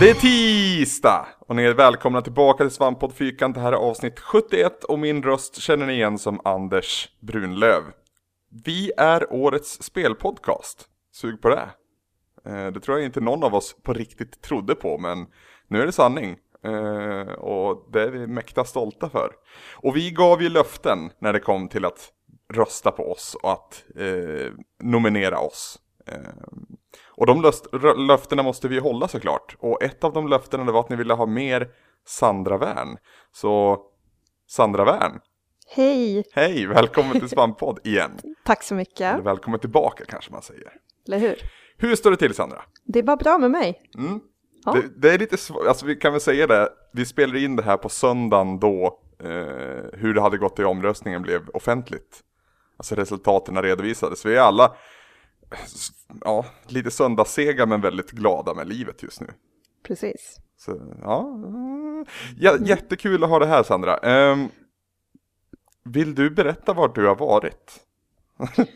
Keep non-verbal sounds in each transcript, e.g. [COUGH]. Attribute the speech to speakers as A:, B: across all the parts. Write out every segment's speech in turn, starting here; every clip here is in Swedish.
A: Det är tisdag! Och ni är välkomna tillbaka till Svamppodd Fyrkant. Det här är avsnitt 71 och min röst känner ni igen som Anders Brunlöv. Vi är årets spelpodcast. Sug på det. Eh, Det tror jag inte någon av oss på riktigt trodde på, men nu är det sanning. Eh, Och det är vi mäkta stolta för. Och vi gav ju löften när det kom till att rösta på oss och att eh, nominera oss. Eh, och de löst, rö- löftena måste vi hålla såklart. Och ett av de löftena det var att ni ville ha mer Sandra Wern. Så Sandra Wern,
B: Hej!
A: hej, välkommen till Svampodd igen.
B: Tack så mycket,
A: Eller välkommen tillbaka kanske man säger.
B: eller hur?
A: Hur står det till Sandra?
B: Det är bara bra med mig.
A: Mm.
B: Ja.
A: Det, det är lite svårt, alltså vi kan väl säga det, vi spelade in det här på söndagen då eh, hur det hade gått i omröstningen blev offentligt. Alltså resultaten redovisades. Vi är alla s- ja, lite söndagssega men väldigt glada med livet just nu.
B: Precis.
A: Så, ja. mm. ja, jättekul att ha det här Sandra. Ehm, vill du berätta var du har varit?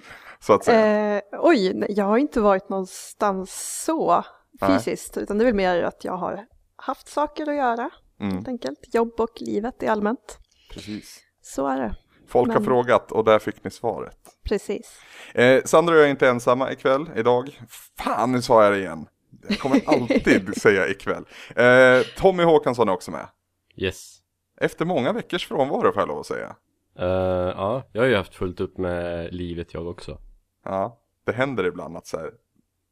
A: [LAUGHS] Så att säga.
B: Eh, oj, nej, jag har inte varit någonstans så
A: Nej.
B: fysiskt, utan det är väl mer att jag har haft saker att göra,
A: Mm,
B: helt enkelt. Jobb och livet i allmänt.
A: precis.
B: Så är det,
A: Folk har
B: men-
A: frågat och där fick ni svaret.
B: precis.
A: Eh, Sandra och jag är inte ensamma ikväll, idag. Fan, nu sa jag det igen. Jag kommer
B: [LAUGHS]
A: alltid säga ikväll. Eh, Tommy Håkansson är också med.
C: Yes.
A: Efter många veckors frånvaro får jag lov att säga.
C: Eh, ja, jag har ju haft fullt upp med livet jag också.
A: Ja, det händer ibland att så här,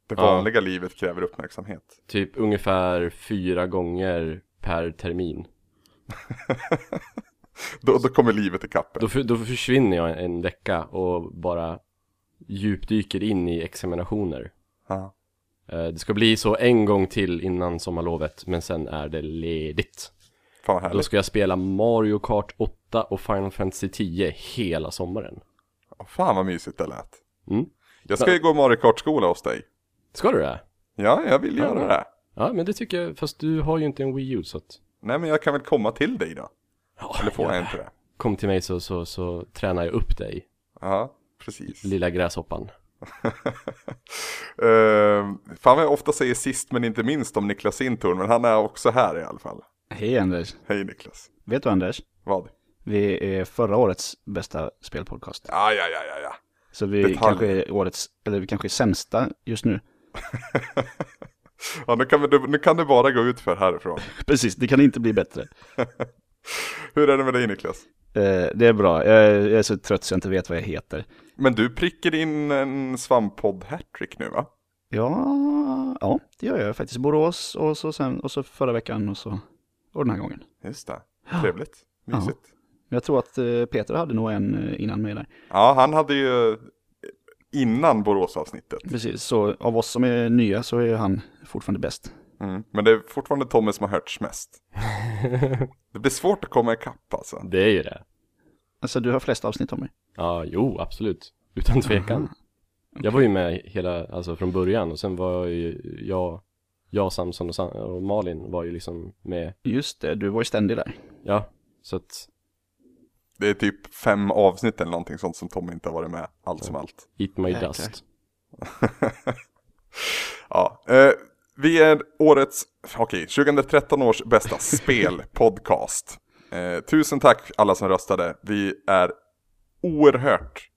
A: det
C: Ja.
A: vanliga livet kräver uppmärksamhet.
C: Typ ungefär fyra gånger per termin.
A: Då, då kommer livet i kappen.
C: Då, för, då försvinner jag en, en vecka och bara djupdyker in i examinationer.
A: Ja.
C: Eh, det ska bli så en gång till innan sommarlovet, men sen är det ledigt.
A: Fan vad
C: Då
A: härligt.
C: ska jag spela Mario Kart 8 och Final Fantasy 10 hela sommaren.
A: Åh, Fan vad mysigt det lät.
C: Mm.
A: Jag ska ju gå Mario Kart-skola hos dig.
C: Ska du det?
A: Ja, jag vill göra
C: Ja.
A: det.
C: Ja, men det tycker jag, fast du har ju inte en Wii U så att...
A: Nej, men jag kan väl komma till dig då?
C: Ja,
A: Eller får
C: ja.
A: jag inte det?
C: Kom till mig så, så, så tränar jag upp dig.
A: Ja, precis. [LAUGHS]
C: Lilla gräshoppan.
A: Uh, fan vad jag ofta säger sist men inte minst om Niklas Sintorn, men han är också här i alla fall.
D: Hej Anders.
A: Hej Niklas.
D: Vet du Anders?
A: Vad?
D: Vi är förra årets bästa spelpodcast.
A: Ja, ja, ja, ja, ja.
D: Så vi
A: Detaljer.
D: kanske är årets, eller vi kanske är sämsta just nu. [LAUGHS]
A: ja nu, kan vi, nu kan det bara gå ut för härifrån.
D: Precis, det kan inte bli bättre.
A: Hur är det med dig Niklas?
D: Eh, det är bra, jag är, jag är så trött så jag inte vet vad jag heter.
A: Men du pricker in en svamppodd-hattrick nu va?
D: Ja, ja, det gör jag faktiskt. Borås och så sen, och så förra veckan och så, och den här gången.
A: Just det. Trevligt. Mysigt.
D: Men jag tror att eh, Peter hade nog en eh, innan mig där.
A: Ja, han hade ju innan Boråsavsnittet.
D: Precis, så av oss som är nya så är han fortfarande bäst.
A: Mm. Men det är fortfarande Tommy som har hörts mest. Det blir svårt att komma ikapp alltså.
C: det är ju det.
D: Alltså du har flest avsnitt om mig.
C: Ja, jo, absolut. Utan tvekan. Jag var ju med hela, alltså från början och sen var jag ju, jag, jag Samson och, Sam, och Malin var ju liksom med,
D: Just det, du var ju ständig där.
C: ja, så att
A: Det är typ fem avsnitt eller någonting sånt som Tommy inte har varit med allt som allt. [LAUGHS]
C: eat my
D: Jäklar.
C: dust.
A: Ja, eh, vi är årets, okej, 2013 års bästa spelpodcast. Eh, tusen tack alla som röstade. Vi är oerhört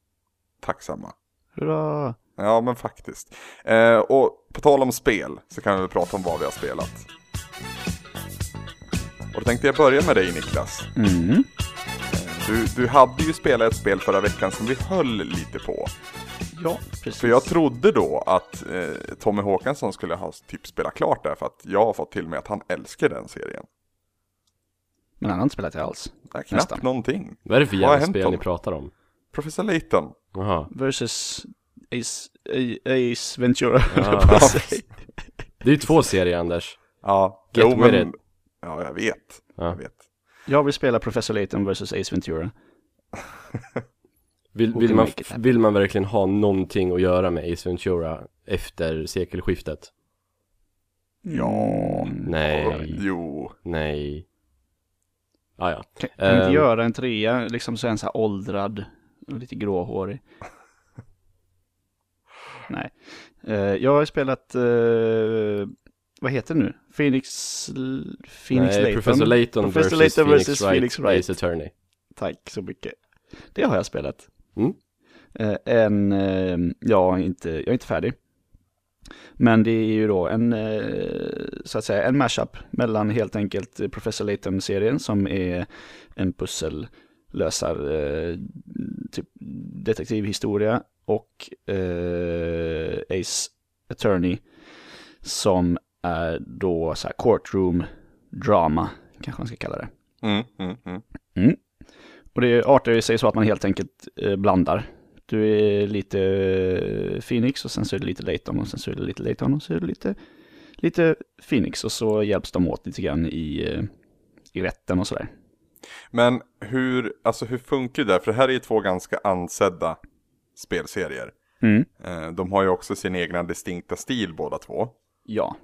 A: tacksamma.
D: Hurra!
A: Ja, men faktiskt. Eh, och på tal om spel så kan vi väl prata om vad vi har spelat. Och då tänkte jag börja med dig Niklas. Eh,
D: Mm.
A: Du, du hade ju spelat ett spel förra veckan som vi höll lite på.
D: Ja, precis.
A: För jag trodde då att eh, Tommy Håkansson skulle ha typ spela klart där för att jag har fått till mig att han älskar den serien.
D: Men han har inte spelat det alls.
A: Nej, knappt
D: Nästan.
A: någonting.
C: Vad är det för
A: Vad har
C: jävla
A: hänt
C: spel
A: om-
C: ni pratar om?
A: Professor Layton.
C: Jaha.
D: Versus Ace, A- Ace Ventura, höll
C: Ja.
D: [LAUGHS] jag på att säga.
C: Det är ju två serier, Anders.
A: Ja,
C: Get with it.
A: Ja, jag vet. Jag
C: Ja.
A: vet.
D: Jag vill spela Professor Layton versus Ace Ventura.
C: Vill,
D: Who
C: vill,
D: can
C: man,
D: make it happen?
C: vill man verkligen ha någonting att göra med Ace Ventura efter sekelskiftet?
D: Mm. Ja.
C: Nej,
A: Jo.
C: nej. Ah, ja.
D: Kan, kan vi
C: Ehm.
D: inte göra en trea, liksom så är han så här åldrad, och
C: [LAUGHS]
D: lite gråhårig. Nej. Eh, jag har spelat eh, vad heter det nu? Phoenix, Phoenix
C: Nej,
D: Layton?
C: Professor Layton
D: Professor
C: versus,
D: Layton
C: Phoenix,
D: versus
C: Wright,
D: Phoenix Wright.
C: Ace Attorney.
D: Tack så mycket. Det har jag spelat.
C: Mm.
D: Eh, En, eh, ja, inte, jag är inte färdig. Men det är ju då en, eh, så att säga, en mashup mellan helt enkelt Professor Layton-serien som är en pussellösar, eh, typ detektivhistoria och eh, Ace Attorney som är då så här courtroom drama, kanske man ska kalla det.
A: Mm, mm, mm.
D: Och det artar sig så att man helt enkelt eh, blandar. Du är lite eh, Phoenix och sen så är det lite Layton och sen så är det lite Layton och så är det lite, lite Phoenix och så hjälps de åt lite grann i, eh, i rätten och sådär.
A: Men hur, alltså hur funkar det? För det här är ju två ganska ansedda spelserier.
D: Mm.
A: Eh, De har ju också sin egna distinkta stil båda två.
D: Ja,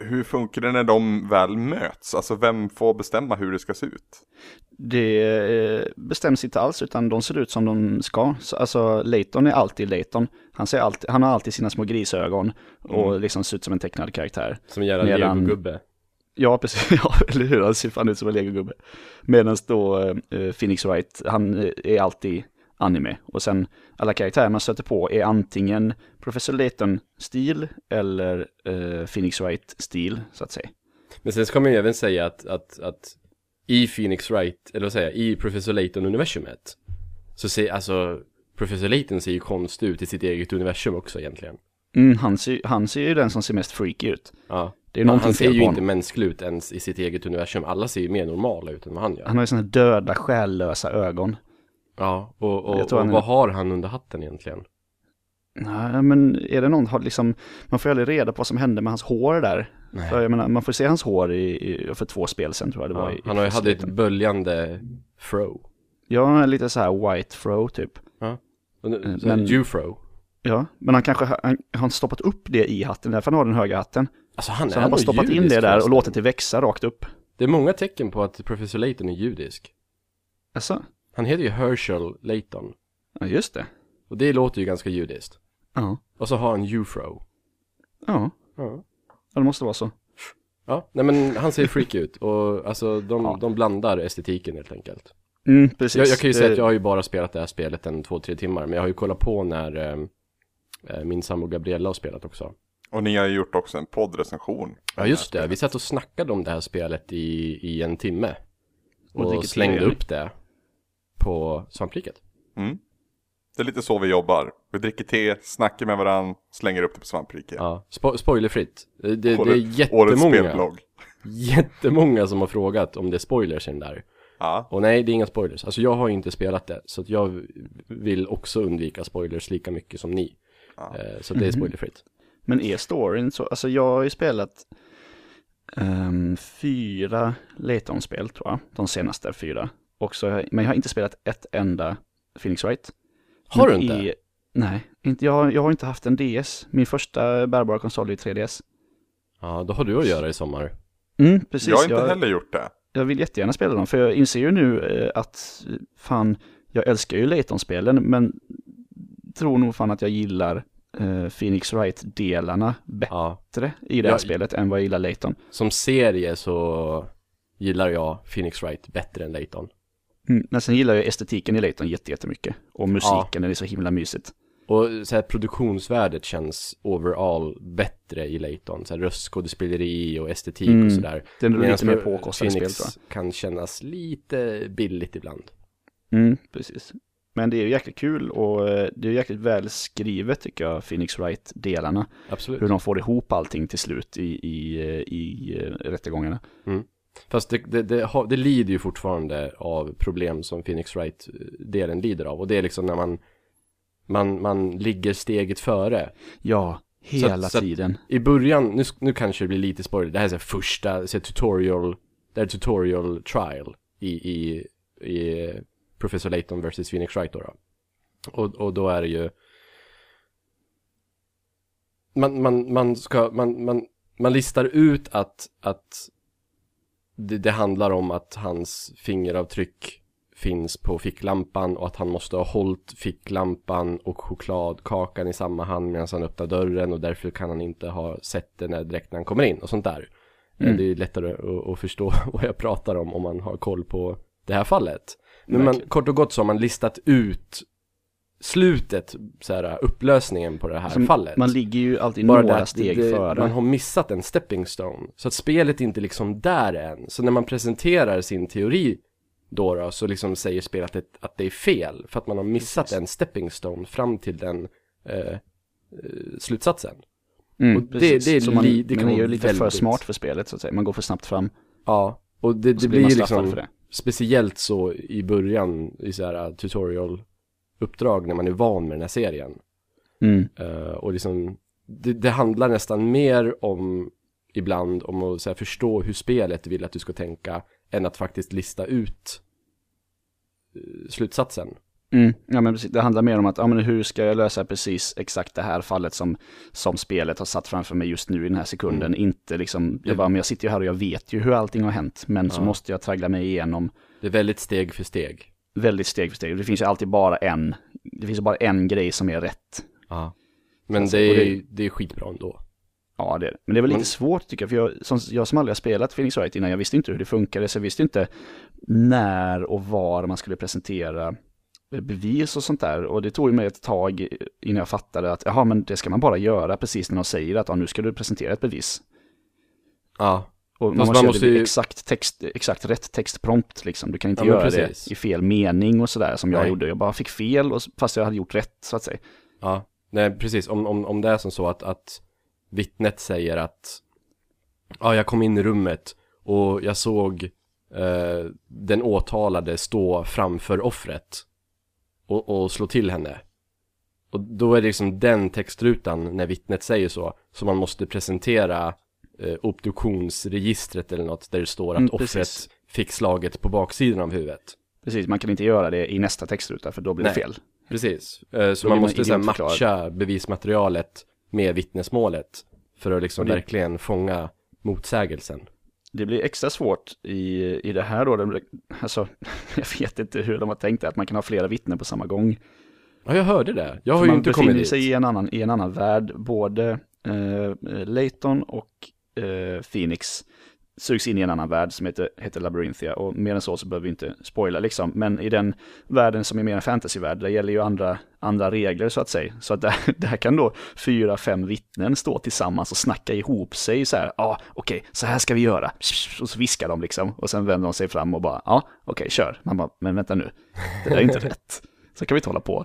A: Hur funkar det när de väl möts? Alltså vem får bestämma hur det ska se ut?
D: det eh, bestäms inte alls utan de ser ut som de ska. Så, alltså Layton är alltid Layton. Han, ser alltid, han har alltid sina små grisögon och liksom ser ut som en tecknad karaktär.
C: Som en jävla
D: Medan-
C: legogubbe.
D: Ja, precis. [LAUGHS] Ja, eller hur? Han ser fan ut som en legogubbe. Medan då eh, Phoenix Wright, han eh, är alltid anime. Och sen alla karaktärer man stöter på är antingen Professor Layton-stil eller eh, Phoenix Wright-stil, så att säga.
C: Men sen så kan man ju även säga att, att, att i Phoenix Wright, eller vad säger jag, i Professor Layton-universumet, så ser alltså Professor Layton ser ju konstig ut i sitt eget universum också egentligen.
D: Mm, han, ser, han ser ju den som ser mest freaky ut.
C: Ja.
D: Det är någonting
C: han ser
D: fel
C: ju
D: på
C: inte
D: honom.
C: mänsklig ut ens i sitt eget universum. Alla ser ju mer normala ut än vad han gör.
D: Han har ju sådana döda, själlösa ögon.
C: Ja, och, och,
D: Jag
C: och
D: tror han är-
C: vad har han under hatten egentligen?
D: Nej, men är det någon, har liksom, man får ju aldrig reda på vad som hände med hans hår där.
C: Nej.
D: För jag menar, man får se hans hår i, i, för två spel sen tror jag det var.
C: Ja,
D: i,
C: han har ju
D: i
C: hade ett böljande fro.
D: Ja, lite så här white throw typ.
C: Men...
D: Eh, men-
C: Jufro.
D: Ja, men han kanske har- han, han har stoppat upp det i hatten, därför han har den höga hatten.
C: Alltså han
D: så
C: är
D: han har bara
C: nog
D: stoppat in
C: judisk
D: det där och
C: förresten.
D: låtit det växa rakt upp.
C: Det är många tecken på att Professor Layton är judisk.
D: Alltså,
C: Han heter ju Herschel Layton.
D: ja just det.
C: Och det låter ju ganska judiskt.
D: Ja,
C: Och så har han Jufro.
D: ja,
C: Ja.
D: ja, det måste vara så.
C: Ja, nej men han ser freak ut. Och alltså de,
D: Ja.
C: de blandar estetiken helt enkelt.
D: Mm, precis.
C: Jag, jag kan ju
D: Det-
C: säga att jag har ju bara spelat det här spelet en två, tre timmar. Men jag har ju kollat på när eh, eh, min sambo Gabriella har spelat också.
A: Och ni har ju gjort också en poddrecension.
C: Ja just det, vi satt och snackade om det här spelet i, i en timme.
D: Och
C: Och,
D: dricker te,
C: slängde
D: eller?
C: upp det på svampriket.
A: Mm. Det är lite så vi jobbar. Vi dricker te, snackar med varandra, slänger upp det på svampriket.
C: Ja, spo spoilerfritt. Det, det, det är
A: Årets- Årets
C: jättemånga,
A: spelblogg.
C: jättemånga som har frågat om det är spoilers i den där.
A: Ja.
C: Och nej, det är inga spoilers. Alltså jag har ju inte spelat det, så att jag vill också undvika spoilers lika mycket som ni.
A: Ja.
C: Eh, Så
D: Mhm.
C: det är spoilerfritt.
D: Eh, Men är storyn så, alltså jag har ju spelat ehm, fyra Layton-spel tror jag, de senaste fyra. Och så, har jag- men jag har inte spelat ett enda Phoenix Wright.
C: Har
D: Men
C: du inte?
D: i- nej, inte, jag, har- jag har inte haft en DS. Min första bärbara konsol är ju 3DS.
C: Ja, då har du att göra i sommar.
D: Mm, precis.
A: jag har inte heller gjort det.
D: jag vill jättegärna spela dem, för jag inser ju nu eh, att eh, fan, jag älskar ju Layton-spelen, men tror nog fan att jag gillar eh, Phoenix Wright-delarna bättre
C: Ja.
D: i det här
C: Ja, i-
D: spelet än vad jag gillar Layton.
C: Som serie så gillar jag Phoenix Wright bättre än Layton.
D: Mm. Men sen gillar jag estetiken i Layton jätte- jättemycket, och musiken, den är så himla mysigt.
C: Och så här, produktionsvärdet känns overall bättre i Layton. Så här, röstskådespeleri och estetik
D: Mm.
C: och sådär.
D: Det är nog
C: Medans
D: lite mer
C: för-
D: påkostade spel
C: Phoenix
D: tror
C: kan kännas lite billigt ibland.
D: jag. Mm, precis. Men det är ju jäkligt kul och eh, det är ju jäkligt välskrivet tycker jag, Phoenix Wright-delarna.
C: Absolut.
D: Hur de får ihop allting till slut i, i, eh, i eh, rättegångarna.
C: Fast det, det, det, har, det lider ju fortfarande av problem som Phoenix Wright-delen lider av. Och det är liksom när man, man, man ligger steget före.
D: Ja,
C: Så att-
D: hela
C: så att-
D: tiden.
C: I början, nu, sk- nu kanske det blir lite spoiler, det här är så här första så här tutorial, det här är tutorial trial i, i, i Professor Layton vs. Phoenix Wright då. då. Och, och då är det ju man, man, man ska, man, man, man listar ut att, att det, det handlar om att hans fingeravtryck finns på ficklampan och att han måste ha hållit ficklampan och chokladkakan i samma hand medan han öppnar dörren och därför kan han inte ha sett det när, direkt när han kommer in och sånt där. Eh,
D: Mm.
C: Det är lättare att, att förstå [LAUGHS] vad jag pratar om om man har koll på det här fallet. Men man,
D: Verkligen.
C: kort och gott så har man listat ut slutet, så här, upplösningen på det här
D: Som-
C: fallet.
D: Alltså, Man ligger ju alltid
C: Bara det
D: några
C: att
D: steg
C: det,
D: före.
C: Man har missat en stepping stone. Så att spelet är inte liksom där än. Så när man presenterar sin teori då, då så liksom säger spelet att, att det är fel. För att man har missat en stepping stone fram till den eh, eh, slutsatsen.
D: Mm,
C: och det-
D: precis.
C: det är
D: Så man,
C: li- det kan
D: man är
C: vara
D: ju lite för
C: väldigt-
D: smart för spelet så att säga. Man går för snabbt fram och
C: Ja, och det,
D: så
C: det
D: blir
C: blir
D: man
C: ju
D: straffad
C: liksom
D: för det.
C: speciellt så i början i så här eh, tutorial-uppdrag när man är van med den här serien.
D: Mm.
C: Eh, och liksom, det, det handlar nästan mer om ibland om att så här, förstå hur spelet vill att du ska tänka än att faktiskt lista ut eh, slutsatsen.
D: Mm. Ja, men precis. Det handlar mer om att ja, men hur ska jag lösa precis exakt det här fallet som, som spelet har satt framför mig just nu i den här sekunden. Inte liksom, jag, bara, men jag sitter ju här och jag vet ju hur allting har hänt, men så
C: Ja.
D: måste jag traggla mig igenom
C: Det är väldigt steg för steg.
D: väldigt steg för steg. Det finns ju alltid bara en, det finns ju bara en grej som är rätt.
C: Men
D: Alltså,
C: det
D: och
C: är,
D: det-
C: det är skitbra ändå.
D: Ja, det är det. Men det är väl
C: Men-
D: lite svårt tycker jag, för jag som, jag som aldrig har spelat Phoenix Wright innan, jag visste inte hur det funkade, så jag visste inte när och var man skulle presentera bevis och sånt där. Och det tog ju mig ett tag innan jag fattade att, jaha, men det ska man bara göra precis när de säger att, ja, nu ska du presentera ett bevis.
C: Ja,
D: Och man
C: Fast
D: måste,
C: man
D: göra
C: måste
D: det vid
C: ju-
D: exakt, text, exakt rätt textprompt liksom. Du kan inte
C: Ja, men
D: göra
C: precis.
D: det i fel mening och sådär som jag
C: Nej.
D: gjorde. Jag bara fick fel, och, s- fast jag hade gjort rätt så att säga.
C: Ja, nej precis. Om, om, om det är som så att, att vittnet säger att ja, jag kom in i rummet och jag såg eh, den åtalade stå framför offret och, och slå till henne. Och då är det liksom den textrutan när vittnet säger så som man måste presentera eh, obduktionsregistret eller något där det står att
D: Mm,
C: offret
D: precis.
C: fick slaget på baksidan av huvudet.
D: Precis, man kan inte göra det i nästa textruta för då blir
C: Nej.
D: det fel.
C: Precis, Eh, så
D: Då
C: man
D: blir man
C: måste så här,
D: idiotförklarad.
C: matcha bevismaterialet med vittnesmålet för att liksom
D: Och det-
C: verkligen fånga motsägelsen.
D: Det blir extra svårt i, i det här då. Det blir- Alltså, [LAUGHS] jag vet inte hur de har tänkt det, att man kan ha flera vittnen på samma gång.
C: Ja, jag hörde det. Jag har
D: För
C: ju
D: man
C: inte
D: befinner
C: kommit dit.
D: sig i en annan, i en annan värld, både eh, Layton och eh, Phoenix sugs in i en annan värld som heter, heter Labyrinthia. Och mer än så så behöver vi inte spoila liksom. Men i den världen som är mer en fantasyvärld, där gäller ju andra, andra regler så att säga. Så att där, [LAUGHS] där kan då fyra, fem vittnen stå tillsammans och snacka ihop sig så här. Ja, ah, okej, så här ska vi göra. Och så viskar de liksom. Och sen vänder de sig fram och bara, ja, okej, kör. Man bara, men vänta nu, det där är inte [LAUGHS] rätt. Så kan vi inte hålla på.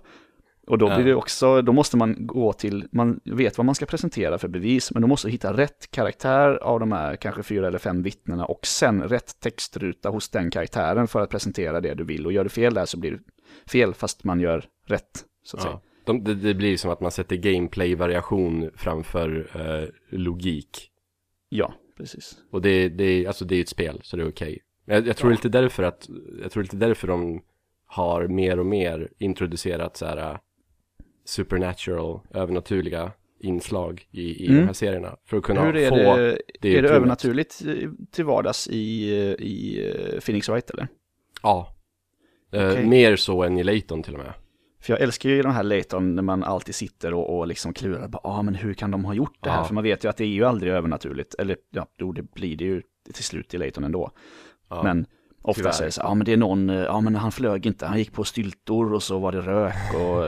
D: Och då blir det också, då måste man gå till, man vet vad man ska presentera för bevis, men då måste hitta rätt karaktär av de här kanske fyra eller fem vittnena och sen rätt textruta hos den karaktären för att presentera det du vill. Och gör du fel där så blir det fel fast man gör rätt, så att säga.
C: Ja. De, det, det blir som att man sätter gameplay-variation framför eh, logik.
D: Ja, precis.
C: Och det, det, är- alltså, det är ju ett spel, så det är okej. Men Jag, jag tror lite därför att, jag tror lite därför de har mer och mer introducerat så här eh, supernatural, övernaturliga inslag i, i de här serierna. För att kunna
D: Mm. Hur är
C: få
D: det, är det
C: utrymmet.
D: övernaturligt eh, till vardags i, eh, i Phoenix Wright eller?
C: Ja. Eh,
D: Okej.
C: mer så än i Layton till och med.
D: För jag älskar ju de här Layton när man alltid sitter och, och liksom klurar. Ja, ah, men hur kan de ha gjort det här?
C: Ja.
D: För man vet ju att det är ju aldrig övernaturligt. Eller ja, jo, det blir det ju till slut i Layton ändå.
C: Ja.
D: Men
C: tyvärr.
D: ofta säger det så ja ah, men det är någon, eh, ja men han flög inte, han gick på styltor och så var det rök och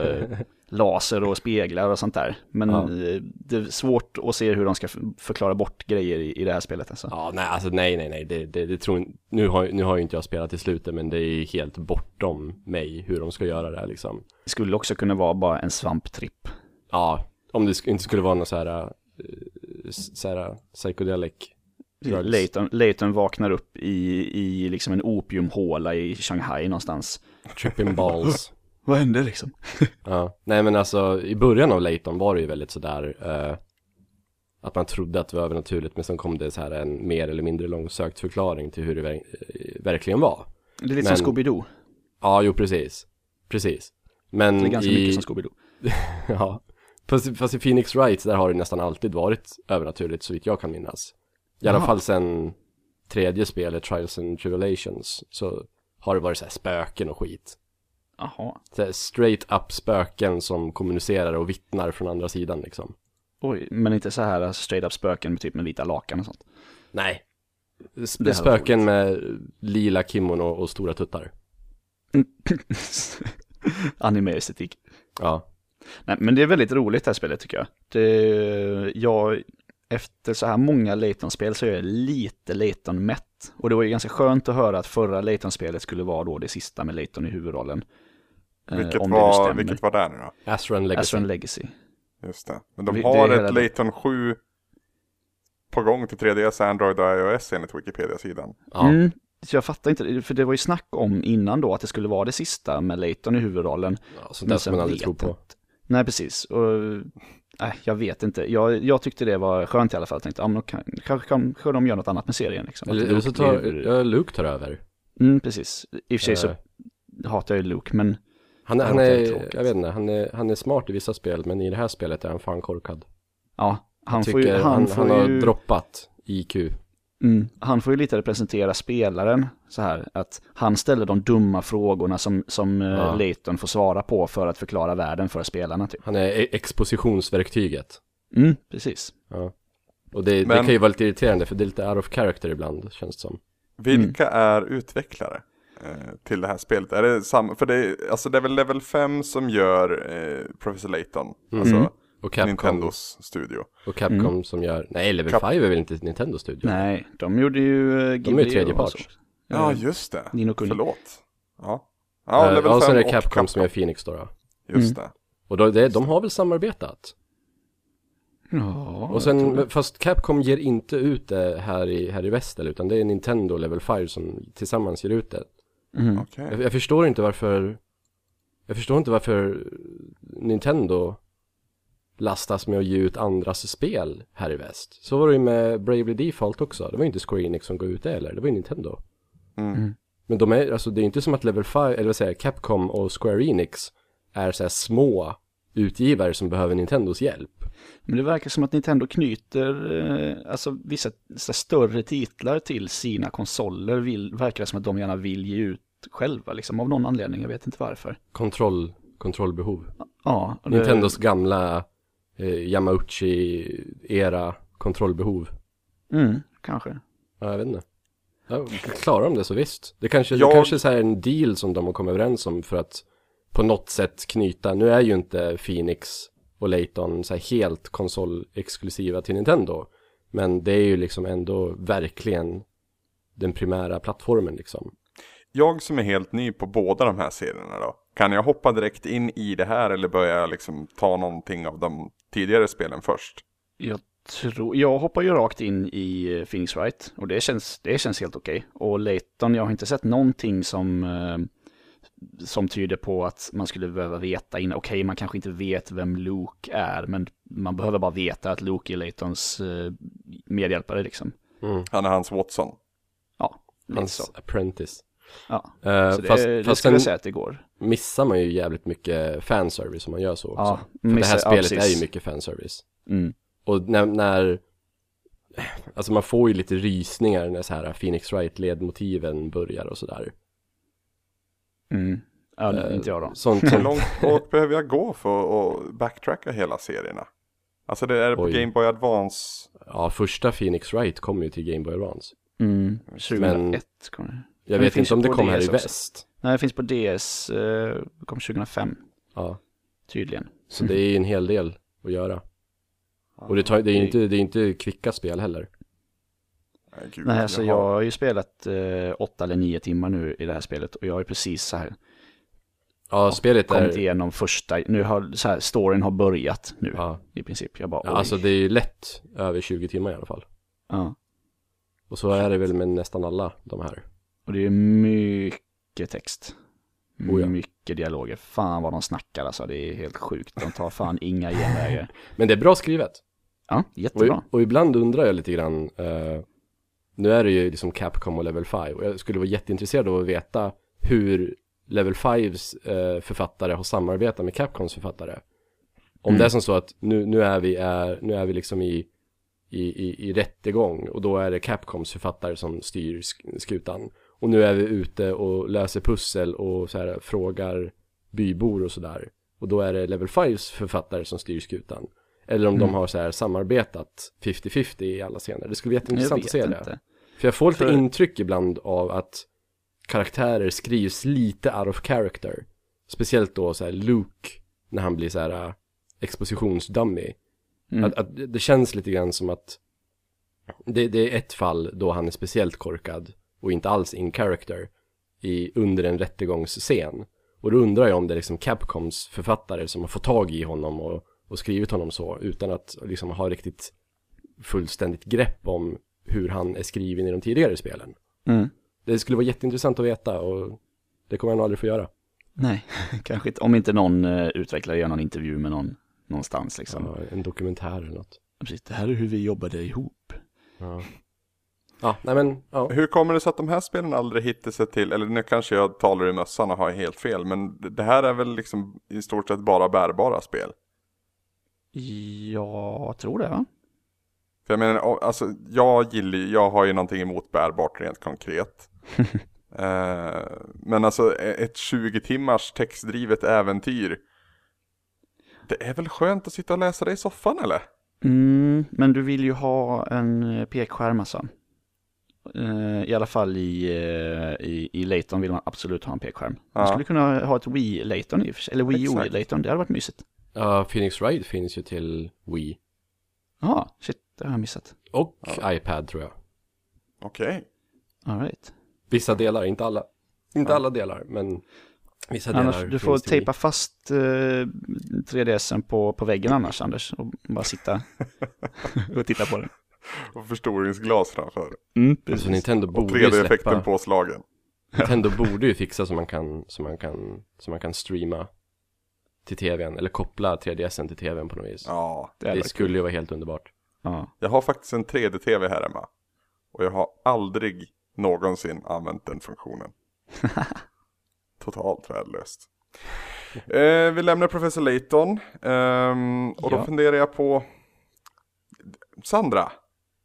C: [LAUGHS]
D: eh, laser och speglar och sånt där. Men
C: Ja.
D: eh, det är svårt att se hur de ska f- förklara bort grejer i, i det här spelet. Alltså.
C: Ja, nej, alltså nej, nej, nej, det, det, det tror in- nu har, nu har ju inte jag spelat till slutet, men det är helt bortom mig hur de ska göra det här liksom.
D: Det skulle också kunna vara bara en svamptripp.
C: Ja, om det sk- inte skulle vara någon så här, eh, s- så här psychedelic drugs.
D: Layton, Layton vaknar upp i, i liksom en opiumhåla i Shanghai någonstans.
C: tripping
D: [LAUGHS]
C: balls.
D: Vad hände liksom?
C: Ja, nej men alltså i början av Layton var det ju väldigt sådär eh, att man trodde att det var övernaturligt, men sen kom det så här en mer eller mindre långsökt förklaring till hur det ver- eh, verkligen var.
D: Det är lite
C: Men-
D: som Scooby-Doo.
C: Ja, jo precis. Precis.
D: Det är
C: Men
D: ganska
C: mm, i, [LAUGHS]
D: mycket som Scooby-Doo.
C: ja. Fast, fast i Phoenix Wright, där har det nästan alltid varit övernaturligt så vitt jag kan minnas. I alla
D: Jaha.
C: fall sen tredje spelet, Trials and Tribulations, så har det varit så här spöken och skit.
D: Jaha.
C: Så här straight up spöken som kommunicerar och vittnar från andra sidan liksom.
D: Oj, men inte så här alltså, straight up spöken med typ med vita lakan och sånt. [LAUGHS]
C: Nej.
D: Det här var
C: Spöken med lila kimono och stora tuttar.
D: Anime-estetik.
C: Ja.
D: Nej, men det är väldigt roligt det här spelet tycker jag. Det, jag efter så här många Layton-spel så är jag lite Layton-mätt. Och det var ju ganska skönt att höra att förra Layton-spelet skulle vara då det sista med Layton i huvudrollen. Eh,
A: Vilket,
D: om det nu
A: var,
D: stämmer.
A: vilket var där nu då?
C: Asran Legacy.
D: Astron Legacy.
A: Just det. Men de
D: Vi- det
A: har
D: är
A: ett
D: hela-
A: Layton 7 på gång till 3DS, Android och iOS enligt Wikipedia-sidan.
C: Ja.
D: Mm, så jag fattar inte, för det var ju snack om innan då att det skulle vara det sista med Layton i huvudrollen.
C: ja sånt
D: Men
C: där
D: sen
C: som man aldrig
D: vet
C: tror på.
D: inte. Nej, precis. Och, nej, jag vet inte. Jag, jag tyckte det var skönt i alla fall. Jag tänkte, ja, men då kan, kanske, kanske de gör något annat med serien. Liksom.
C: Eller,
D: Att
C: eller
D: Luke
C: så tar,
D: blir-
C: ja, Luke tar över.
D: Mm, precis. I och för sig så
C: Eh,
D: hatar jag ju Luke, men
C: han, är- han
D: det
C: är,
D: är tråkigt.
C: jag vet inte, han är, han är smart i vissa spel, men i det här spelet är han fan korkad.
D: ja, han får ju...
C: Tycker
D: Han,
C: han,
D: får
C: han
D: ju...
C: har droppat IQ.
D: Mm. Han får ju lite representera spelaren så här, att han ställer de dumma frågorna som, som eh,
C: Ja.
D: Layton får svara på för att förklara världen för spelarna typ.
C: Han är e- expositionsverktyget.
D: Mm, precis.
C: Ja. Och det, det
A: Men-
C: kan ju vara lite irriterande, för det är lite out of character ibland, känns det som.
A: Vilka
D: Mm.
A: är utvecklare eh, till det här spelet? Är det samma? För det är, alltså det är väl Level 5 som gör eh, Professor Layton?
D: Mm.
A: Alltså
C: Och Capcom,
A: Nintendos studio.
C: Och Capcom som gör, nej, Level
A: Cap-
C: 5 är väl inte Nintendo Studio?
D: Nej, de gjorde ju... eh,
C: De är ju
D: Ghibli
C: tredje
D: och
C: part.
D: så.
A: Ja, just det.
D: Eh, Nino Kuni. Eh,
A: Förlåt. Ja,
C: Ja,
A: ja Level
C: Eh, och
A: 5
C: sen är det
A: och
C: Capcom, som är Phoenix då. då.
A: Just
D: Mm.
A: det.
C: Och då, det, de har väl samarbetat?
D: Ja,
C: Och sen, fast Capcom ger inte ut det här i, här i väster, utan det är Nintendo och Level 5 som tillsammans ger ut det.
D: Mm.
A: Okej.
C: Jag, jag förstår inte varför, jag förstår inte varför Nintendo lastas med att ge ut andras spel här i väst. Så var det ju med Bravely Default också. Det var ju inte Square Enix som gav ut det heller, det var ju Nintendo.
A: Mm.
D: Mm.
C: Men de är, alltså det är inte som att Level 5, eller vad säger jag, Capcom och Square Enix är så här små utgivare som behöver Nintendos hjälp.
D: Men det verkar som att Nintendo knyter eh, alltså, vissa så här, större titlar till sina konsoler. Vill, verkar det som att de gärna vill ge ut själva, liksom, av någon anledning. Jag vet inte varför.
C: Kontroll, kontrollbehov.
D: Ja, och det-
C: Nintendos gamla eh, Yamauchi-era kontrollbehov.
D: Mm, kanske.
C: Ja, jag vet inte. Ja, klarar de det så visst. Det kanske,
A: Jag-
C: det kanske är så här en deal som de har kommit överens om för att på något sätt knyta. Nu är ju inte Phoenix och Layton så här helt konsolexklusiva till Nintendo. Men det är ju liksom ändå verkligen den primära plattformen liksom.
A: Jag som är helt ny på båda de här serierna då. Kan jag hoppa direkt in i det här eller börjar jag liksom ta någonting av de tidigare spelen först?
D: Jag, tror, jag hoppar ju rakt in i eh, Phoenix Wright och det känns, det känns helt okej. Och Layton, jag har inte sett någonting som, eh, som tyder på att man skulle behöva veta innan. Okej, man kanske inte vet vem Luke är, men man behöver bara veta att Luke är Laytons eh, medhjälpare liksom.
A: Han är hans Watson.
D: Ja, lite så.
C: Mm. Hans apprentice.
D: Ja.
C: Alltså, Eh,
D: Liksom. Så det,
C: fast
D: det
C: fast
D: skulle
C: sen
D: jag säga att det går.
C: missar man ju jävligt mycket fanservice om man gör så också.
D: Ja,
C: För det här
D: missar- ja,
C: spelet är
D: precis.
C: ju mycket fanservice.
D: Mm.
C: Och när, när alltså man får ju lite rysningar när så här Phoenix Wright-ledmotiven börjar och sådär.
D: Mm. Ja,
C: Eh,
D: inte jag då.
C: Sånt
D: [LAUGHS]
A: Hur
C: som,
A: långt bak behöver jag gå för att backtracka hela serierna? Alltså det är det på
C: Oj.
A: Game Boy Advance.
C: ja, första Phoenix Wright kom ju till Game Boy Advance.
D: Mm. 2001 kom det.
C: Jag
D: Men
C: vet
D: finns
C: inte
D: ju
C: om det
D: på
C: kom här
D: DS
C: i
D: också.
C: väst.
D: Nej, det finns på DS, eh, kom 2005
C: Ja,
D: tydligen.
C: så det är ju en hel del att göra. Och det, tar, det är ju inte, det är inte kvicka spel heller.
A: Nej, gud,
D: Nej, alltså jag
A: har-
D: har ju spelat eh, åtta eller nio timmar nu i det här spelet och jag är precis så här
C: Ja, spelet
D: kommit
C: är...
D: igenom första, nu har så här, storyn har börjat nu
C: Ja,
D: i princip. Jag bara,
C: ja,
D: oj.
C: alltså det är ju lätt över 20 timmar i alla fall.
D: ja.
C: Och så är det väl med nästan alla de här.
D: Och det är mycket text.
C: Oh ja.
D: Mycket dialoger. Fan vad de snackar alltså, det är helt sjukt. De tar fan inga genvägar.
C: Men det är bra skrivet.
D: Ja,
C: Och,
D: jättebra.
C: och ibland undrar jag lite grann, eh, nu är det ju liksom Capcom och Level 5 och jag skulle vara jätteintresserad av att veta hur Level 5s eh, författare har samarbetat med Capcoms författare. Om det är som så att nu, nu, är, vi, är, nu är vi liksom i, i, i, i rättegång och då är det Capcoms författare som styr sk- skutan. Och nu är vi ute och löser pussel och så här, frågar bybor och sådär. Och då är det Level 5s författare som styr skutan. Eller om de har så här samarbetat 50-50 i alla scener. Det skulle bli jätteintressant att se det. För jag får lite
A: För-
C: intryck ibland av att karaktärer skrivs lite out of character. Speciellt då så här Luke, när han blir så här äh, expositionsdummy.
D: Mm.
C: Att, att det- det känns lite grann som att det, det är ett fall då han är speciellt korkad och inte alls in character i, under en rättegångsscen. Och då undrar jag om det är liksom Capcoms författare som har fått tag i honom och, och skrivit honom så utan att liksom ha riktigt fullständigt grepp om hur han är skriven i de tidigare spelen.
D: Mm.
C: Det skulle vara jätteintressant att veta och det kommer jag nog aldrig få göra.
D: Nej, [LAUGHS] kanske inte. Om inte någon eh, utvecklare gör någon intervju med någon någonstans liksom.
C: Ja, en dokumentär eller något.
D: Precis, det här är hur vi jobbade ihop.
C: Ja, ja nej men, ja.
A: Hur kommer det sig att de här spelen aldrig hittar sig till, eller nu kanske jag talar i mössan och har helt fel, men det här är väl liksom i stort sett bara bärbara spel?
D: Ja, jag tror det va?
A: För jag menar, o- alltså jag gillar ju, jag har ju någonting emot bärbart rent
C: [LAUGHS]
A: konkret. Eh, men alltså e- ett 20 timmars textdrivet äventyr. Det är väl skönt att sitta och läsa det i soffan eller?
D: Mm, men du vill ju ha en eh, pekskärm alltså. Eh, I alla fall i, eh, i, i Layton vill man absolut ha en pekskärm. Man
A: Ja.
D: skulle kunna ha ett Wii Layton i och för sig, eller Wii U
A: Exakt.
D: Layton, det hade varit mysigt.
C: Ja, Phoenix Ride finns ju till Wii
D: Jaha, shit, det har jag missat.
C: och iPad tror jag.
A: Okej.
D: All right.
C: Vissa delar, inte alla. Inte alla delar, men vissa
D: Annars,
C: delar.
D: du får
C: finns till Wii.
D: tejpa fast eh, 3DSen på, på väggen annars, Anders, och bara sitta [LAUGHS] och titta på den.
A: Och förstoringsglas framför.
D: Mm,
C: Alltså Nintendo
A: Och
C: borde ju
A: 3D-effekten
C: släppa,
A: påslagen.
C: Nintendo borde ju fixa så man kan, så man kan, så man kan streama till tvn, eller koppla 3DSen till tvn på något vis.
A: Ja.
D: hade
C: det
D: varit
C: skulle ju vara helt underbart.
D: Ja.
A: Jag har faktiskt en 3D-TV här hemma. Och jag har aldrig någonsin använt den
B: [LAUGHS]
A: funktionen. Totalt värdelöst. Eh, vi lämnar Professor Layton. Ehm, och då
C: Ja.
A: funderar jag på... Sandra,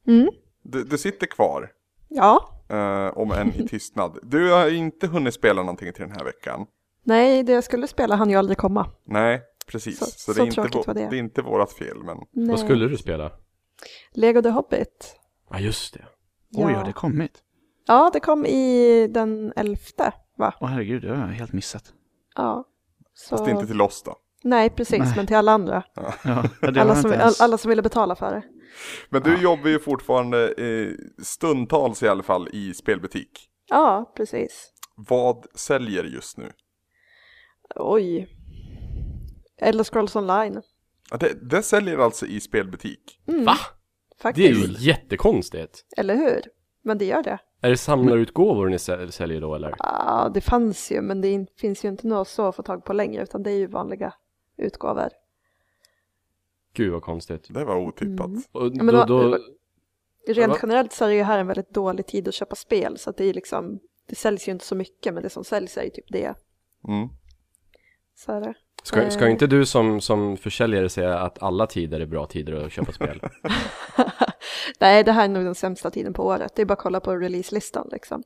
B: Mm.
A: du, du sitter kvar.
B: Ja,
A: Eh, om än
B: [LAUGHS]
A: i tystnad. Du har inte hunnit spela någonting till den här veckan.
B: nej, det jag skulle spela hann ju aldrig komma.
A: Nej, precis.
B: Så-
A: Så, det,
B: så
A: är inte
B: tråkigt var det.
A: det är inte vårat fel. Men...
B: Nej.
C: Vad skulle du spela?
B: Lego the Hobbit.
C: Ja, ah, just
B: Mm.
C: det.
D: Oj, har det kommit?
B: ja, det kom i den elfte, va?
D: Åh herregud, det har jag helt missat.
B: Ja. Så...
A: Fast inte till oss då.
B: Nej, precis,
D: Nej.
B: men till alla andra.
D: Ja, det har
B: Alla som,
D: jag inte
B: all,
D: ens-
B: alla som ville betala för det.
A: Men du jobbar ju fortfarande eh, stundtals i alla fall i spelbutik.
B: Ja, precis.
A: Vad säljer just nu?
B: Oj. Elder Scrolls Online,
A: Ja, Det, det säljer alltså i spelbutik.
C: Va? Det är
B: Mm, faktiskt.
C: ju jättekonstigt.
B: Eller hur? Men det gör det.
C: Är det samlarutgåvor ni säl- säljer då eller?
B: Ja, det fanns ju, men det in- finns ju inte något så att få tag på längre, utan det är ju vanliga utgåvor.
C: Gud vad konstigt.
A: Det var otippat.
B: Mm.
C: Och
B: men
C: då,
B: vad-
C: då,
B: vad- Rent
C: va?
B: generellt så är det ju här en väldigt dålig tid att köpa spel, så att det är liksom, det säljs ju inte så mycket, men det som säljs är ju typ det.
A: Mm.
B: Så är det. Eh.
C: ska, ska inte du som, som försäljare säga att alla tider är bra tider att
B: [LAUGHS]
C: köpa spel?
B: Nej, det här är nog den sämsta tiden på året. Det är bara att kolla på releaselistan liksom.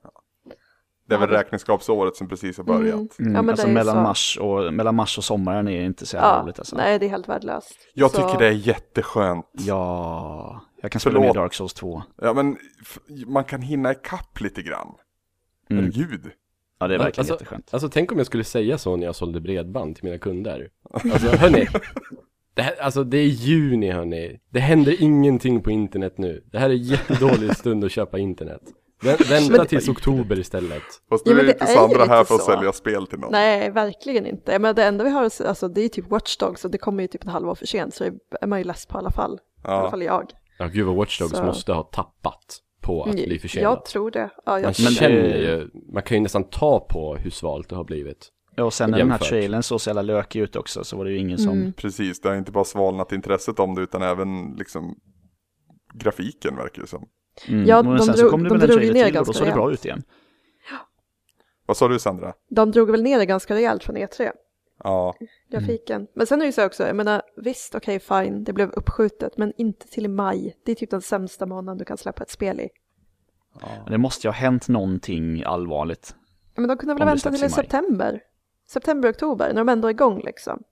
A: Det är väl
B: Ja, det-
A: räkenskapsåret som precis har börjat.
D: Mm,
B: Ja, men
D: alltså
B: det är ju
D: mellan,
B: så.
D: mars och, mellan mars och sommaren är inte så jävla
B: Ja,
D: roligt alltså.
B: nej, det är helt värdelöst.
A: Jag
B: Så-
A: tycker det är jätteskönt.
D: Ja, jag kan
A: Förlåt.
D: spela med Dark Souls 2.
A: Ja, men f- man kan hinna ikapp lite grann.
D: Mm.
A: Herregud.
D: Ja, det är verkligen
C: alltså,
D: jätteskönt.
C: Alltså tänk om jag skulle säga så när jag sålde bredband till mina kunder. Alltså hörni, det här, alltså det är juni hörni. Det händer ingenting på internet nu. Det här är jättedålig stund att köpa internet. Vä- Vänta
B: [LAUGHS] Men-
C: tills oktober istället.
A: Fast
B: Ja,
A: nu
B: men
A: är
B: det
A: inte
B: är ju
A: Sandra
B: lite
A: här för att
B: så.
A: sälja spel till någon.
B: Nej, verkligen inte. Men det enda vi har, att se- alltså, det är typ Watch Dogs och det kommer ju typ en halvår för sent, så det är man ju less på i alla fall. I alla
A: Ja.
B: fall jag.
C: Ja gud vad Watch Dogs
B: Så.
C: måste ha tappat på att bli
B: Jag
C: försenat.
B: tror det. Ja,
C: Man
B: jag tror
D: Men-
C: känner ju, eh, man kan ju nästan ta på hur svalt det har blivit.
D: Ja, och sen när den här
C: jämfört.
D: trailern såg så jävla lökig ut också så var det ju ingen
B: Mm.
D: som...
A: Precis, det har inte bara svalnat intresset om det utan även liksom grafiken verkar det som.
D: Mm.
B: Ja,
D: men
B: de
D: sen så
B: drog-
D: kom det
B: de
D: väl en
B: drog ju
D: trailer
B: ner
D: till och då
B: ganska
D: såg det bra ut igen.
A: Vad sa du Sandra?
B: De drog väl ner det ganska rejält från E E3,
A: Ja,
B: grafiken. Men sen är det ju så också, jag menar visst, okej fine, det blev uppskjutet, men inte till i maj. Det är typ den sämsta månaden du kan släppa ett spel i.
D: Det måste ju ha hänt någonting allvarligt.
B: Ja, men de kunde väl
D: Om det
B: vänta
D: släpps
B: till i
D: i maj.
B: september? September, oktober, när de ändå är igång liksom.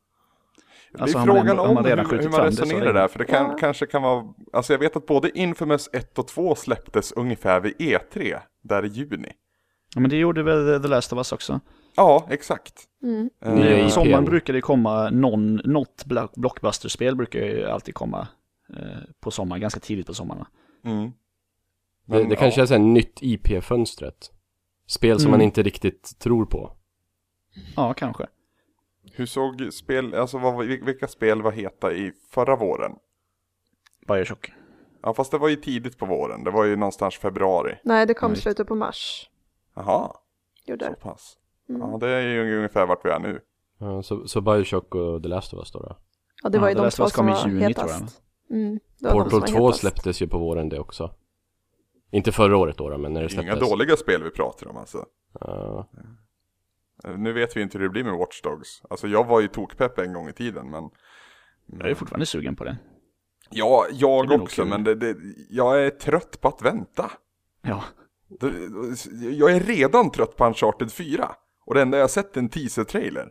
D: Alltså,
A: det är
D: har man
A: frågan
D: ändå- har
A: om
D: man redan
A: hur, hur
D: skjutit
A: man
D: fram det så
A: resonerar
D: länge?
A: där, för det kan,
B: Ja.
A: kanske kan vara, alltså jag vet att både Infamous 1 och 2 släpptes ungefär vid E3, där i juni.
D: Ja, men det gjorde väl The Last of Us också.
A: Ja, exakt.
B: Mm.
A: Eh,
C: Nya
D: Eh,
C: IPn.
D: Sommaren brukar det komma någon, något block- blockbusterspel brukar ju alltid komma eh, på sommaren, ganska tidigt på sommaren.
A: mm.
C: Det,
A: Men,
C: det kanske
A: ja.
C: är så här nytt IP-fönstret. Spel som
D: Mm.
C: man inte riktigt tror på.
D: Ja, kanske.
A: Hur såg spel, alltså vad, var- vil- vilka spel var heta i förra våren?
D: Bioshock.
A: Ja, fast det var ju tidigt på våren, det var ju någonstans februari.
B: Nej, det kom
D: Ja, just-
B: slutet på mars.
A: Jaha,
B: Gjorde
A: så
B: det.
A: pass.
B: Mm.
A: Ja, det är ju ungefär vart vi är nu.
C: Ja, så, så Bioshock och The Last of Us då. då.
B: Ja, det var
D: Ja,
B: ju
D: The
B: de
D: Last of
B: två
D: Us
B: som
D: kom i
B: var
D: juni, tror jag.
B: hetast. Mm, det var de som
C: Portal
B: var
C: 2
B: hetast.
C: släpptes ju på våren det också. Inte förra året då, då men när det
A: Det är
C: släpptes.
A: inga dåliga spel vi pratar om alltså.
C: Ja.
A: Eh, Nu vet vi inte hur det blir med Watch Dogs. Alltså jag var ju tokpepp en gång i tiden, men
D: Jag är fortfarande sugen på det.
A: Ja,
D: Det
A: jag
D: blir nog
A: också,
D: kul.
A: men det, det, jag är trött på att vänta.
D: Ja,
A: Det, jag är redan trött på Uncharted 4. Och det enda jag har sett är en teaser-trailer.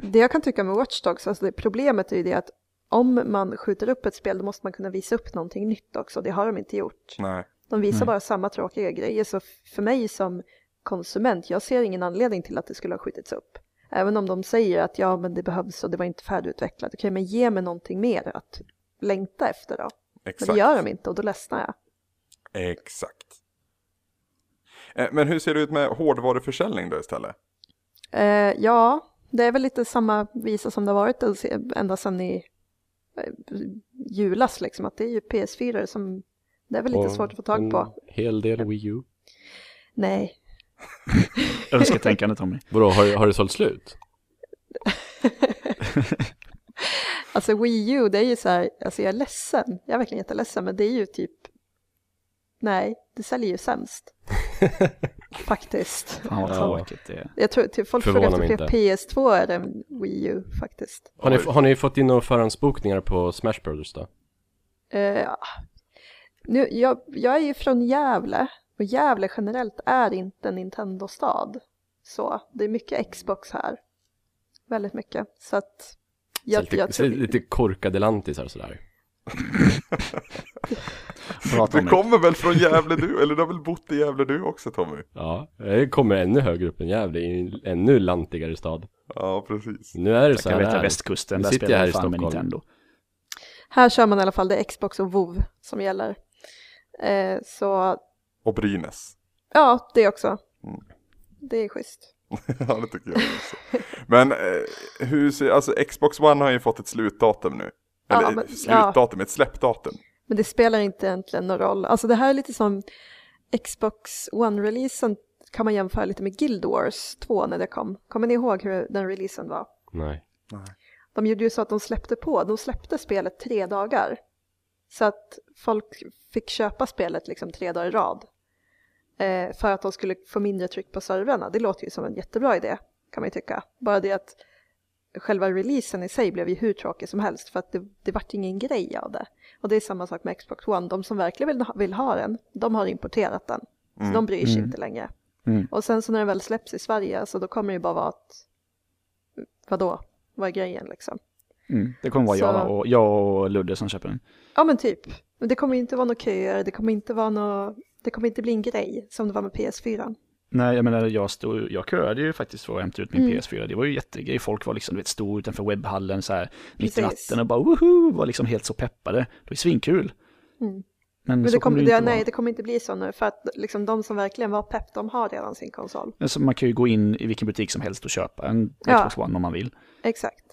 B: Det jag kan tycka med Watch Dogs, alltså det problemet är ju det att om man skjuter upp ett spel då måste man kunna visa upp någonting nytt också, det har de inte gjort.
A: Nej.
B: De visar
D: Nej.
B: bara samma tråkiga grejer, så f- för mig som konsument, jag ser ingen anledning till att det skulle ha skjutits upp. Även om de säger att ja, men det behövs och det var inte färdigutvecklat, okej, men ge mig någonting mer att längta efter då. Men
A: Exakt.
B: det gör de inte och då ledsnar jag.
A: Exakt. Eh, Men hur ser det ut med hårdvaruförsäljning då istället?
B: Eh, ja, det är väl lite samma visa som det har varit alltså, ända sedan i eh, julas, liksom, att det är ju PS4 som det är väl lite
C: Och
B: svårt att få tag
C: En
B: på.
C: hel del Wii U.
B: Nej,
D: önsketänkande Tommy.
C: Vadå, har, har det sålt slut?
B: alltså Wii U, det är ju så här, alltså jag är ledsen, jag är verkligen jätteledsen, men det är ju typ, nej, det säljer ju
C: [LAUGHS]
B: sämst. faktiskt.
D: Fan vad
C: Ja.
D: tråkigt det är.
B: Jag tror typ folk frågar
C: Förvånar
B: efter
C: mig
B: fler PS2 är än Wii U faktiskt.
C: Har ni,
A: Oj.
C: har ni fått in några förhandsbokningar på Smash Brothers då?
B: Eh, ja. nu, jag, jag är ju från Gävle och Gävle generellt är inte en Nintendo-stad. Så det är mycket Xbox här. Väldigt mycket. Så att jag,
C: Så lite,
B: jag
C: så
B: tror...
C: lite korkade lantisar sådär.
D: Bra
A: Du
D: Tommy.
A: kommer väl från Gävle du? Eller du har väl bott i Gävle du också Tommy?
C: Ja, jag kommer ännu högre upp än Gävle i en ännu lantigare stad.
A: Ja, precis.
C: Nu är det
D: Jag
C: så
D: kan
C: här.
D: veta
C: här.
D: västkusten,
C: Nu
D: där
C: sitter
D: spelar
C: jag här
D: jag
C: i
D: fan med
C: Stockholm.
D: Nintendo.
B: Här kör man i alla fall, det är Xbox och WoW som gäller. Eh, så
A: Och Brynäs. [LAUGHS]
B: ja, det också.
A: Mm.
B: Det är schysst.
A: ja, det tycker jag också. Men eh, hur ser, alltså Xbox One har ju fått ett slutdatum nu.
B: Ja,
A: Eller
B: men-
A: slutdatum, ett släppdatum.
B: Men det spelar inte egentligen någon roll. Alltså det här är lite som Xbox One-releasen kan man jämföra lite med Guild Wars 2 när det kom. Kommer ni ihåg hur den releasen var?
C: Nej.
B: De gjorde ju så att de släppte på, de släppte spelet tre dagar. Så att folk fick köpa spelet liksom tre dagar i rad. Eh, för att de skulle få mindre tryck på servrarna. Det låter ju som en jättebra idé kan man ju tycka. Bara det att själva releasen i sig blev ju hur tråkig som helst för att det, det vart ingen grej av det. Och det är samma sak med Xbox One, de som verkligen vill ha, vill ha den, de har importerat den. Så de bryr sig inte längre.
D: Mm.
B: Och sen så när den väl släpps i Sverige så då kommer det ju bara vara att, vadå, vad är grejen liksom?
D: Mm. Det kommer vara
B: Så-
D: jag och, jag och Ludde som köper den.
B: Ja men typ. Men det kommer ju inte vara några köer, det kommer inte vara nå Det kommer inte bli en grej som det var med PS4.
D: Nej, jag menar, jag, stod, jag köade ju faktiskt för att hämta ut min
B: Mm.
D: PS4. Det var ju jättegrej. Folk var liksom, du vet, stod utanför webbhallen så här mitt i
B: Precis.
D: natten och bara woho! Var liksom helt så peppade. Det var ju svinkul.
B: Mm.
D: Men,
B: Men
D: så
B: det
D: kommer
B: kommer,
D: det ju
B: det,
D: inte
B: nej,
D: vara.
B: det kommer inte bli så nu för att liksom, de som verkligen var pepp, de har redan sin konsol.
D: Men så man kan ju gå in i vilken butik som helst och köpa en
B: Ja.
D: Xbox One om man vill.
B: Exakt.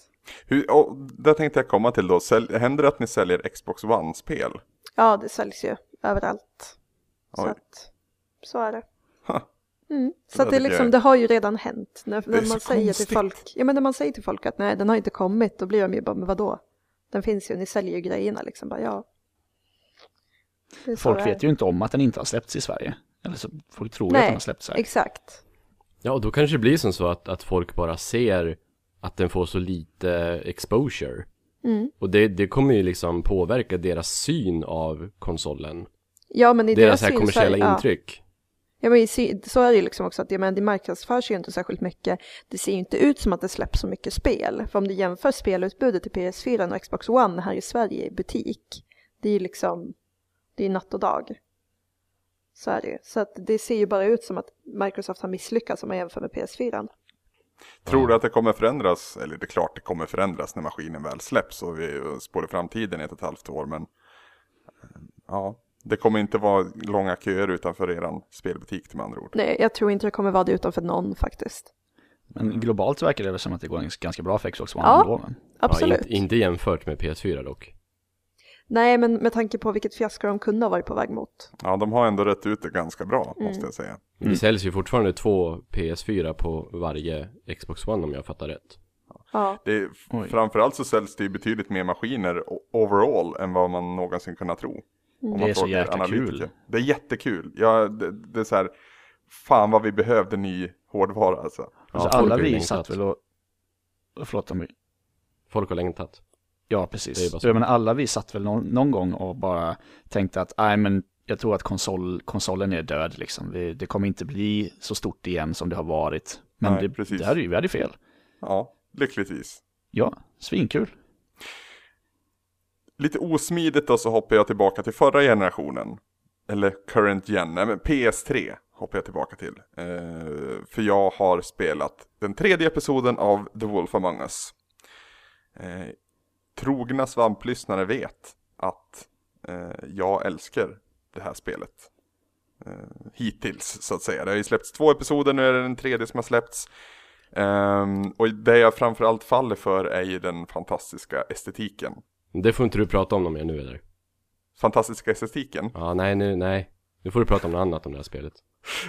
A: Hur, och där tänkte jag komma till då, Sälj, händer det att ni säljer Xbox One-spel?
B: Ja, det säljs ju överallt. Så,
A: Oj.
B: att, så är det.
A: Ha.
B: Mm. Så
A: Det
B: att det, är
A: tycker jag är-
B: liksom, det har ju redan hänt. När,
A: är
B: när,
A: så
B: man säger till
A: konstigt.
B: folk, ja, men när man säger till folk att nej, den har inte kommit, då blir de ju bara, men vadå? Den finns ju, ni säljer ju grejerna liksom. Bara, ja. Det är så det
D: Folk
B: är.
D: vet ju inte om att den inte har släppts i Sverige. Eller så folk tror ju att
B: Nej,
D: den har släppts här.
B: Exakt.
C: Ja, och då kanske det blir som så att, att folk bara ser att den får så lite exposure.
B: Mm.
C: Och det, det kommer ju liksom påverka deras syn av konsolen.
B: Ja, men i deras,
C: Deras så här
B: syn så är-
C: kommersiella
B: ja.
C: intryck.
B: Ja, men i sy- så är det ju liksom också att jag menar, det marknadsförs ju inte särskilt mycket. Det ser ju inte ut som att det släpps så mycket spel. För om du jämför spelutbudet i PS4 och Xbox One här i Sverige i butik, det är ju liksom, det är natt och dag. Så är det ju. Så att det ser ju bara ut som att Microsoft har misslyckats om man jämför med PS4.
A: Tror du att det kommer förändras? Eller det är klart det kommer förändras när maskinen väl släpps och vi spår i framtiden i ett och ett halvt år. Men eh, ja, det kommer inte vara långa köer utanför eran spelbutik med andra ord.
B: Nej, jag tror inte det kommer vara det utanför någon faktiskt.
A: Mm.
D: Men globalt verkar det väl som att det går ganska- ganska bra för Xbox One
B: Ja.
D: ändå. men-
B: Absolut.
C: Ja, inte, inte jämfört med PS4 dock.
B: Nej, men med tanke på vilket fiasko de kunde ha varit på väg mot.
A: Ja, de har ändå rätt ut det ganska bra måste jag säga.
C: Men
D: Mm.
C: Det säljs ju fortfarande två PS4 på varje Xbox One om jag fattar rätt.
B: Ja,
A: Det är,
D: Oj.
A: framförallt så säljs det ju betydligt mer maskiner o- overall än vad man någonsin kunnat tro. Om man
D: Mm. Det är så
A: frågar
D: jäkla
A: analytiker.
D: kul.
A: Det är jättekul. Ja, det, det är så här, fan vad vi behövde ny hårdvara alltså.
D: Alltså
C: folk
D: alla
C: har ju
D: vi
C: längtat.
D: satt väl och... och Förlåt om
C: Folk har längtat.
D: Ja,
C: Det är
D: precis.
C: bara så.
D: Jag menar, alla vi satt väl någon, någon gång och bara tänkte att nej, men jag tror att konsol, konsolen är död. Liksom. Det, det kommer inte bli så stort igen som det har varit. Men
A: Nej,
D: det,
A: precis.
D: det hade ju, vi hade ju fel.
A: Ja, lyckligtvis.
D: Ja, svinkul.
A: lite osmidigt då så hoppar jag tillbaka till förra generationen. Eller current gen, nej men PS3 hoppar jag tillbaka till. Eh, för jag har spelat den tredje episoden av The Wolf Among Us. Eh, trogna svamplyssnare vet att eh, jag älskar det här spelet. Eh, hittills så att säga. Det har ju släppts två episoder, nu är det den tredje som har släppts. Ehm, och det jag framförallt faller för är ju den fantastiska estetiken.
C: Det får inte du prata om något mer nu eller?
A: fantastiska estetiken.
C: Ja, nej, nu, nej. Nu får du prata om något annat om det här spelet.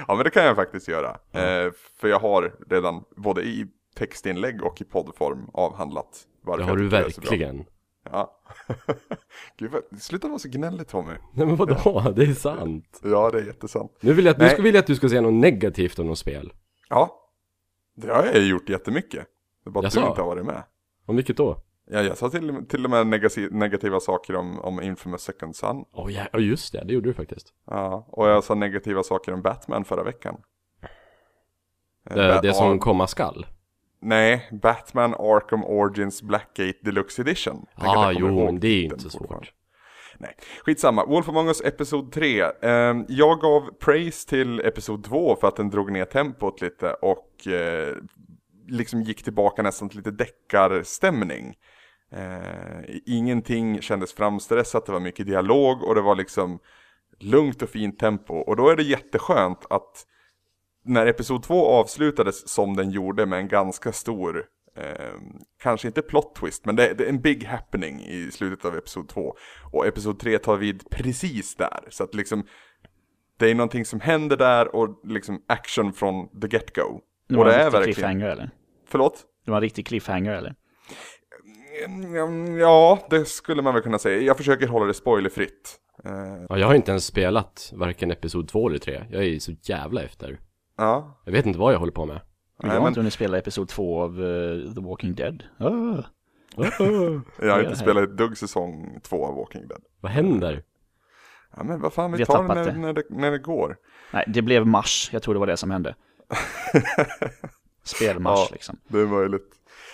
A: Ja men det kan jag faktiskt göra. Eh, för jag har redan både i textinlägg och i poddform avhandlat varför
C: Det har du
A: jag tycker är så bra.
C: verkligen.
A: Ja. [LAUGHS] Gud, vad, sluta vara så gnällig Tommy.
C: Nej men vadå, det är sant.
A: Ja det är jättesant.
C: Nu vill jag, att, nu
A: Nej.
C: ska- vill jag att du ska säga något negativt om något spel.
A: Ja. Det har jag ju gjort jättemycket. Det är bara att du
C: Jaså?
A: inte har varit med.
C: Om vilket då? Ja
A: Ja, jag sa till, till och med negasi- negativa saker om, om Infamous Second Son.
C: oh, ja, ja, just det, det gjorde du faktiskt.
A: Ja, och jag sa negativa saker om Batman förra veckan. Eh,
C: Det,
A: Bat-
C: det
A: Ar-
C: som komma skall.
A: Nej, Batman Arkham Origins Blackgate Deluxe Edition. Tänk att jag
C: ah,
A: kommer
C: jo,
A: ihåg
C: men det är ju
A: titeln
C: inte så
A: fortfarande.
C: svårt.
A: Nej, skitsamma. Wolf Among Us Episod 3. Ehm, jag gav praise till Episod 2 för att den drog ner tempot lite och eh, liksom gick tillbaka nästan till lite deckarstämning. Eh, ingenting kändes framstressat, det var mycket dialog och det var liksom lugnt och fint tempo. Och då är det jätteskönt att när episod 2 avslutades som den gjorde med en ganska stor, eh, kanske inte plot twist, men det, det är en big happening i slutet av episod 2. Och episod 3 tar vid precis där, så att liksom det är någonting som händer där och liksom action från the get-go.
D: Det
A: och
D: var
A: det
D: en
A: är
D: riktig
A: verkligen...
D: cliffhanger eller?
A: Förlåt?
D: Det var en riktig cliffhanger eller?
A: Mm, Ja, det skulle man väl kunna säga. Jag försöker hålla det spoilerfritt. Eh,
C: Ja, jag har inte ens spelat varken episod 2 eller 3. Jag är så jävla efter.
A: ja,
C: Jag vet inte vad jag håller på med.
D: Men
A: Nej,
D: jag har
A: men-
D: inte hunnit spela episod två av eh, The Walking Dead. Ah.
A: jag har
D: Ja,
A: inte
D: hej.
A: spelat ett dugg säsong två av Walking Dead.
C: Vad händer?
A: Ja, men vad fan, vi,
D: Vi har
A: tar det
D: tappat
A: när,
D: det.
A: När, det när det går. [LAUGHS]
D: Nej, det blev mars. Jag tror det var det som hände. Spelmars
A: Ja.
D: liksom.
A: Det är möjligt.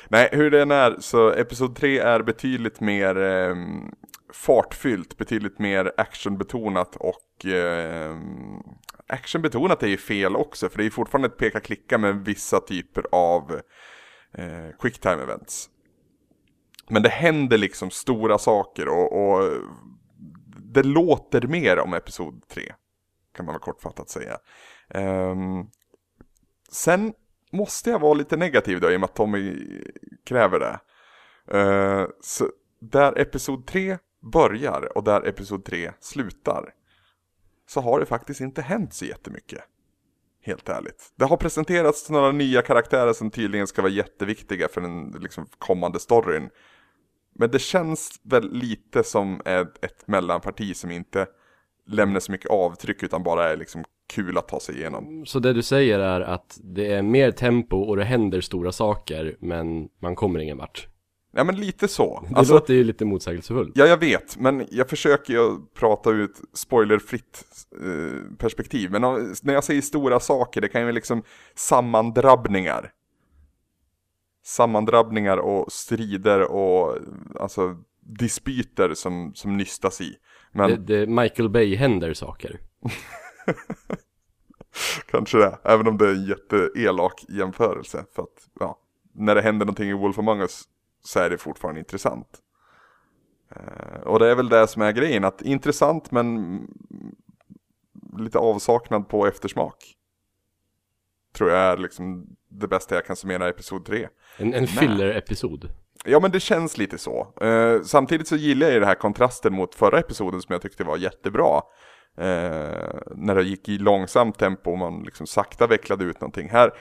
A: Nej, hur den är, så episod 3 är betydligt mer ehm, fartfyllt, betydligt mer actionbetonat och ehm, actionbetonat är ju fel också, för det är ju fortfarande ett peka-klicka med vissa typer av eh, quicktime events. Men det händer liksom stora saker och, och det låter mer om episod 3, kan man väl kortfattat säga. Ehm, Sen måste jag vara lite negativ då i och med att Tommy kräver det. Eh, så där episod 3 börjar och där episod 3 slutar så har det faktiskt inte hänt så jättemycket. Helt ärligt. Det har presenterats några nya karaktärer som tydligen ska vara jätteviktiga för den liksom, kommande storyn. Men det känns väl lite som ett, ett mellanparti som inte lämnar så mycket avtryck utan bara är liksom kul att ta sig igenom.
C: Så det du säger är att det är mer tempo och det händer stora saker, men man kommer ingen vart.
A: Ja men lite så.
C: Det
A: Alltså,
C: låter ju lite motsägelsefullt.
A: ja jag vet, men jag försöker ju prata ur ett spoilerfritt eh, perspektiv. Men eh, när jag säger stora saker, det kan ju liksom sammandrabbningar. Sammandrabbningar och strider och eh, alltså dispyter som, som nystas i. Men
C: Det, det, Michael Bay händer saker.
A: Kanske det, även om det är en jätteelak jämförelse. För att, ja, när det händer någonting i Wolf Among Us så är det fortfarande intressant. Eh, och det är väl det som är grejen, att intressant men mm, lite avsaknad på eftersmak. Tror jag är liksom det bästa jag kan summera episod 3.
C: En, en filler-episod.
A: Ja men det känns lite så. Eh, samtidigt så gillar jag ju den här kontrasten mot förra episoden som jag tyckte var jättebra. Eh, när det gick i långsamt tempo och man liksom sakta vecklade ut någonting. Här,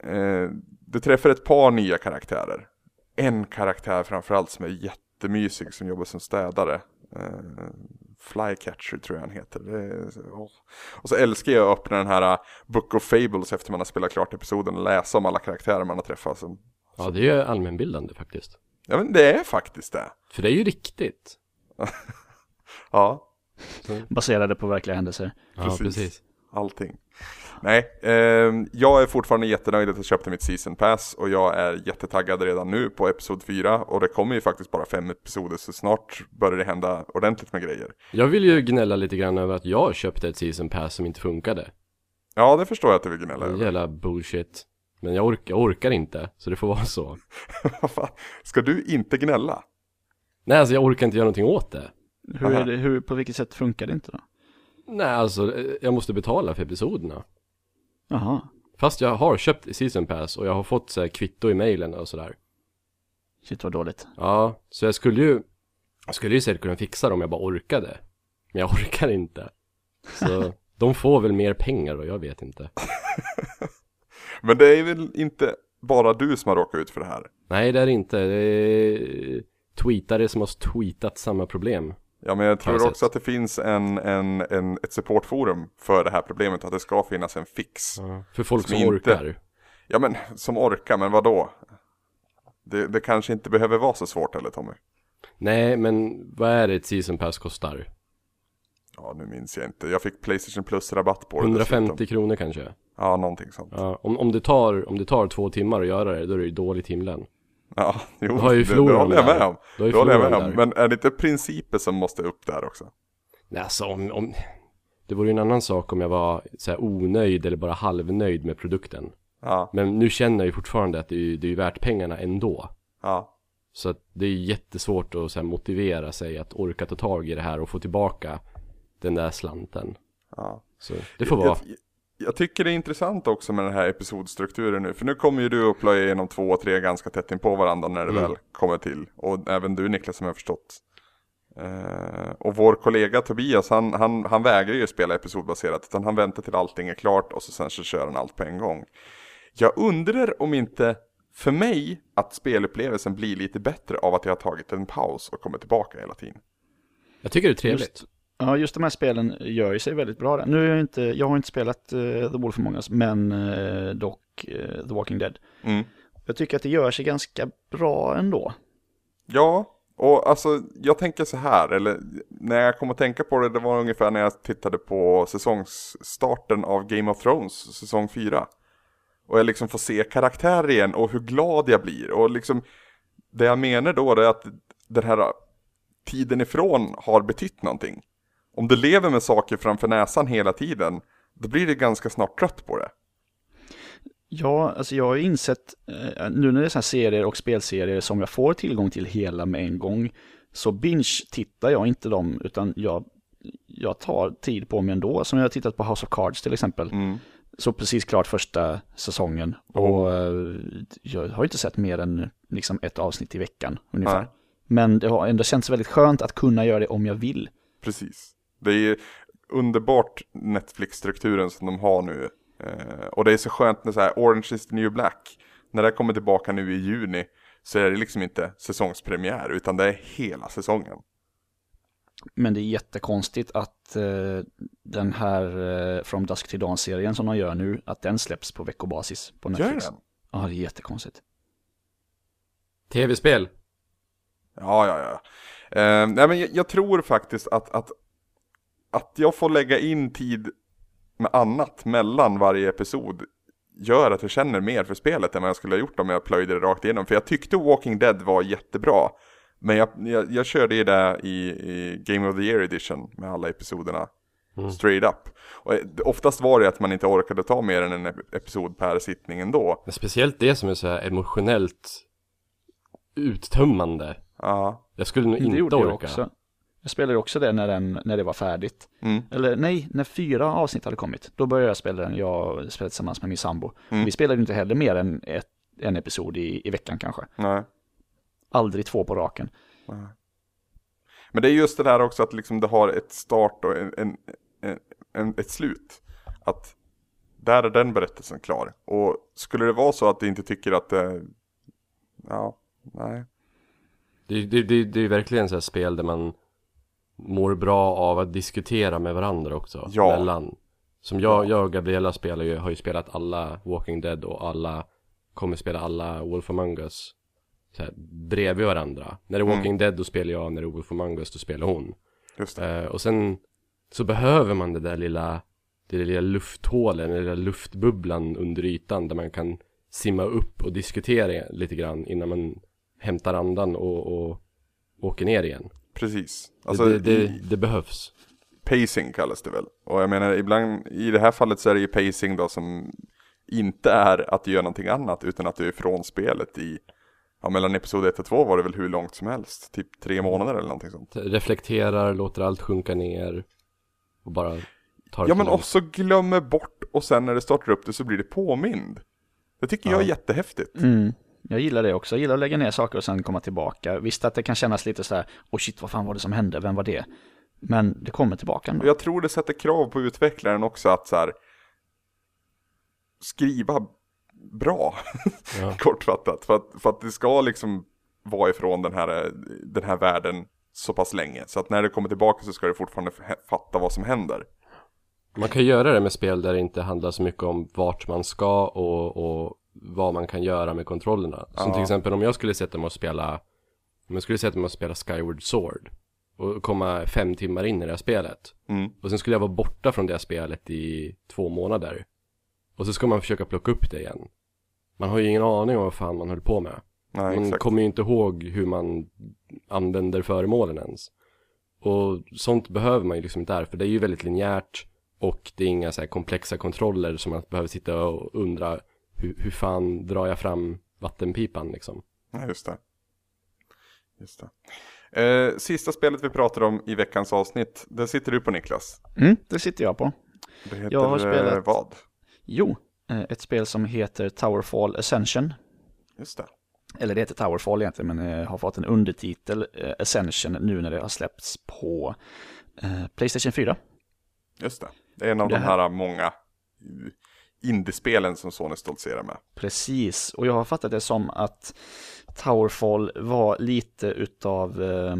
A: eh, du träffar ett par nya karaktärer. En karaktär framförallt som är jättemysig som jobbar som städare. Eh, Flycatcher tror jag han heter. Det är, åh. Och så älskar jag att öppna den här eh, Book of Fables efter man har spelat klart episoden och läsa om alla karaktärer man har träffat. Så,
C: Ja, det är ju allmänbildande faktiskt.
A: ja men det är faktiskt det.
C: För det är ju riktigt.
A: Ja,
D: baserade på verkliga händelser.
C: Ja,
A: Precis.
C: precis.
A: allting. Nej, ehm, jag är fortfarande jättenöjd att jag köpte mitt season pass och jag är jättetaggad redan nu på episod 4 och det kommer ju faktiskt bara fem episoder så snart börjar det hända ordentligt med grejer.
C: Jag vill ju gnälla lite grann över att jag köpte ett season pass som inte funkade.
A: Ja, det förstår jag att du vill gnälla över.
C: Jävla bullshit. Men jag, ork jag orkar inte, så det får vara så.
A: [LAUGHS] Vad fan, Ska du inte gnälla?
C: Nej, alltså jag orkar inte göra någonting åt det.
D: Hur är det, hur, på vilket sätt funkar det inte då?
C: Nej, alltså eh, jag måste betala för episoderna.
D: Jaha,
C: Fast jag har köpt season pass och jag har fått så här, kvitto i mailen och sådär.
D: shit vad dåligt.
C: Ja, så jag skulle ju, jag skulle ju säkert kunna fixa det om jag bara orkade. Men jag [LAUGHS] orkar inte.
A: [LAUGHS]
C: Så de får väl mer pengar då, jag vet inte.
A: Men det är väl inte bara du som har råkat ut för det här?
C: Nej, det är det inte. Det är tweetare som har tweetat samma problem.
A: Ja, men jag
C: Har jag
A: tror
C: sett.
A: också att det finns en, en, en, ett supportforum för det här problemet och att det ska finnas en fix.
C: För folk
A: Som
C: som,
A: inte-
C: orkar.
A: Ja, men som orkar, men vadå? Det, det kanske inte behöver vara så svårt eller Tommy?
C: Nej, men vad är det ett season pass kostar?
A: Ja, nu minns jag inte. Jag fick Playstation Plus rabatt på det dessutom.
C: 150 kronor kanske?
A: Ja, någonting sånt. Ja,
C: Ja, om, om, det tar, om det tar två timmar att göra det, då är det ju dåligt himlen.
A: [LAUGHS] jo,
C: Då har ju
A: det, det
C: förloraren
A: håller jag
C: där.
A: med om.
C: Då har ju
A: Det håller jag med
C: förloraren
A: om.
C: där.
A: Men är det inte principer som måste upp där också?
C: Nej, alltså om, om... Det vore ju en annan sak om jag var så här, onöjd eller bara halvnöjd med produkten.
A: Ja,
C: Men nu känner jag ju fortfarande att det är, ju- det är ju värt pengarna ändå.
A: ja,
C: Så att det är ju jättesvårt att så här, motivera sig att orka ta tag i det här och få tillbaka den där slanten.
A: ja.
C: Så det får vara.
A: Jag, jag tycker det är intressant också med den här episodstrukturen nu. För nu kommer ju du att plöja igenom två och tre ganska tätt in på varandra när det
C: Mm.
A: väl kommer till. Och även du Niklas som jag har förstått. Eh, och vår kollega Tobias han, han, han vägrar ju spela episodbaserat. Utan han väntar till allting är klart och så sen så kör han allt på en gång. Jag undrar om inte för mig att spelupplevelsen blir lite bättre av att jag har tagit en paus och kommer tillbaka hela tiden.
C: Jag tycker det är trevligt.
D: Ja, just de här spelen gör ju sig väldigt bra där. Nu har jag inte, jag har inte spelat eh, The Wolf Among Us, men eh, dock eh, The Walking Dead.
A: Mm.
D: Jag tycker att det gör sig ganska bra ändå.
A: Ja, och alltså jag tänker så här, eller när jag kom att tänka på det, det var ungefär när jag tittade på säsongsstarten av Game of Thrones, säsong 4. Och jag liksom får se karaktärer igen och hur glad jag blir. Och liksom, det jag menar då är att den här tiden ifrån har betytt någonting. Om du lever med saker framför näsan hela tiden, då blir du ganska snart trött på det.
D: Ja, alltså jag har ju insett, eh, nu när det är sådana serier och spelserier som jag får tillgång till hela med en gång, så binge-tittar jag inte dem, utan jag, jag tar tid på mig ändå. Som jag har tittat på House of Cards till exempel,
A: Mm.
D: så precis klart första säsongen. Och eh, jag har ju inte sett mer än liksom ett avsnitt i veckan ungefär.
A: Nej.
D: Men det har ändå känts väldigt skönt att kunna göra det om jag vill.
A: Precis. Det är ju underbart Netflix-strukturen som de har nu. Eh, och det är så skönt när så här Orange is the new black. När det kommer tillbaka nu i juni så är det liksom inte säsongspremiär utan det är hela säsongen.
D: Men det är jättekonstigt att eh, den här eh, From Dusk till Dawn-serien som de gör nu, att den släpps på veckobasis på Netflix.
A: Gör den?
D: Ja, det är jättekonstigt.
C: Tv-spel.
A: Ja, ja, ja. Eh, nej, men jag, jag tror faktiskt att, att, att jag får lägga in tid med annat mellan varje episod gör att jag känner mer för spelet än vad jag skulle ha gjort om jag plöjde det rakt igenom. För jag tyckte Walking Dead var jättebra. Men jag, jag, jag körde ju det i, i Game of the Year Edition med alla episoderna straight up. Och eh, oftast var det att man inte orkade ta mer än en ep- episod per sittning ändå.
C: Men speciellt det som är så här emotionellt uttömmande.
A: Ja.
C: Jag skulle nog
D: det
C: inte
D: gjorde
C: orka.
D: jag också. Jag spelade också det när, den, när det var färdigt.
A: Mm.
D: Eller nej, när fyra avsnitt hade kommit. Då började jag spela den, jag spelade tillsammans med min sambo.
C: Mm.
D: Vi spelade inte heller mer än ett, en episod i, i veckan kanske.
A: Nej.
D: Aldrig två på raken.
A: Men det är just det där också att liksom det har ett start och en, en, en, en, ett slut. Att där är den berättelsen klar. Och skulle det vara så att du inte tycker att det... Ja, nej.
C: Det, det, det, det är ju verkligen så här spel där man mår bra av att diskutera med varandra också.
A: Ja.
C: Mellan. Som jag, jag och Gabriella spelar ju, har ju spelat alla Walking Dead och alla, kommer spela alla Wolf Among Us. Så här, bredvid varandra. När det är Walking Dead då spelar jag, när det är Wolf Among Us då spelar hon.
A: Just det.
C: Eh, och sen så behöver man det där lilla, det där lilla lufthålet, den lilla luftbubblan under ytan där man kan simma upp och diskutera lite grann innan man hämtar andan och, och åker ner igen.
A: Precis. Alltså,
C: det, det,
A: i-
C: det, det behövs.
A: pacing kallas det väl. Och jag menar, ibland, i det här fallet så är det ju pacing då som inte är att du gör någonting annat utan att du är ifrån spelet i, ja mellan episod 1 och 2 var det väl hur långt som helst, typ tre månader eller någonting sånt.
C: Reflekterar, låter allt sjunka ner och bara tar
A: Ja
C: det
A: men
C: lugnt.
A: också glömmer bort och sen när det startar upp det så blir det påmind. Det tycker jag är jättehäftigt.
D: Jag gillar det också, jag gillar att lägga ner saker och sen komma tillbaka. Visst att det kan kännas lite så här, oh shit vad fan var det som hände, vem var det? Men det kommer tillbaka
A: Och
D: ändå.
A: jag tror det sätter krav på utvecklaren också att så här skriva bra, [LAUGHS]
C: Ja.
A: kortfattat. För att, för att det ska liksom vara ifrån den här, den här världen så pass länge. Så att när det kommer tillbaka så ska du fortfarande f- fatta vad som händer.
C: Man kan göra det med spel där det inte handlar så mycket om vart man ska och, och vad man kan göra med kontrollerna. Som till exempel om jag skulle sätta mig och spela om jag skulle sätta mig och spela Skyward Sword och komma fem timmar in i det här spelet.
A: Mm.
C: Och sen skulle jag vara borta från det här spelet i två månader. Och så ska man försöka plocka upp det igen. Man har ju ingen aning om vad fan man höll på med.
A: Nej,
C: Man
A: exakt.
C: kommer ju inte ihåg hur man använder föremålen ens. Och sånt behöver man ju liksom inte där, för det är ju väldigt linjärt och det är inga så här komplexa kontroller som man behöver sitta och undra hur, hur fan drar jag fram vattenpipan liksom.
A: Nej, just det. Just det. Eh, sista spelet vi pratade om i veckans avsnitt, det sitter du på Niklas.
D: Mm, det sitter jag på.
A: Det heter
D: Jag har
A: eh,
D: spelat-
A: vad?
D: Jo, eh, ett spel som heter Towerfall Ascension.
A: Just det.
D: eller det heter Towerfall egentligen, men eh, har fått en undertitel, eh, Ascension, nu när det har släppts på eh, Playstation 4.
A: Just det. Det är en av
D: Det
A: de
D: här-
A: här eh, många eh, indiespelen som Sony stoltserar med.
D: Precis, och jag har fattat det som att Towerfall var lite utav eh,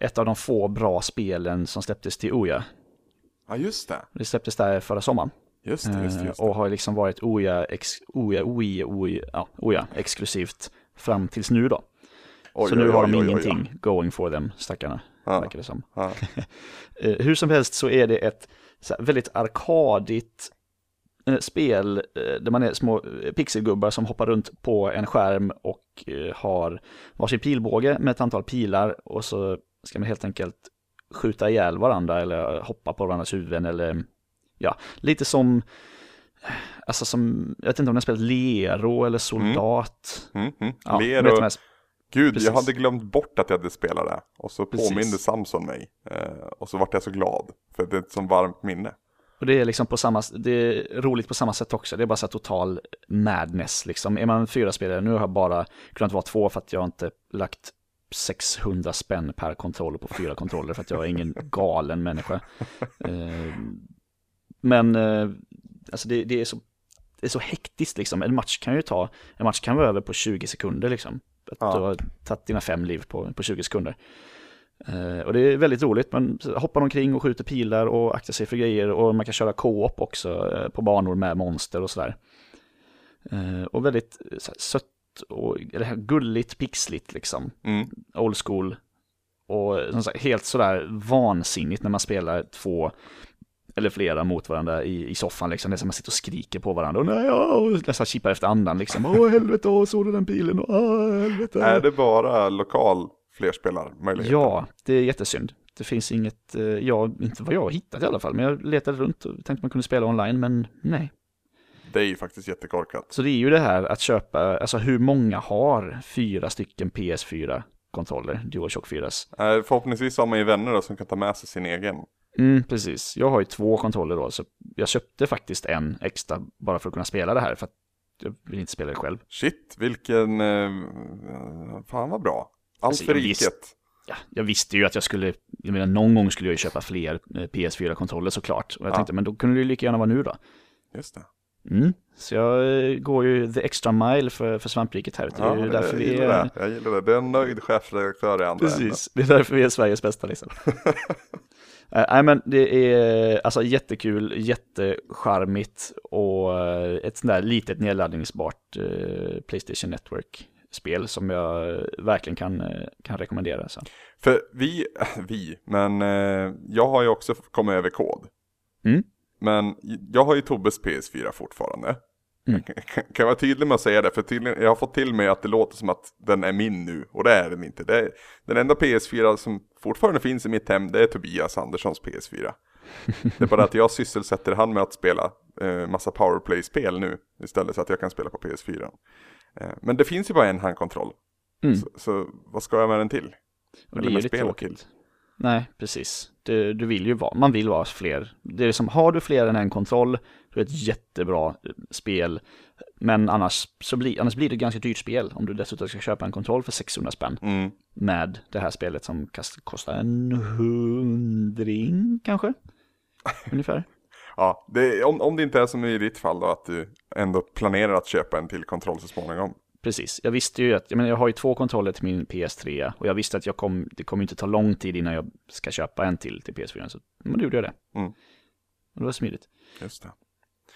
D: ett av de få bra spelen som släpptes till Oja.
A: Ja, just det.
D: Det släpptes där förra sommaren.
A: Just det, just det.
D: Eh,
A: Just det.
D: Och har liksom varit Oja, ex, E Oja, Oja, Oja, ja, Oja exklusivt fram tills nu då.
A: Oj,
D: så nu
A: oj,
D: har de
A: oj, oj, oj,
D: ingenting going for them, stackarna,
A: Ja.
D: verkar det som.
A: Ja.
D: Eh, hur som helst så är det ett så här, väldigt arkadigt eh, spel eh, där man är små eh, pixelgubbar som hoppar runt på en skärm och eh, har varsin pilbåge med ett antal pilar och så ska man helt enkelt skjuta ihjäl varandra eller eh, hoppa på varandras huvuden eller ja, lite som Alltså som, jag vet inte om den spelat Lero eller Soldat.
A: Mm, mm.
D: Ja,
A: Ler
D: ni vet de
A: och...
D: här
A: Gud,
D: Precis.
A: jag hade glömt bort att jag hade spelat det. Och så
D: Precis.
A: påminde Samson mig. Eh, och så vart jag så glad. För det är ett sånt varmt minne.
D: Och det är liksom på samma, det är roligt på samma sätt också. Det är bara så här total madness liksom. Är man fyra spelare, nu har jag bara kunnat vara två för att jag inte lagt 600 spänn per kontroll på fyra kontroller för att jag är ingen galen människa. Eh, Men eh, alltså det, det, är så, det är så hektiskt liksom. En match kan ju ta, en match kan vara över på 20 sekunder liksom. Att
A: Ja.
D: Du har tagit dina fem liv på, på 20 sekunder. Eh, och det är väldigt roligt, man hoppar omkring och skjuter pilar och aktar sig för grejer och man kan köra co-op också eh, på banor med monster och sådär. Eh, och väldigt eh, så här, sött, och eller, gulligt, pixligt liksom.
A: Mm.
D: Old school. Och som sagt, helt sådär vansinnigt när man spelar två eller flera mot varandra i, i soffan liksom. Det är som man sitter och skriker på varandra och nej, åh, och nästan kippar efter andan liksom. Åh helvete, åh, såg du den bilen? Åh helvete.
A: Är det bara lokal flerspelarmöjlighet?
D: Ja, det är jättesynd. Det finns inget, eh, ja, inte vad jag har hittat i alla fall, men jag letade runt och tänkte man kunde spela online, men nej.
A: Det är ju faktiskt jättekorkat.
D: Så det är ju det här att köpa, alltså hur många har fyra stycken PS4-kontroller, DualShock 4?
A: Eh, Förhoppningsvis har man ju vänner då som kan ta med sig sin egen.
D: Mm, precis. Jag har ju två kontroller då, så jag köpte faktiskt en extra bara för att kunna spela det här, för att jag vill inte spela det själv.
A: Shit, vilken... Eh, fan vad bra. Allt
D: Alltså,
A: för
D: jag visst-
A: riket.
D: ja, jag visste ju att jag skulle, jag menar någon gång skulle jag ju köpa fler eh, PS4-kontroller såklart. Och jag
A: Ja.
D: tänkte, men då kunde det ju lika gärna vara nu då.
A: Just det.
D: Mm. Så jag eh, går ju the extra mile för, för svampriket här. Det är ju
A: det-
D: därför
A: jag
D: vi
A: gillar
D: är...
A: det. Jag gillar det. Det är en nöjd chefredaktör i andra änden.
D: Precis, det är därför vi är Sveriges bästa [LAUGHS] liksom. Eh, Nej men det är alltså jättekul, jättecharmigt och eh, ett sånt där litet nedladdningsbart eh, Playstation Network-spel som jag eh, verkligen kan, eh, kan rekommendera. Så.
A: För vi, [LAUGHS] vi, men eh, jag har ju också kommit över kod.
D: Mm.
A: Men jag har ju Tobbes PS4 fortfarande.
D: Mm.
A: Jag kan, kan vara tydlig med att säga det, för tydligen, jag har fått till mig att det låter som att den är min nu, och det är den inte. Det är, den enda PS4 som fortfarande finns i mitt hem, det är Tobias Anderssons PS4. Det är bara att jag sysselsätter han med att spela eh, massa powerplay-spel nu, istället så att jag kan spela på PS4. Eh, men det finns ju bara en handkontroll,
D: Mm.
A: så, så vad ska jag med den till?
D: Och
A: Eller
D: det är ju
A: med
D: lite
A: spel och
D: tråkigt. Nej, precis. Du, du vill ju vara, man vill vara fler. Det är som, har du fler än en kontroll, då är det ett jättebra eh, spel. Men annars, så blir, annars blir det ett ganska dyrt spel om du dessutom ska köpa en kontroll för 600 spänn
A: Mm.
D: med det här spelet som kast- kostar en hundring kanske. Ungefär.
A: Ja, det, om, om det inte är som i ditt fall då, att du ändå planerar att köpa en till kontroll så småningom.
D: Precis, jag visste ju att, jag, menar, jag har ju två kontroller till min PS3 och jag visste att jag kom, det kommer inte ta lång tid innan jag ska köpa en till till PS4. Så men då gjorde jag det.
A: Mm.
D: Och det var smidigt.
A: Just det.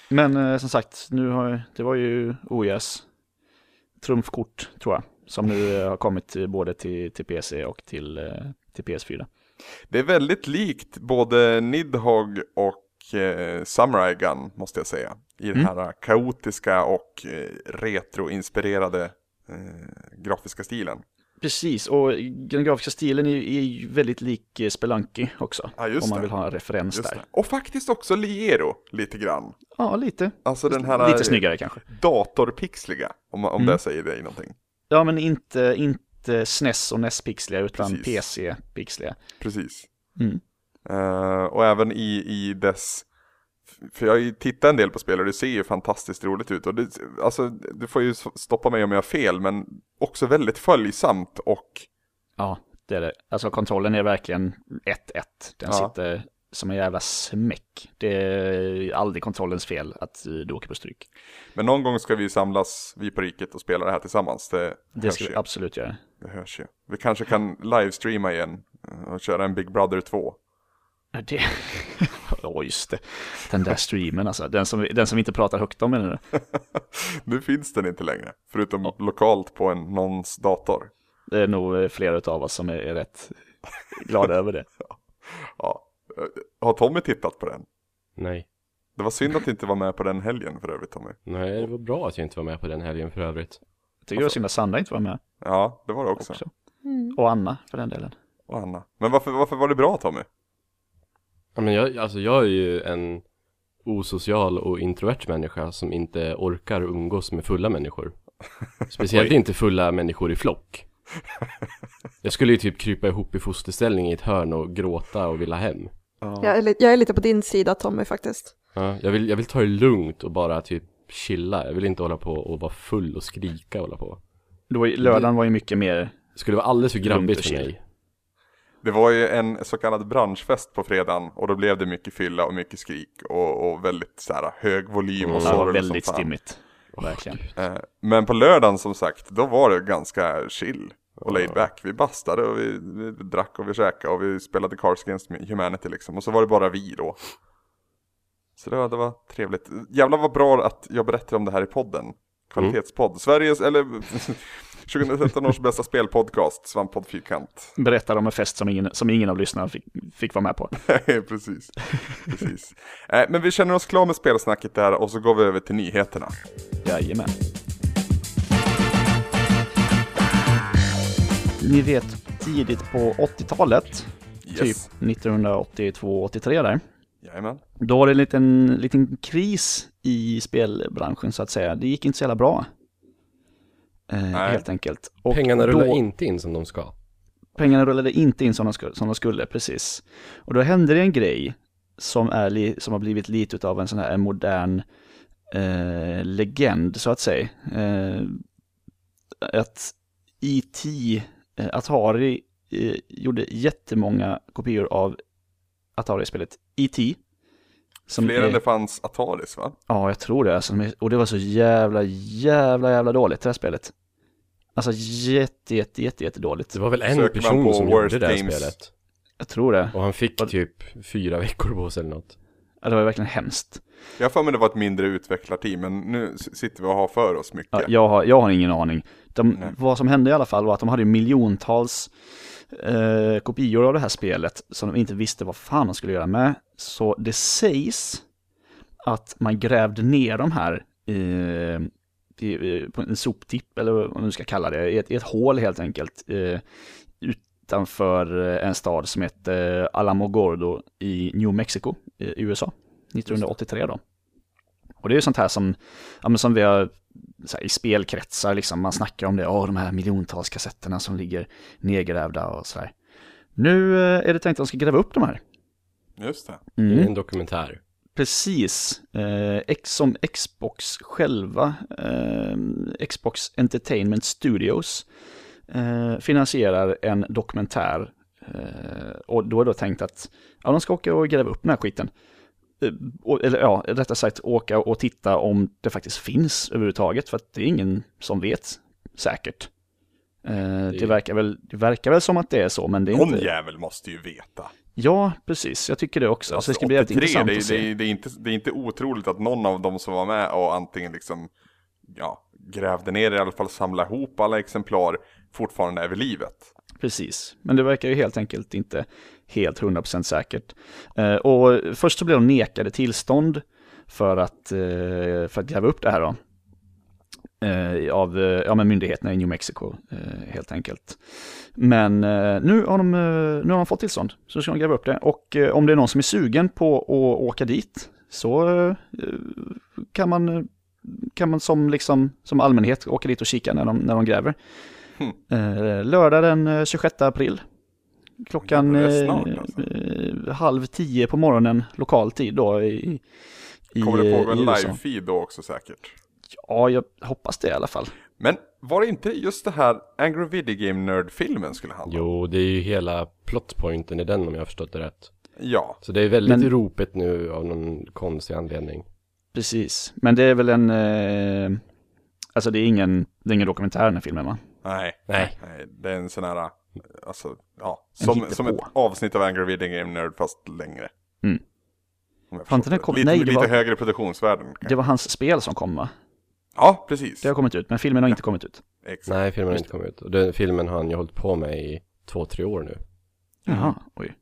D: Men eh, som sagt, nu har, det var ju OES trumfkort tror jag. Som nu eh, har kommit till- både till, till PC och till, eh, till PS4.
A: Det är väldigt likt både Nidhogg och eh, Samurai Gun, måste jag säga. I
D: Mm.
A: den här kaotiska och eh, retroinspirerade eh, grafiska stilen.
D: Precis, och den grafiska stilen är, ju- är ju väldigt lik eh, Spelunky också.
A: Ja, just
D: om man
A: det.
D: vill ha en referens
A: Just
D: där.
A: det. Och faktiskt också Liero, lite grann.
D: Ja, lite.
A: Alltså den här
D: Lite Mm. snyggare kanske.
A: datorpixliga, om, om det säger dig någonting.
D: Ja, men inte, inte SNES och NES-pixliga utan
A: Precis.
D: PC-pixliga.
A: Precis.
D: Mm.
A: Eh, och även i, i dess... För jag har ju tittat en del på spel och det ser ju fantastiskt roligt ut. Och det, alltså, du får ju stoppa mig om jag har fel, men också väldigt följsamt och...
D: Ja, det är det. Alltså kontrollen är verkligen 1-1. Den
A: Ja.
D: sitter som en jävla smäck. Det är aldrig kontrollens fel att eh, du åker på stryk.
A: Men någon gång ska vi ju samlas, vi på riket, och spela det här tillsammans. Det,
D: Det
A: hörs,
D: ska vi
A: ju.
D: absolut göra.
A: det hörs ju. Vi kanske kan livestreama igen eh, och köra en Big Brother 2.
D: Ja, Det... [LAUGHS] Ja, just det. Den där streamen alltså. Den som, den som vi inte pratar högt om menar du?
A: Nu finns den inte längre, förutom lokalt på en, någons dator.
D: Det är nog eh, flera av oss som är är rätt glada över det.
A: Ja. Eh, Har Tommy tittat på den?
C: Nej.
A: Det var synd att inte vara med på den helgen för övrigt, Tommy.
C: Nej, det var bra att jag inte var med på den helgen för övrigt.
D: Jag
A: Alltså-
D: tycker det var synd att Sandra inte var med
A: Ja, det var det också.
D: också.
B: Mm.
D: Och Anna för den delen.
A: och Anna. Men varför, varför var det bra Tommy?
C: Ja, men jag, alltså jag är ju en osocial och introvert människa som inte orkar umgås med fulla
D: [LAUGHS]
C: människor. Speciellt inte fulla människor i flock. Jag skulle ju typ krypa ihop i fosterställning i ett hörn och gråta och vilja hem.
B: Jag, är, li- jag är lite på din sida Tommy faktiskt.
C: Ja, jag, vill, jag vill ta det lugnt och bara typ chilla. Jag vill inte hålla på och vara full och skrika och hålla på.
D: Då var ju, lördagen var ju mycket mer,
C: Det skulle vara alldeles för
D: Lugnt och
C: grabbigt för
D: chill.
C: mig.
A: Det var ju en så kallad branschfest på fredagen och då blev det mycket fylla och mycket skrik och, och väldigt så här, hög volym och
C: Mm.
D: det
A: sorg
D: var
A: och
D: väldigt
A: sånt liksom fan.
D: stimmigt. Verkligen.
A: Eh, Men på lördagen som sagt, då var det ganska chill och laid back. Vi bastade och vi, vi drack och vi käkade och vi spelade Cars Against Humanity liksom. Och så var det bara vi då. Så det var, det var trevligt. Jävlar vad bra att jag berättade om det här i podden. Kvalitetspodd.
D: Mm.
A: Sveriges, eller [LAUGHS] 2013 års bästa spelpodcast, Svamppodd Fyrkant.
D: Berättar om en fest som ingen, som ingen av lyssnarna fick, fick vara med på.
A: [LAUGHS] Precis. Precis. Eh, men vi känner oss klara med spelsnacket där och så går vi över till nyheterna.
D: Jajamän. Ni vet, tidigt på 80-talet,
A: Yes.
D: typ 1982-83 där,
A: Jajamän.
D: då var det en liten, liten kris i spelbranschen så att säga. Det gick inte så jävla bra. Eh,
A: Nej.
D: helt enkelt. Och
C: Pengarna rullar
D: då-
C: inte in som de ska.
D: pengarna rullade inte in som de skulle, som de skulle precis. Och då hände det en grej som, är li, som har blivit lite utav en sån här en modern eh, legend, så att säga. Eh, att IT, eh, Atari, eh, gjorde jättemånga kopior av Atari-spelet IT. Som
A: Fler
D: är-
A: än det fanns Ataris va?
D: Ja, jag tror det. Alltså, de är- och det var så jävla, jävla, jävla dåligt det här spelet. Alltså jätte, jätte, jätte, jätte dåligt.
C: Det var väl en
A: Söker man på
C: person som gjorde
A: worst
C: det där
A: games?
C: spelet.
D: Jag tror det.
C: Och han fick typ fyra veckor på sig eller något.
D: Ja, det var ju verkligen hemskt.
A: Jag har för mig det var ett mindre utvecklarteam, men nu s- sitter vi och har för oss mycket.
D: Ja, jag, har, jag har ingen aning. De,
A: Nej.
D: vad som hände i alla fall var att de hade ju miljontals eh, kopior av det här spelet som de inte visste vad fan de skulle göra med. Så det sägs att man grävde ner de här eh, i, i, på en soptipp, eller vad man nu ska kalla det, i ett, i ett hål helt enkelt. Eh, utanför eh, en stad som hette Alamogordo i New Mexico i USA. 1983 då. Och det är ju sånt här som, ja, men som vi har så här, i spelkretsar, liksom, man snackar om det, åh de här miljontals kassetterna som ligger nedgrävda och sådär. Nu eh, är det tänkt att de ska gräva upp de här.
A: Just det.
C: Det är
D: Mm.
C: en dokumentär.
D: Precis, eh, ex, som Xbox själva, eh, Xbox Entertainment Studios, eh, finansierar en dokumentär. Eh, och då är det tänkt att ja, de ska åka och gräva upp den här skiten. Eh, och- Eller ja, rättare sagt åka och titta om det faktiskt finns överhuvudtaget, för att det är ingen som vet säkert. Eh, det, verkar väl, det verkar väl som att det är så, men det är
A: Någon
D: inte...
A: jävel måste ju veta.
D: Ja, precis. Jag tycker det också. så det ska bli jävligt
A: 83,
D: intressant
A: Alltså, det, är-
D: att
A: det, är-
D: se.
A: det, är inte, det är inte otroligt att någon av dem som var med och antingen liksom ja, grävde ner i alla fall samlade ihop alla exemplar fortfarande är vid livet.
D: Precis, men det verkar ju helt enkelt inte helt 100% säkert. Eh, och först så blev de nekade tillstånd för att, eh, för att gräva upp det här då. Eh, av eh, ja, men myndigheterna i New Mexico eh, helt enkelt. Men eh, nu, har de, eh, nu har de fått tillstånd, så nu ska de gräva upp det. Och eh, om det är någon som är sugen på att åka dit så eh, kan man, kan man som, liksom, som allmänhet åka dit och kika när de, när de gräver.
A: Hm.
D: Eh, Lördag den eh, 26 april. Klockan
A: Jävlar, det är
D: eh,
A: snart, alltså.
D: eh, halv tio på morgonen lokal tid då i, i,
A: Kommer det pågå
D: i
A: en
D: USA.
A: live-feed då också säkert?
D: Ja, jag hoppas det i alla fall.
A: Men var det inte just det här Angry Video Game Nerd-filmen skulle handla om?
C: Jo, det är ju hela plotpointen i den om jag har förstått det rätt.
A: Ja,
C: Så det är väldigt
D: Men-
C: ropet nu av någon konstig anledning.
D: Precis. Men det är väl en... Eh, alltså det är ingen, det är ingen dokumentär den här filmen va?
A: nej.
C: Nej.
A: Det är en sån här, alltså, ja, som,
D: hittepå.
A: som ett avsnitt av Angry Video Game Nerd fast längre.
D: Mm.
A: Om jag
D: Fan,
A: förstått
D: den kom-
A: det. Lite,
D: nej, det
A: lite
D: var-
A: högre produktionsvärden. kanske.
D: Det var hans spel som kom va?
A: Ja, precis.
D: Det har kommit ut, men filmen har inte kommit ut.
A: Exakt.
C: Nej, filmen har inte kommit ut. Och den filmen har han ju hållit på med i två, tre år nu.
D: Jaha, oj.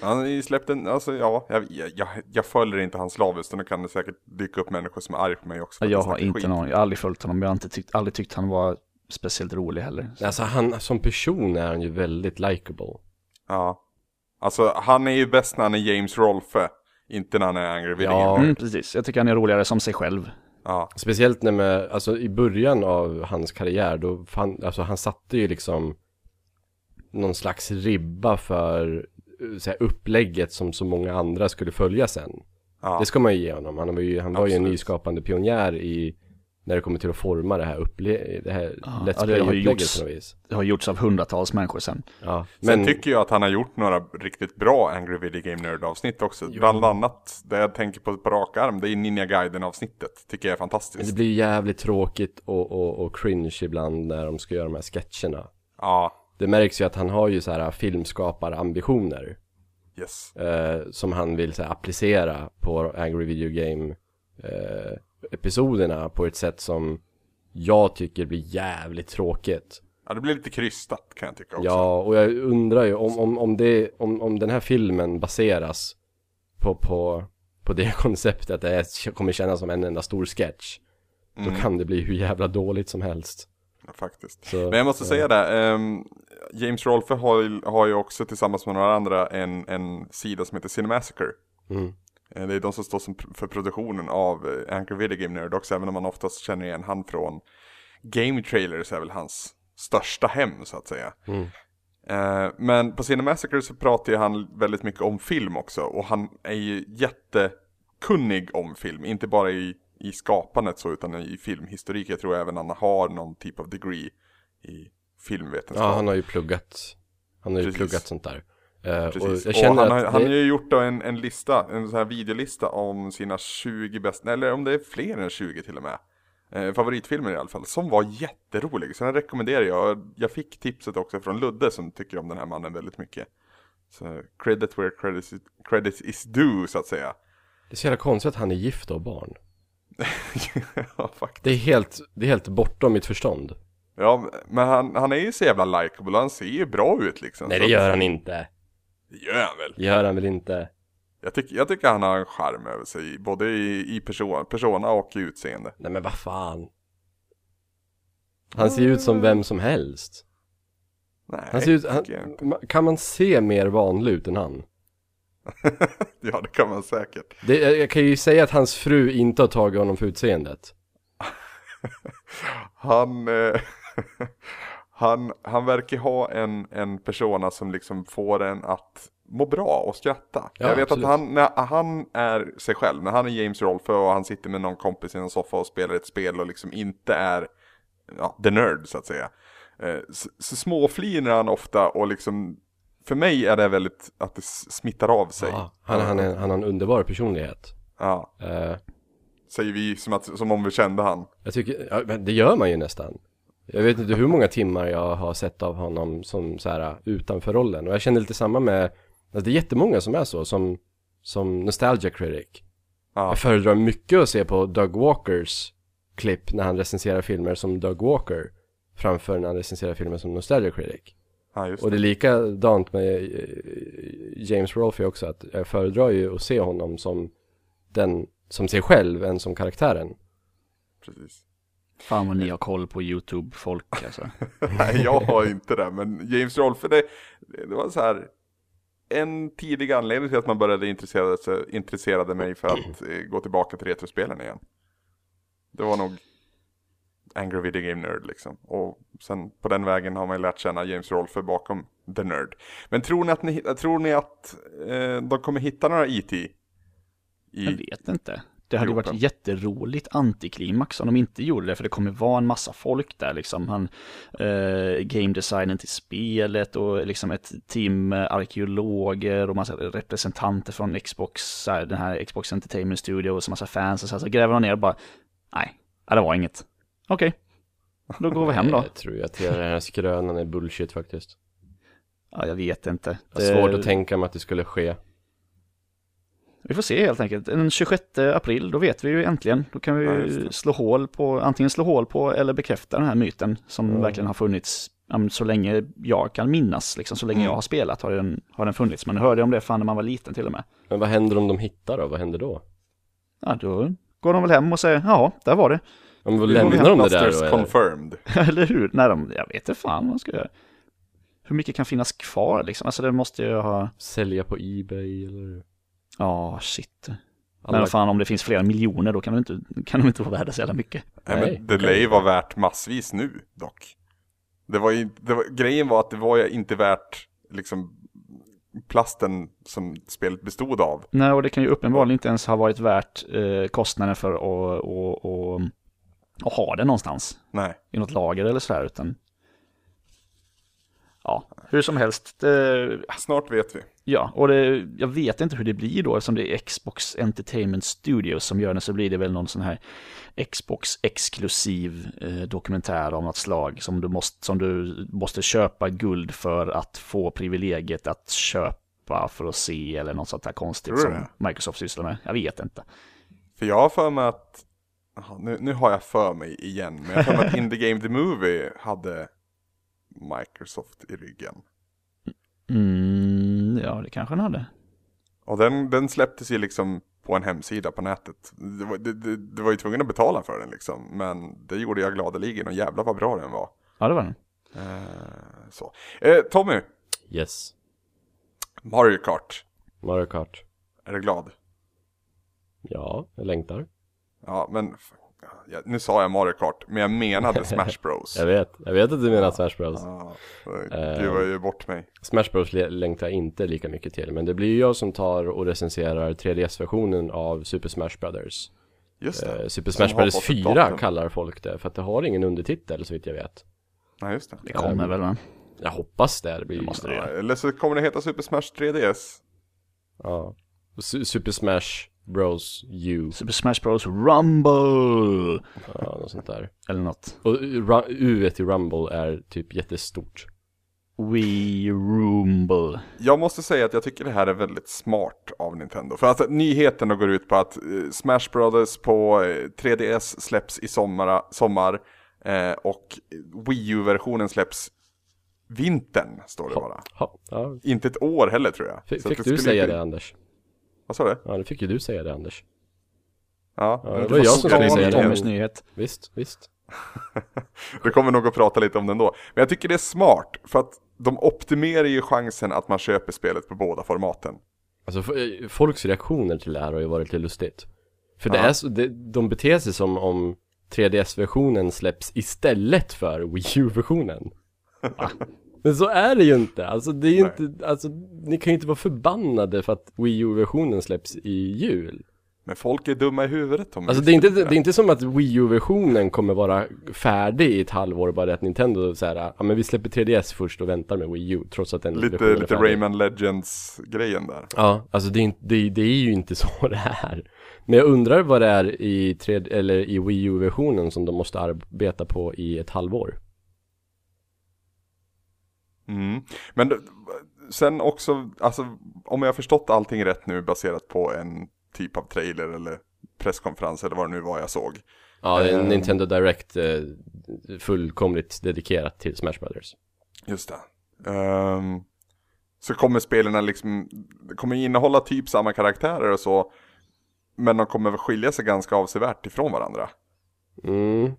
A: Han har ju släppt en, alltså ja, jag, jag, jag, jag följer inte hans slaviskt och då kan det säkert dyka upp människor som är arg på mig också. för
D: Ja,
A: att
D: Jag
A: snackar
D: har inte
A: skit.
D: någon, jag har aldrig följt honom, jag har inte tyckt, aldrig tyckt han var speciellt rolig heller.
C: Alltså han, som person är han ju väldigt likable.
A: Ja. Alltså han är ju bäst när han är James Rolfe, inte när han är Angry Video
C: Ja.
A: Game Nerd.
D: Mm, precis, jag tycker han är roligare som sig själv.
A: Ja,
C: Speciellt när med, alltså i början av hans karriär, då fan, alltså han satte ju liksom någon slags ribba för eh, så här, upplägget som så många andra skulle följa sen.
A: ja.
C: Det ska man ju ge honom. Han var ju, han var ju en
A: Absolut.
C: nyskapande pionjär i när det kommer till att forma det här, upple- det här
D: Ja,
C: Let's
D: ja, det har ju
C: Play-upplägget
D: gjorts.
C: på något vis.
D: Det har gjorts av hundratals människor sen.
C: Ja,
A: Sen
C: men
A: tycker jag att han har gjort några riktigt bra Angry Video Game Nerd-avsnitt också. Bland annat, det jag tänker på på rak arm, det är Ninja Gaiden-avsnittet. Tycker jag är
C: men
A: fantastiskt.
C: det blir ju jävligt tråkigt och, och, och cringe ibland när de ska göra de här sketcherna.
A: Ja,
C: Det märks ju att han har ju så här filmskaparambitioner.
A: yes.
C: eh, som han vill så här, applicera på Angry Video Game eh, episoderna på ett sätt som jag tycker blir jävligt tråkigt.
A: Ja, det blir lite krystat kan jag tycka också.
C: Ja, och jag undrar ju om, om, om, det, om, om den här filmen baseras på, på, på det [LAUGHS] konceptet att det är, kommer kännas som en enda stor sketch.
A: Mm.
C: Då kan det bli hur jävla dåligt som helst.
A: Ja, Faktiskt.
C: Så, eh,
A: Men jag måste säga det, ehm, James Rolfe har, ju- har ju också tillsammans med några andra en, en sida som heter Cinemassacre.
C: Mm.
A: Eh, Det är de som står som, pr- för produktionen av eh, Anchor Video Game Nerd också, även om man oftast känner igen han från Game Trailers är väl hans största hem så att säga.
C: Mm.
A: Eh, Men på Cinemassacre så pratar ju han väldigt mycket om film också och han är ju jättekunnig om film, inte bara i, i skapandet så utan i filmhistorik. Jag tror även han har någon typ av degree i filmvetenskap.
C: Ja, han har ju pluggat. Han har ju
A: Precis.
C: pluggat sånt där. Eh, och
A: Precis.
C: jag känner
A: han, har,
C: att
A: han
C: det,
A: har ju gjort då en, en lista, en sån här videolista om sina 20 bästa, eller om det är fler än 20 till och med. Eh, favoritfilmer i alla fall, som var jätterolig. Så den rekommenderar jag. Jag fick tipset också från Ludde som tycker om den här mannen väldigt mycket. Så credit where credit is, credit is due så att säga. [LAUGHS]
C: det är så jävla konstigt att han är gift och har barn.
A: ja, faktiskt.
C: Det är helt, det är helt bortom mitt förstånd.
A: Ja, men han, han är ju så jävla likeable och han ser ju bra ut liksom.
C: Nej,
A: Så
C: det
A: att-
C: gör han inte.
A: Det gör han väl.
C: Det gör han väl inte.
A: Jag, tycker- jag tycker han har en charm över sig, både i, i person, persona och i utseende.
C: Nej, men vad fan. Han ser ju ut som vem som helst.
A: Nej,
C: Han ser ut, han,
A: tycker jag inte.
C: ma- kan man se mer vanlig ut än han?
A: [LAUGHS] ja, det kan man säkert.
C: Det, jag jag kan ju säga att hans fru inte har tagit honom för utseendet.
A: Han, eh, [LAUGHS] han, han verkar ha en, en persona som liksom får en att må bra och skratta.
C: Ja,
A: jag vet
C: absolut.
A: att han, när han är sig själv, när han är James Rolfe och han sitter med någon kompis i en soffa och spelar ett spel och liksom inte är ja, the nerd så att säga. Eh, Så, så småflinar han ofta och liksom, för mig är det väldigt att det s- smittar av sig.
C: Ja, Ah, han, han, är, han har en underbar personlighet.
A: Ja,
C: Eh,
A: säger vi som, att, som om vi kände han.
C: jag tycker, ja, men det gör man ju nästan. Jag vet inte hur många timmar jag har sett av honom som så här uh, utanför rollen. Och jag känner lite samma med, alltså det är jättemånga som är så, som, som Nostalgia Critic.
A: Ja.
C: Jag föredrar mycket att se på Doug Walkers klipp när han recenserar filmer som Doug Walker framför när han recenserar filmer som Nostalgia Critic.
A: Ja, just
C: Och det är likadant med eh, James Rolfe också, att jag föredrar ju att se honom som den, som sig själv än som karaktären.
A: precis. [LAUGHS]
D: Fan vad ni har koll på YouTube-folk alltså.
A: Nej, jag har inte det, men James Rolfe, det, det var så här en tidig anledning till att man började intressera sig, intresserade mig för att eh, gå tillbaka till retrospelen igen. Det var nog Angry Video Game Nerd liksom. Och sen på den vägen har man ju lärt känna James Rolfe bakom The Nerd. Men tror ni att, ni, hitt- tror ni att eh, de kommer hitta några IT?
D: Jag
A: I,
D: vet inte. Det hade ju
A: Gropen.
D: varit jätteroligt antiklimax om de inte gjorde det, för det kommer vara en massa folk där liksom. Han, eh, game designen till spelet och liksom ett team eh, arkeologer och massa representanter från Xbox, så här, den här Xbox Entertainment Studio och så massa fans och så, här, så gräver de ner och bara, nej, ja, det var inget. Okej, då går vi hem då.
C: Jag Eh, tror att hela den här skrönan är bullshit faktiskt.
D: Ja, jag vet inte.
C: Det är svårt att tänka mig att det skulle ske.
D: Vi får se helt enkelt. Den 26 april, då vet vi ju äntligen. Då kan vi
A: Ja,
D: ju
A: just det.
D: slå hål på, antingen slå hål på eller bekräfta den här myten som verkligen har funnits ja, men så länge jag kan minnas. Liksom, så länge
A: Mm.
D: jag har spelat har den, har den funnits. Man hörde om det fan när man var liten till och med.
C: Men vad händer om de hittar då? Vad händer då?
D: Ja, då går de väl hem och säger ja, där var det. [LAUGHS]
C: Ja, men vad
A: Vi går
C: lämnar de det där
A: Masters
C: då? eller?
A: confirmed.
D: eller hur? Nej, de, jag vet inte fan vad de ska göra. Hur mycket kan finnas kvar liksom? Alltså det måste ju ha...
C: Sälja på Ebay eller?
D: Ja, shit.
C: Alla-
D: Men fan om det finns flera miljoner då kan, väl inte, kan de inte vara värda så jävla mycket.
A: Nej,
C: Nej,
A: men det lär ju vara värt massvis nu dock. Det var ju, det var, grejen var att det var ju inte värt liksom plasten som spelet bestod av.
D: Nej, och det kan ju uppenbarligen inte ens ha varit värt eh, kostnaden för att, att, att, att ha det någonstans.
A: Nej,
D: I något lager eller sådär, utan... Ja, hur som helst. Det,
A: snart vet vi.
D: ja, och det, jag vet inte hur det blir då, eftersom det är Xbox Entertainment Studios som gör det, så blir det väl någon sån här Xbox-exklusiv eh, dokumentär om något slag som du, måste, som du måste köpa guld för att få privilegiet att köpa för att se eller något sånt här konstigt
A: Tror
D: som
A: du det?
D: Microsoft sysslar med. Jag vet inte.
A: För jag har för mig att Jaha, nu, nu har jag för mig igen, men jag tror att In the Game The Movie hade Microsoft i ryggen.
D: Mm, ja, det kanske han hade.
A: Och den, den släpptes ju liksom på en hemsida på nätet. Det var, det, det, det var ju tvungen att betala för den liksom, men det gjorde jag gladeligen och jävlar vad bra den var.
D: Ja, det var den.
A: Eh, så. Eh, Tommy,
C: Yes.
A: Mario Kart,
C: Mario Kart.
A: är du glad?
C: Ja, jag längtar.
A: Ja, men f- ja, nu sa jag Mario Kart, men jag
C: [LAUGHS]
A: menade Smash Bros.
C: Jag vet. Eh, Jag vet att du menar Smash Bros.
A: Ja, du var ju bort mig.
C: Smash Bros le- längtar jag inte lika mycket till. Men det blir ju jag som tar och recenserar 3DS-versionen av Super Smash Brothers.
A: Just det.
C: Eh, Super
A: Som
C: Smash
A: har
C: Brothers
A: fått ett
C: 4
A: datum.
C: kallar folk det. För att det har ingen undertitel så vitt jag vet.
A: Nej, just det.
D: Det kommer väl va?
C: Jag hoppas det. Det blir ju
D: måste det
A: Ja, eller så kommer det heta Super Smash 3DS.
C: Ja. Su- Super Smash Bros
A: [LAUGHS]
C: U.
D: Super Smash Bros Rumble!
C: Ja, något sånt där.
D: Eller något.
C: Och Ru- U i Rumble är typ jättestort.
D: Wii Rumble.
A: Jag måste säga att jag tycker det här är väldigt smart av Nintendo. För alltså nyheten då går ut på att eh, Smash Brothers på eh, 3DS släpps i sommar, sommar eh, och Wii U-versionen släpps vintern, står det bara.
C: Ha, ja.
A: Inte ett år heller tror jag.
C: F-
A: Så att
C: fick
A: det
C: du
A: skulle
C: säga
A: ju-
C: det Anders?
A: Vad sa du?
C: Ja, det fick ju du säga det Anders.
A: Ja,
C: det var jag som skulle
A: det.
C: säga
A: kommer-
C: det.
D: Tommys nyhet.
C: Visst, visst.
A: Vi kommer nog att prata lite om den då. Men jag tycker det är smart, för att de optimerar ju chansen att man köper spelet på båda formaten.
C: Alltså f- eh, folks reaktioner till det här har ju varit lite lustigt. För det är så, det, de beter sig som om 3DS-versionen släpps istället för Wii U-versionen. Va? Men så är det ju inte. Alltså, det är ju
A: Nej.
C: inte, alltså, ni kan ju inte vara förbannade för att Wii U-versionen släpps i jul.
A: Men folk är dumma i huvudet Tommy.
C: Alltså det är, inte, det är inte som att Wii U-versionen kommer vara färdig i ett halvår bara det att Nintendo så här, ja men vi släpper 3DS först och väntar med Wii U trots att den
A: Lite,
C: versionen är
A: lite
C: färdig.
A: Rayman Legends-grejen där.
C: Ja, alltså det är, inte, det, är- det är ju inte [LAUGHS] så det är. Men jag undrar vad det är i, 3, eller i Wii U-versionen som de måste arbeta på i ett halvår.
A: Mm. Men d- sen också, alltså, om jag har förstått allting rätt nu baserat på en typ av trailer eller presskonferens eller vad det nu var jag såg.
C: Ja, det är
A: Ehm.
C: en Nintendo Direct eh, fullkomligt dedikerat till Smash Brothers.
A: Just det. Ehm, så kommer spelarna liksom, det kommer innehålla typ samma karaktärer och så. Men de kommer väl skilja sig ganska avsevärt ifrån varandra.
C: Mm.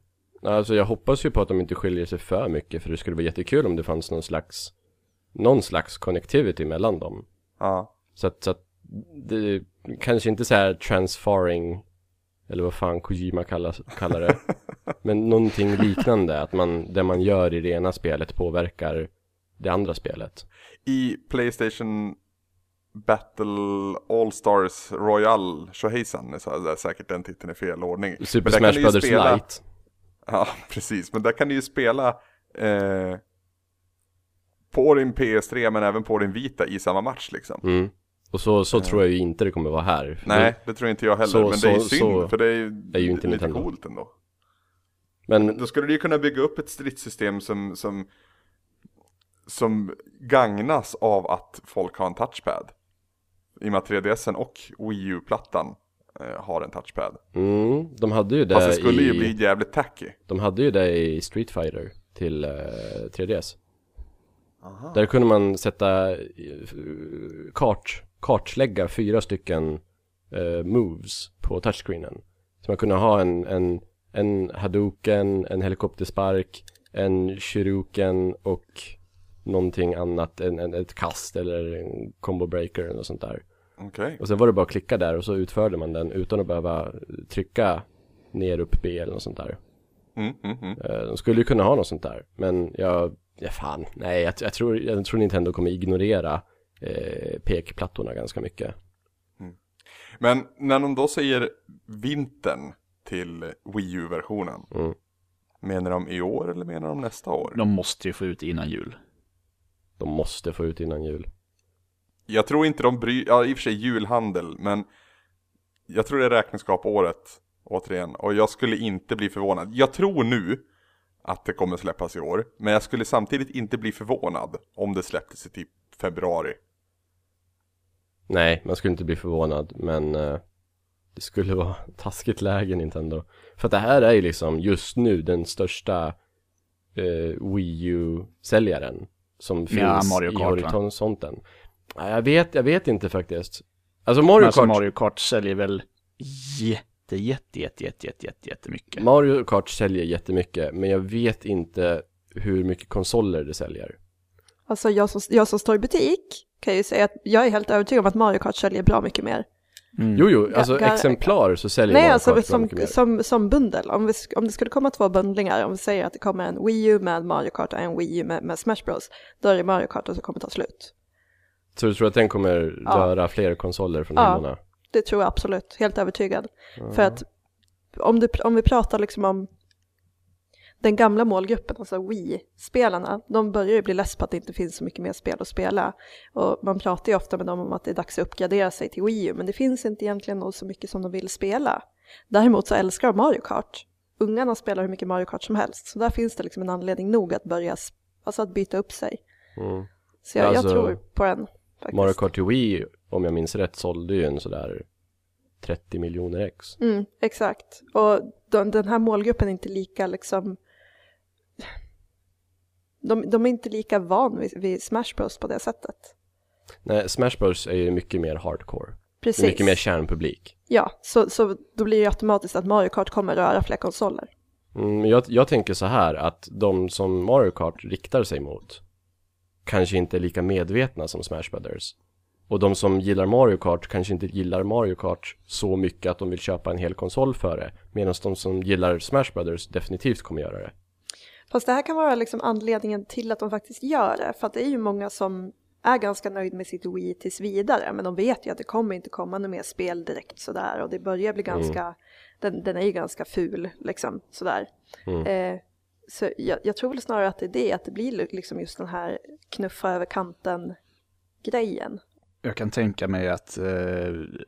C: Alltså jag hoppas ju på att de inte skiljer sig för mycket för det skulle vara jättekul om det fanns någon slags, någon slags connectivity mellan dem.
A: Ja.
C: Så att, så att det kanske inte så här transfaring eller vad fan Kojima kallas,
A: [LAUGHS]
C: kallar det. Men någonting liknande, att man, det man gör i det ena spelet påverkar det andra spelet.
A: I Playstation Battle All-Stars Royal Tjohejsan, så är det säkert den titeln i fel ordning.
C: Super
A: Men där kan
C: Smash
A: du ju
C: Brothers
A: spela-
C: Lite.
A: Ja, [LAUGHS] precis. Men där kan du ju spela eh, på din PS3 men även på din Vita i samma match liksom.
C: Mm. Och så, så tror jag ju inte det kommer vara här. För
A: Nej, det tror inte jag heller.
C: Typ.
A: men det är ju
C: Mm. Så- så-
A: synd,
C: så
A: för det är ju,
C: är ju
A: lite
C: inte Nintendo.
A: coolt ändå.
C: Men
A: Då skulle du ju kunna bygga upp ett stridssystem som, som, som gagnas av att folk har en touchpad. I och med att 3DSen och Wii U-plattan eh, har en touchpad.
C: mm, de hade ju det,
A: Fast det skulle
C: i,
A: ju bli jävligt tacky.
C: de hade ju det i Street Fighter till eh, 3DS. Där kunde man sätta eh, f- kart, kartlägga fyra stycken eh, moves på touchscreenen. Så man kunde ha en, en, en Hadouken, en helikopterspark, en Shuriken och någonting annat, en, en, ett kast eller en combo breaker eller något sånt där.
A: Okej.
C: Och sen var det bara att klicka där och så utförde man den utan att behöva trycka ner upp B eller något sånt där.
A: Mm, mm, mm.
C: Eh, De skulle ju kunna ha något sånt där, men jag, ja fan, nej, jag, jag, tror, jag tror Nintendo kommer ignorera eh, pekplattorna ganska mycket.
A: Men när de då säger vintern till Wii U-versionen.
C: Mm.
A: Menar de i år eller menar de nästa år?
D: De måste ju få ut innan jul.
C: De måste få ut innan jul.
A: Jag tror inte de bryr, ja i och för sig julhandel, men jag tror det är räkenskapåret återigen. Och jag skulle inte bli förvånad. Jag tror nu att det kommer släppas i år, men jag skulle samtidigt inte bli förvånad om det släpptes i typ februari.
C: Nej, man skulle inte bli förvånad, men eh, Det skulle vara [LAUGHS] taskigt läge Nintendo. För att det här är ju liksom just nu den största eh, Wii U-säljaren som finns
D: Mario
C: i
D: Kart, va?
C: horisonten. Nej, jag vet, jag vet inte faktiskt. Alltså Mario
D: Men alltså
C: Kart, Mario...
D: Mario Kart säljer väl jätte, jätte, jätte, jätte, jätte, jätte, jättemycket.
C: Kart säljer jättemycket, men jag vet inte hur mycket konsoler det säljer.
B: Alltså jag som, jag som står i butik kan ju säga att jag är helt övertygad om att Mario Kart säljer bra mycket mer.
C: Jo, jo,
B: Ga-
C: alltså
B: ga-
C: exemplar så säljer
B: Nej,
C: Mario
B: alltså
C: Kart bra
B: som,
C: mycket mer.
B: som, som bundel. Om, vi, sk- om det skulle komma två bundlingar, om vi säger att det kommer en Wii U med Mario Kart och en Wii U med, med Smash Bros. Då är det Mario Kart som kommer ta slut.
C: Så du tror att den kommer
B: Ja.
C: röra fler konsoler från
B: Ja.
C: hyllorna?
B: Det tror jag absolut, helt övertygad. För att om, du, om vi pratar liksom om den gamla målgruppen, alltså Wii-spelarna, de börjar ju bli less på att det inte finns så mycket mer spel att spela. Och man pratar ju ofta med dem om att det är dags att uppgradera sig till Wii U, men det finns inte egentligen något så mycket som de vill spela. Däremot så älskar de Mario Kart. Ungarna spelar hur mycket Mario Kart som helst, så där finns det liksom en anledning nog att börja, s- alltså att byta upp sig.
C: Mm.
B: Så jag,
C: Alltså,
B: jag tror på den. Faktiskt.
C: Mario Kart till Wii, om jag minns rätt, sålde ju en sådär 30 miljoner ex.
B: Mm, exakt. Och de, den här målgruppen är inte lika liksom... De, de är inte lika van vid, vid Smash Bros på det sättet.
C: Nej, Smash Bros är ju mycket mer hardcore. Det
B: Precis.
C: är mycket mer kärnpublik.
B: Ja, så, så då blir det ju automatiskt att Mario Kart kommer röra fler konsoler.
C: Mm, men jag, jag tänker så här att de som Mario Kart riktar sig mot kanske inte är lika medvetna som Smash Brothers. Och de som gillar Mario Kart kanske inte gillar Mario Kart så mycket att de vill köpa en hel konsol för det. Medan de som gillar Smash Brothers definitivt kommer göra det.
B: Fast det här kan vara liksom anledningen till att de faktiskt gör det. För att det är ju många som är ganska nöjd med sitt Wii tills vidare. Men de vet ju att det kommer inte komma något mer spel direkt sådär. Och det börjar bli
D: Mm.
B: ganska, den, den är ju ganska ful liksom sådär.
D: Mm.
B: Eh, så jag, jag tror väl snarare att det är det, att det blir li- liksom just den här knuffa över kanten-grejen.
D: Jag kan tänka mig att eh,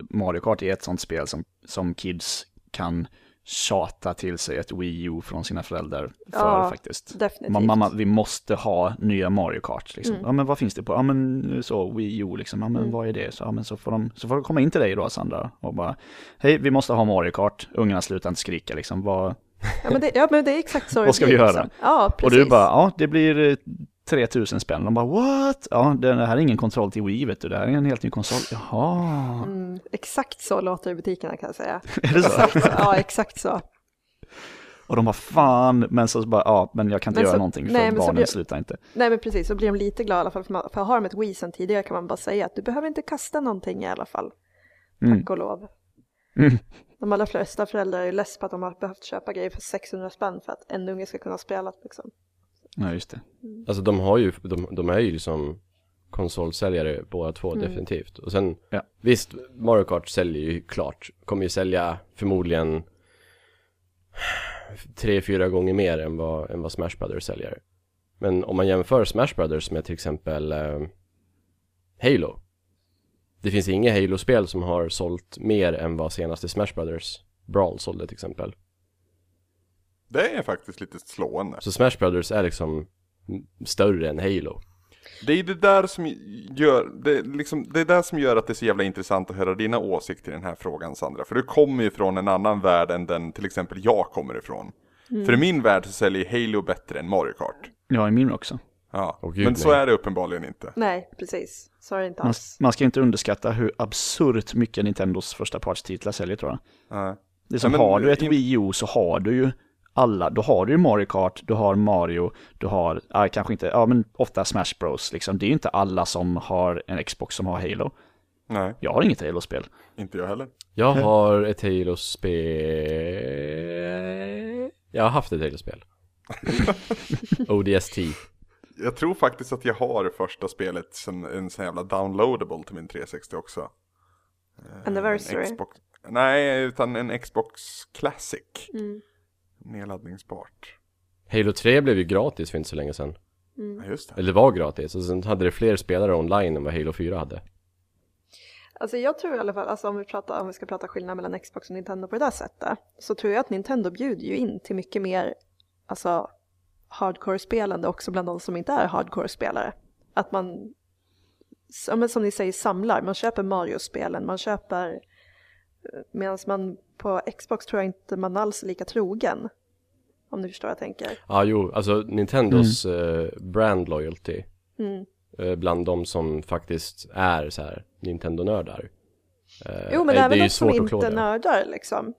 D: Mario Kart är ett sånt spel som, som kids kan tjata till sig ett Wii U från sina föräldrar för
B: Ja,
D: faktiskt.
B: definitivt. Mm.
D: Ma- Mamma, vi måste ha nya Mario Kart. Liksom. Ja, men vad finns det på? Ja, men eh, så Wii U liksom. Ja, men vad är det? Så, ja, men så, får de, så får de komma in till dig då, Sandra, och bara hej, vi måste ha Mario Kart. Ungarna slutar inte skrika liksom. Vad,
B: Ja men det, ja, men det är exakt så det
D: [LAUGHS] Vad ska vi
B: blir,
D: göra?
B: liksom. Ja,
D: och
B: precis.
D: du bara, ja, det blir eh, 3000 spänn. De bara, what? Ja, det här är ingen kontroll till Wii, vet du. Det här är en helt ny konsol. Jaha,
B: Mm, exakt så låter det i butikerna kan jag säga.
D: [LAUGHS] är det så?
B: Exakt så, ja, exakt så.
D: Och de bara fan, men så bara ja, men jag kan inte
B: Men
D: göra
B: så-
D: någonting för
B: nej, men så
D: barnen
B: blir-
D: slutar inte.
B: Nej men precis, så blir de lite glada i alla fall. För, man, för har de ett Wii sen tidigare kan man bara säga att du behöver inte kasta någonting i alla fall.
D: Mm.
B: Tack och lov.
D: Mm.
B: De allra flesta föräldrar är ju less på att de har behövt köpa grejer för 600 spänn för att en unge ska kunna spela. Liksom.
D: Ja, just det.
C: Alltså de har ju, de, de är ju liksom konsolsäljare båda två definitivt. Och sen,
D: Ja.
C: visst, Mario Kart säljer ju klart, kommer ju sälja förmodligen tre, fyra gånger mer än vad, än vad Smash Brothers säljer. Men om man jämför Smash Brothers med till exempel eh, Halo. Det finns inget Halo-spel som har sålt mer än vad senaste Smash Brothers Brawl sålde till exempel.
A: Det är faktiskt lite slående.
C: Så Smash Brothers är liksom större än Halo.
A: Det är det där som gör, det, är liksom, det är där som gör att det är så jävla intressant att höra dina åsikter i den här frågan Sandra. För du kommer ju från en annan värld än den till exempel jag kommer ifrån. För i min värld så säljer Halo bättre än Mario Kart.
D: Ja, i min också.
A: Ja,
C: Åh, gud,
A: men så
C: nej.
A: är det uppenbarligen inte.
B: Nej, precis. Så är det inte
D: Man,
B: alls.
D: man ska inte underskatta hur absurt mycket Nintendos första partstitlar säljer tror jag.
A: Nej.
D: Det är som,
A: Ja, men-
D: har du ett
A: in-
D: Wii U så har du ju alla, då har du ju Mario Kart, du har Mario, du har, ja kanske inte, ja men ofta Smash Bros liksom. Det är ju inte alla som har en Xbox som har Halo.
A: nej,
D: Jag har inget Halo-spel.
A: inte jag heller.
C: Jag har ett Halo-spel. Jag har haft
A: [LAUGHS]
C: ett Halo-spel. ODST.
A: Jag tror faktiskt att jag har det första spelet som en sån jävla downloadable till min 360 också.
B: Anniversary.
A: En Xbox, nej, utan en Xbox Classic. Nedladdningsbart.
C: Halo 3 blev ju gratis för inte så länge sedan.
A: Ja, just det.
C: Eller var gratis. Och sen hade det fler spelare online än vad Halo 4 hade.
B: Alltså jag tror i alla fall, alltså om vi, pratar, om vi ska prata skillnad mellan Xbox och Nintendo på det där sättet, så tror jag att Nintendo bjuder ju in till mycket mer alltså, hardcore-spelande också bland de som inte är hardcore-spelare. Att man, ja, men som ni säger, samlar. Man köper Mario-spelen, man köper Medan man på Xbox tror jag inte man alls är lika trogen. Om du förstår vad jag tänker.
C: Ja, jo, alltså Nintendos
A: Mm.
C: eh, brand loyalty
B: Mm.
C: eh, bland de som faktiskt är så här Nintendo-nördar. Eh,
B: Jo, men
C: är-
B: även
C: det är ju
B: de som
C: svårt att
B: inte
C: klå
B: är
C: det.
B: nördar liksom.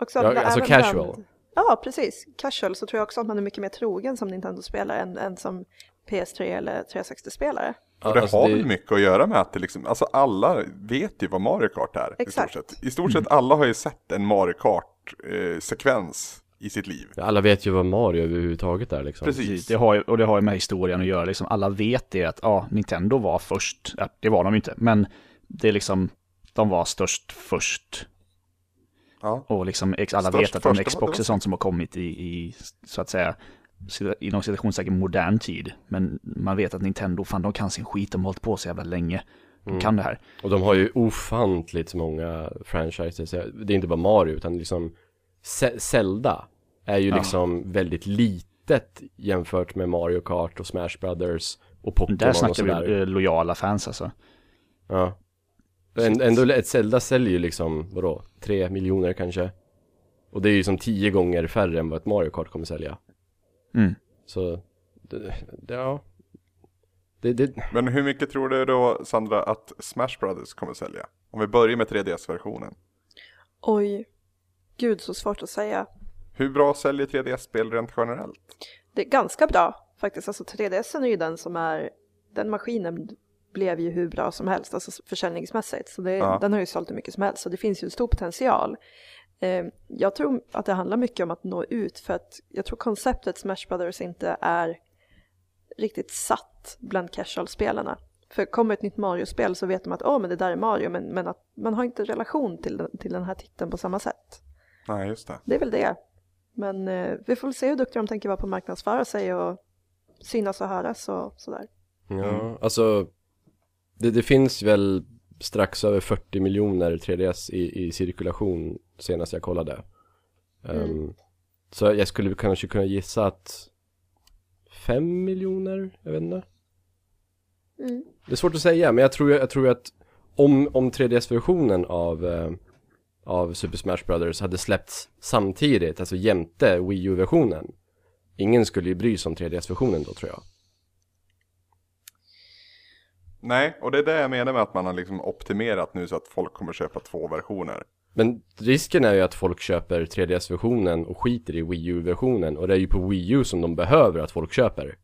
B: Också,
C: Ja, alltså
B: även
C: casual.
B: bland- ja, precis. Casual så tror jag också att man är mycket mer trogen som Nintendo-spelare än, än som PS3 eller 360-spelare.
A: Och det
C: Alltså,
A: har väl mycket att göra med att det liksom, alltså alla vet ju vad Mario Kart är. I
B: Exakt.
A: stort sett, I stort sett alla har ju sett en Mario Kart-sekvens i sitt liv.
C: Alla vet ju vad Mario överhuvudtaget är liksom.
A: Precis.
D: Precis, det har ju, och det har ju med historien att göra. Liksom, alla vet det att ja, Nintendo var först. Ja, det var de ju inte, men det är liksom, de var störst först.
A: Ja.
D: Och liksom, ex- alla
A: Störst
D: vet att de
A: först, det var-
D: Xbox är sånt som har kommit i, i så att säga, cita- inom citationstecken modern tid. Men man vet att Nintendo, fan de kan sin skit, de har hållit på så jävla länge. De kan det här.
C: Och de har ju ofantligt många franchises. Det är inte bara Mario utan liksom Ze- Zelda är ju liksom väldigt litet jämfört med Mario Kart och Smash Brothers och
D: Där
C: Pokémon och
D: snackar
C: sådär.
D: vi eh, lojala fans alltså.
A: Mm.
C: Ja. Än- Ändå, ett Zelda säljer ju liksom, vadå, tre miljoner kanske. Och det är ju som tio gånger färre än vad ett Mario Kart kommer sälja.
D: Mm.
C: Så, det, det, ja. Det, det,
A: Men hur mycket tror du då, Sandra, att Smash Brothers kommer sälja? Om vi börjar med 3DS-versionen.
B: Oj, gud så svårt att säga.
A: Hur bra säljer 3DS-spel rent generellt?
B: Det är ganska bra faktiskt. Alltså 3DSen är ju den som är, den maskinen blev ju hur bra som helst, alltså försäljningsmässigt. Så det,
A: Ja.
B: den har ju sålt hur mycket som helst, så det finns ju en stor potential. Eh, jag tror att det handlar mycket om att nå ut, för att jag tror konceptet Smash Brothers inte är riktigt satt bland casual-spelarna. För kommer ett nytt Mario-spel så vet de att åh men det där är Mario, men, men att man har inte relation till den, till den här titeln på samma sätt.
A: Nej, just det.
B: Det är väl det. Men eh, vi får väl se hur duktiga de tänker vara på att marknadsföra sig och synas och höras och sådär.
C: ja, alltså. Det, det finns väl strax över 40 miljoner 3DS i, i cirkulation senast jag kollade. Ehm, så jag skulle kanske kunna gissa att 5 miljoner, jag vet inte.
B: Mm.
C: Det är svårt att säga, men jag tror, jag tror att om, om 3DS-versionen av, eh, av Super Smash Brothers hade släppts samtidigt, alltså jämte Wii U-versionen, ingen skulle ju bry sig om 3DS-versionen då tror jag.
A: Nej, och det är det jag menar med att man har liksom optimerat nu så att folk kommer köpa två versioner.
C: Men risken är ju att folk köper 3DS-versionen och skiter i Wii U-versionen och det är ju på Wii U som de behöver att folk köper.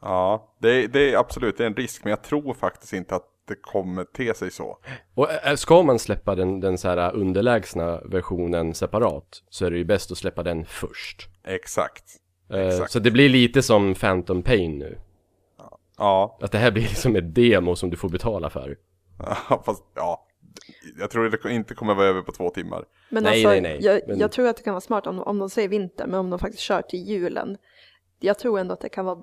A: Ja, det är, det är absolut det är en risk, men jag tror faktiskt inte att det kommer te sig så.
C: Och ä, ska man släppa den, den så här eh, underlägsna versionen separat så är det ju bäst att släppa den först.
A: Exakt.
C: Eh,
A: Exakt.
C: Så det blir lite som Phantom Pain nu.
A: Ja, [LAUGHS]
C: Att det här blir [LAUGHS] liksom ett demo som du får betala för.
A: Ja, fast ja. Jag tror det inte kommer vara över på två timmar.
B: Men
C: Nej,
B: alltså,
C: nej, nej.
B: Jag,
C: Men-
B: jag tror att det kan vara smart om, om de säger vinter, men om de faktiskt kör till julen. Jag tror ändå att det kan vara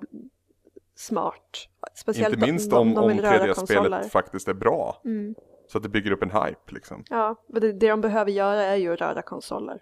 B: smart. Speciellt
A: inte minst
B: om,
A: om,
B: de, de
A: om
B: vill röra
A: 3D-spelet
B: konsoler.
A: faktiskt är bra.
B: Mm.
A: Så att det bygger upp en hype liksom.
B: Ja, men det, det de behöver göra är ju att röra konsoler.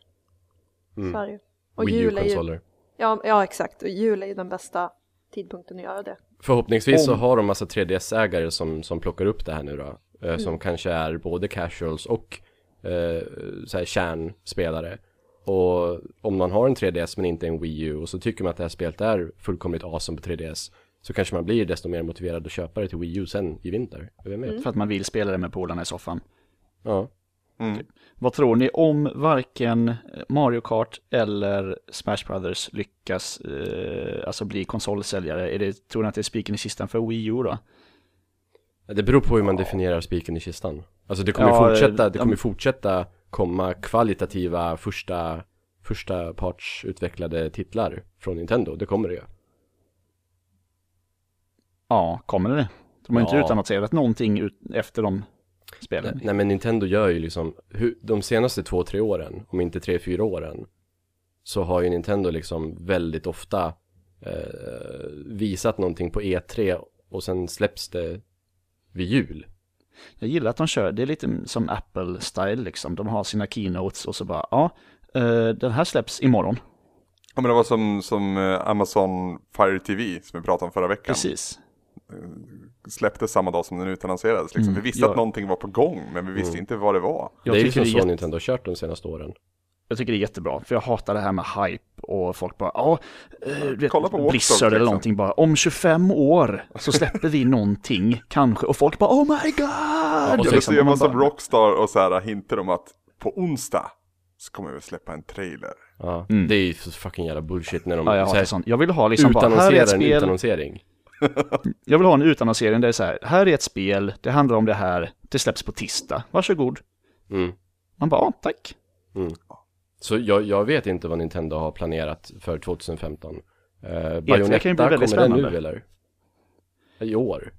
A: Mm.
B: Så är det ju. Och
C: Wii
B: jul är ju,
C: U-konsoler.
B: ja, ja, exakt. Och jul är ju den bästa tidpunkten att göra det.
C: Förhoppningsvis så har de massa 3DS-ägare som, som plockar upp det här nu då. eh,
D: Mm.
C: Som kanske är både casuals och eh, så här kärnspelare. Och om man har en 3DS men inte en Wii U och så tycker man att det här spelet är fullkomligt awesome på 3DS. Så kanske man blir desto mer motiverad att köpa det till Wii U sen i vinter. Vem vet?
D: För att man vill spela det med polarna i soffan.
C: Ja.
D: Vad tror ni om varken Mario Kart eller Smash Brothers lyckas eh, alltså bli konsolsäljare? Är det, tror ni att det är spiken i kistan för Wii U då?
C: Det beror på hur man definierar spiken i kistan. Alltså det kommer
D: Ja, eh,
C: fortsätta, det
D: ja.
C: kommer fortsätta komma kvalitativa första, första parts utvecklade titlar från Nintendo. Det kommer det ju.
D: Ja, kommer det? De har ju
C: Ja.
D: inte utannonserat någonting ut, efter de spelen.
C: Nej men Nintendo gör ju liksom, hur, de senaste två, tre åren, om inte tre, fyra åren, så har ju Nintendo liksom väldigt ofta eh, visat någonting på E3 och sen släpps det vid jul.
D: Jag gillar att de kör, det är lite som Apple-style liksom. De har sina keynotes och så bara, ja, eh, den här släpps imorgon.
A: Ja men det var som, som eh, Amazon Fire TV som vi pratade om förra veckan.
D: Precis.
A: eh, släpptes samma dag som den utannonserades. Liksom. Vi visste
D: Mm. ja. Mm.
A: att någonting var på gång, men vi visste inte vad det var.
C: Det är ju
D: tycker
C: liksom
D: det
C: så
D: är jätte-
C: Nintendo har kört de senaste åren.
D: Jag tycker det är jättebra, för jag hatar det här med hype och folk bara, ja, eh, du vet,
A: Kolla på Watch Dogs,
D: Blizzard eller
A: liksom.
D: någonting bara, om 25 år så
A: [LAUGHS]
D: släpper vi någonting, kanske, och folk bara, oh my
A: Och
D: god! Och
A: Eller så
D: liksom,
A: gör man
D: man bara,
A: som Rockstar och så här hintar om att på onsdag så kommer vi släppa en trailer.
C: Ja. Det är ju så fucking jävla bullshit när de
D: Mm. Ja, jag
C: så här,
D: hatar sånt. Jag vill ha liksom bara, här är ett
C: utannonserar en
D: spel,
C: utannonsering.
D: jag vill ha en utannonsering där det är så här, här är ett spel, det handlar om det här, det släpps på tisdag, varsågod.
C: Mm.
D: Man bara, ja, tack.
C: Så jag, jag vet inte vad Nintendo har planerat för 2015. Uh,
D: E3
C: Bayonetta,
D: E kan ju bli
C: kommer
D: väldigt
C: den nu
D: spännande.
C: eller? I år?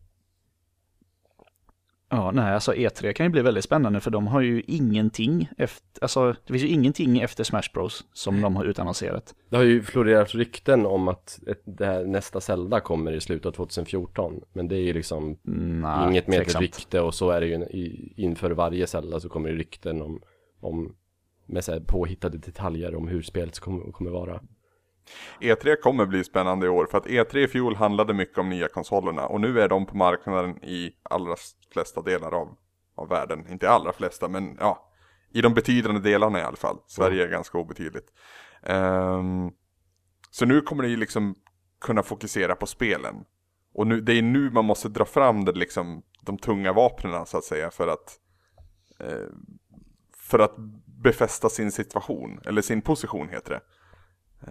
D: Ja, nej, alltså E3 kan ju bli väldigt spännande för de har ju ingenting efter, alltså det finns ju ingenting efter Smash Bros som de har utannonserat.
C: Det har ju florerat rykten om att ett, det här, nästa Zelda kommer i slutet av 2014. Men det är ju liksom
D: Nej,
C: inget mer till
D: tveksamt.
C: rykte och så är det ju i, inför varje Zelda så kommer det rykten om, om med så här påhittade detaljer om hur spelet kommer, kommer vara.
A: E3 E kommer bli spännande i år för att E3 i fjol handlade mycket om nya konsolerna och nu är de på marknaden i allra flesta delar av, av världen. Inte allra flesta men ja, i de betydande delarna i alla fall. Sverige är ganska obetydligt. Ehm, så nu kommer det ju liksom kunna fokusera på spelen. Och nu, det är nu man måste dra fram det, liksom, de tunga vapnen så att säga för att eh, för att befästa sin situation, eller sin position heter det.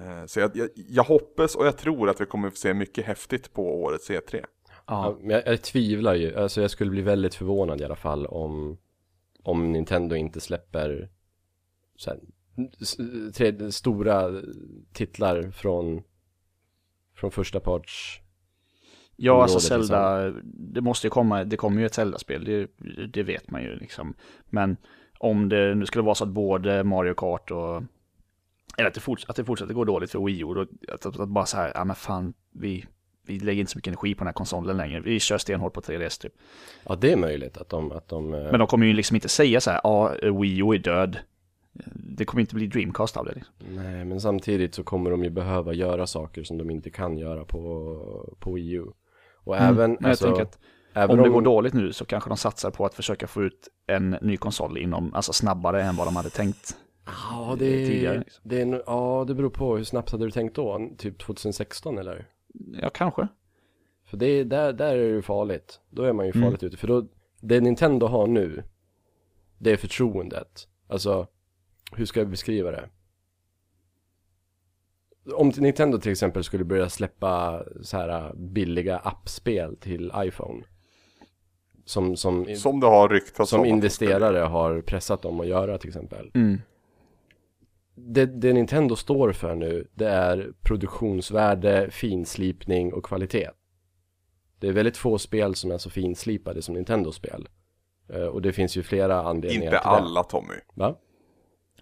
A: Eh, Så jag, jag, jag hoppas och jag tror att vi kommer få se mycket häftigt på årets E3.
D: Ja,
C: Ja, men jag, jag tvivlar ju, alltså jag skulle bli väldigt förvånad i alla fall om, om Nintendo inte släpper så här, s- tre, stora titlar från, från första parts.
D: ja alltså
C: området,
D: Zelda, det måste ju komma, det kommer ju ett Zelda-spel, det, det vet man ju liksom. Men om det nu skulle vara så att både Mario Kart och, eller att det, forts- att det fortsätter gå dåligt för Wii U, då, att, att, att bara så här, ja men fan, vi, vi lägger inte så mycket energi på den här konsolen längre, vi kör stenhårt på 3DS typ.
C: Ja, det är möjligt att de, att de, eh,
D: Men de kommer ju liksom inte säga så här, ja, Wii U är död. Det kommer inte bli Dreamcast av det. Liksom.
C: nej, men samtidigt så kommer de ju behöva göra saker som de inte kan göra på, på Wii U. Och även,
D: Mm, Men jag
C: alltså,
D: tänker att
C: även
D: om det går dåligt nu så kanske de satsar på att försöka få ut en ny konsol inom, alltså snabbare än vad de hade tänkt.
C: Ja, det,
D: tidigare,
C: är
D: liksom.
C: det, är, nog- ja, det beror på hur snabbt hade du tänkt då? Typ 2016 eller?
D: Ja, kanske.
C: För det är, där, där är det ju farligt. Då är man ju farligt ute. För då, det Nintendo har nu, det är förtroendet. Alltså, hur ska jag beskriva det? Om Nintendo till exempel skulle börja släppa så här äh, billiga appspel till iPhone. Som, som, som,
A: Som det har ryktats om. att de ska göra.
C: investerare har pressat dem att göra till exempel.
D: Mm.
C: Det, det Nintendo står för nu, det är produktionsvärde, finslipning och kvalitet. Det är väldigt få spel som är så finslipade som Nintendo-spel. Eh, Och det finns ju flera anledningar
A: Inte
C: till
A: alla Tommy.
C: det. Va?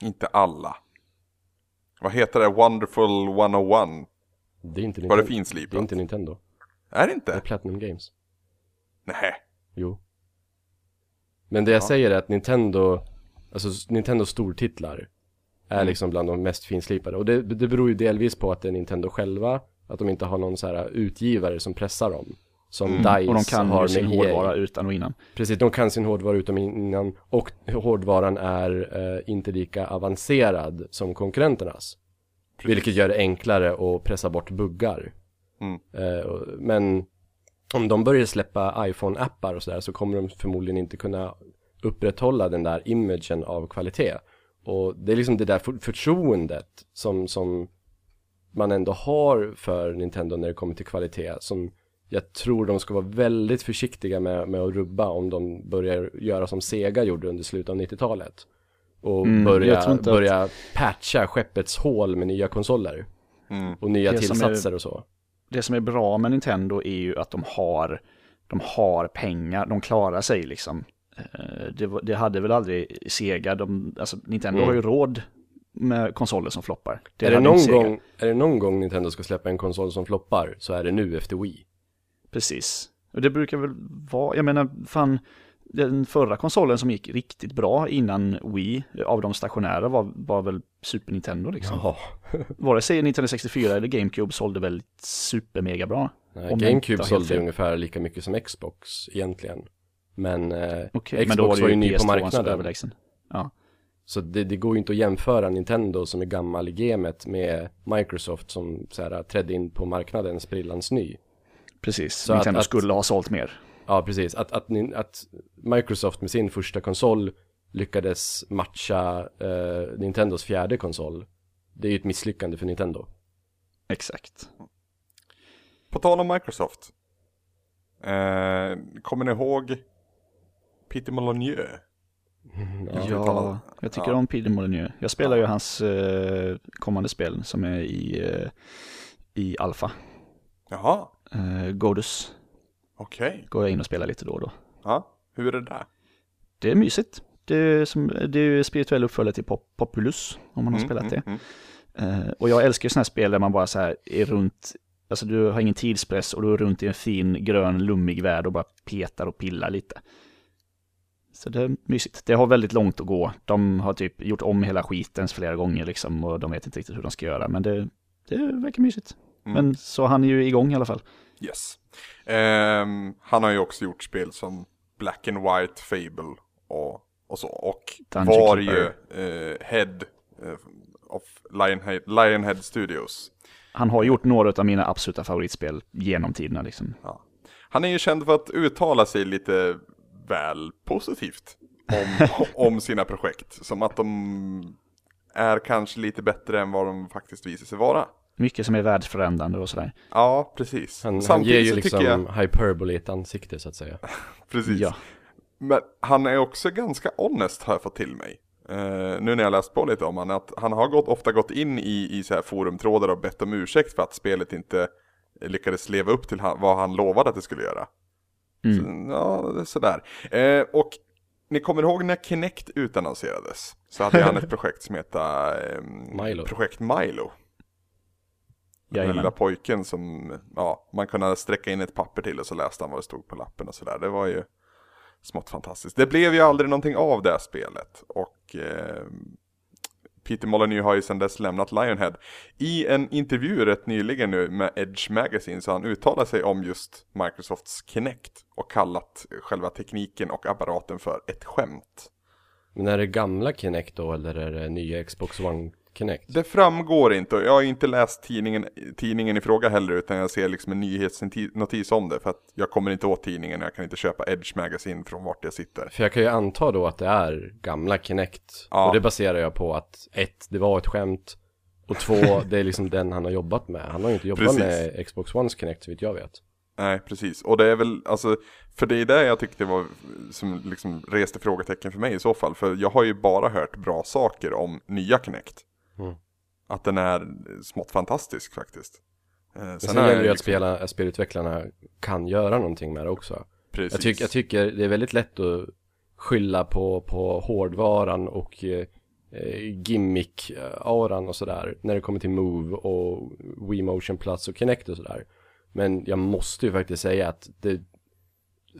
A: Inte alla. Vad heter det? Wonderful 101?
C: Det är inte Nintendo.
A: Var det
C: Det är
A: finslipat?
C: inte Nintendo.
A: Är det
C: Det är
A: inte?
C: Platinum Games.
A: Nej.
C: Jo. Men det jag säger är att Nintendo, alltså s- Nintendos stortitlar är
D: Mm.
C: liksom bland de mest finslipade. Och det, det beror ju delvis på att det är Nintendo själva, att de inte har någon så här utgivare som pressar dem. Som DICE
D: Mm. Och de kan
C: har
D: ju sin
C: med EA.
D: hårdvara utan och innan.
C: Precis, de kan sin hårdvara utom innan och hårdvaran är eh, inte lika avancerad som konkurrenternas. Vilket gör det enklare att pressa bort buggar.
A: Mm.
C: Eh, och- men om de börjar släppa iPhone-appar och sådär så kommer de förmodligen inte kunna upprätthålla den där imagen av kvalitet. Och det är liksom det där för- förtroendet som, som man ändå har för Nintendo när det kommer till kvalitet som jag tror de ska vara väldigt försiktiga med, med att rubba om de börjar göra som Sega gjorde under slutet av 90-talet. Och
D: Mm, jag tror
C: börja,
D: inte att-
C: börja patcha skeppets hål med nya konsoler. Och nya
D: Det som är-
C: tillsatser och så.
D: Det som är bra med Nintendo är ju att de har, de har pengar, de klarar sig liksom. Eh, Det, var- det hade väl aldrig Sega, de, alltså Nintendo har ju råd med konsoler som floppar.
C: är, det
D: hade inte
C: någon
D: Sega.
C: gång, är det någon gång Nintendo ska släppa en konsol som floppar så är det nu efter Wii.
D: Precis. Och det brukar väl vara, jag menar, fan, den förra konsolen som gick riktigt bra innan Wii av de stationära var, var väl Super Nintendo liksom.
C: Jaha.
D: Vare sig Nintendo 64 eller GameCube sålde väl super mega bra.
C: Nej,
D: Om jag inte
C: GameCube
D: har helt
C: sålde ju
D: fel.
C: ungefär lika mycket som Xbox egentligen. Men eh,
D: Okej,
C: Xbox
D: men då var
C: var,
D: det
C: ju ny på
D: PS2 som var
C: marknaden.
D: överlägsen.
C: Så det, det går ju inte att jämföra Nintendo som är gammal i gamet med Microsoft som så här, trädde in på marknaden sprillans ny.
D: Precis,
C: Så att-
D: Nintendo
C: att-
D: skulle ha sålt mer.
C: Ja, precis. Att, att, ni- att Microsoft med sin första konsol lyckades matcha eh, Nintendos fjärde konsol. Det är ju ett misslyckande för Nintendo.
D: Exakt.
A: På tal om Microsoft. Eh, kommer ni ihåg Peter Molyneux?
D: Ja,
A: vi talar-
D: jag tycker
A: ja.
D: om Peter Molyneux. Jag spelar
A: Ja.
D: ju hans eh, kommande spel som är i, eh, i Alfa.
A: Jaha,
D: Eh, Godus
A: okej.
D: går jag in och spelar lite då och då.
A: Ja, hur är det där?
D: Det är mysigt. Det är, som, det är ju spirituell uppföljare till Pop- Populus, om man har
A: Mm,
D: spelat
A: mm,
D: det.
A: mm.
D: Eh, och jag älskar ju sådana här spel där man bara så här är runt, alltså du har ingen tidspress och du är runt i en fin, grön, lummig värld och bara petar och pillar lite. Så det är mysigt. Det har väldigt långt att gå. De har typ gjort om hela skiten flera gånger liksom och de vet inte riktigt hur de ska göra, men det, det verkar mysigt.
A: Mm.
D: Men så han är ju igång i alla fall.
A: Yes. Ehm, han har ju också gjort spel som Black and White, Fable och, och så. Och
D: Dungeon
A: var
D: Keeper.
A: ju eh, head eh, of Lionhead, Lionhead Studios.
D: Han har gjort några av mina absoluta favoritspel genom tiderna liksom.
A: Ja. Han är ju känd för att uttala sig lite väl positivt
C: [LAUGHS]
A: om, om sina projekt. Som att de är kanske lite bättre än vad de faktiskt visar sig vara.
D: Mycket som är världsförändrande och sådär.
A: Ja, precis.
C: Han, han
A: Samtidigt
C: ger ju
A: så
C: liksom
A: tycker jag...
C: hyperbole i ett ansikte så att säga.
A: Precis.
D: Ja,
A: Men han är också ganska honest har jag fått till mig. Eh, nu när jag läst på lite om han, att han har gått, ofta gått in i, i så här forumtrådar och bett om ursäkt för att spelet inte lyckades leva upp till han, vad han lovade att det skulle göra. Så, ja, det är sådär. Eh, och ni kommer ihåg när Kinect utannonserades? Så hade han ett projekt som hette eh,
C: Milo.
A: Projekt Milo. Den
D: jajamän.
A: lilla pojken som ja, man kunde sträcka in ett papper till och så läste han vad det stod på lappen och sådär. Det var ju smått fantastiskt. Det blev ju aldrig någonting av det här spelet och eh, Peter Molyneux har ju sedan dess lämnat Lionhead. I en intervju rätt nyligen nu med Edge Magazine så har han uttalat sig om just Microsofts Kinect och kallat själva tekniken och apparaten för ett skämt.
C: Men är det gamla Kinect då eller är det nya Xbox One Kinect?
A: Det framgår inte och jag har inte läst tidningen, tidningen i fråga heller utan jag ser liksom en nyhetsnotis om det för att jag kommer inte åt tidningen och jag kan inte köpa Edge Magazine från vart jag sitter.
C: För jag kan ju anta då att det är gamla Kinect.
A: Ja.
C: Och det baserar jag på att ett, det var ett skämt. Och
A: [LAUGHS]
C: två, det är liksom den han har jobbat med. Han har ju inte jobbat
A: Precis.
C: med Xbox Ones Kinect så vitt jag vet.
A: Nej, precis. Och det är väl, alltså, för det är det jag tyckte var, som liksom reste frågetecken för mig i så fall. För jag har ju bara hört bra saker om nya Kinect.
C: Mm.
A: Att den är smått fantastisk faktiskt. Eh, Sen,
C: Sen,
A: är
C: gäller det ju
A: liksom-
C: att spela, att spelutvecklarna kan göra någonting med det också.
A: liksom- Precis.
C: Jag, tyck, jag tycker det är väldigt lätt att skylla på, på hårdvaran och eh, eh, gimmick-auran och sådär. När det kommer till Move och Wii Motion Plus och Kinect och sådär. Men jag måste ju faktiskt säga att det,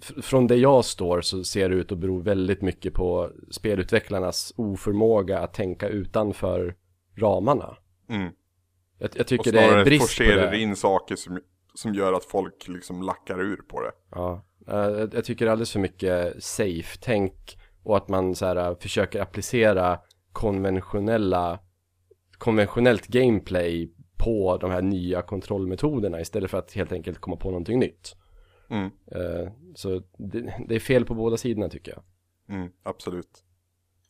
C: fr- från där jag står så ser det ut att bero väldigt mycket på spelutvecklarnas oförmåga att tänka utanför ramarna.
A: mm.
C: Jag, jag
A: Och
C: tycker det är
A: snarare
C: brist på
A: forcerar
C: det.
A: in saker som, som gör att folk liksom lackar ur på det.
C: Ja, eh, jag, jag tycker det är alldeles för mycket safe-tänk och att man så här, eh, försöker applicera konventionella, konventionellt gameplay på de här nya kontrollmetoderna istället för att helt enkelt komma på någonting nytt.
A: Mm.
C: Eh, Så det, det är fel på båda sidorna tycker jag.
A: Mm, absolut.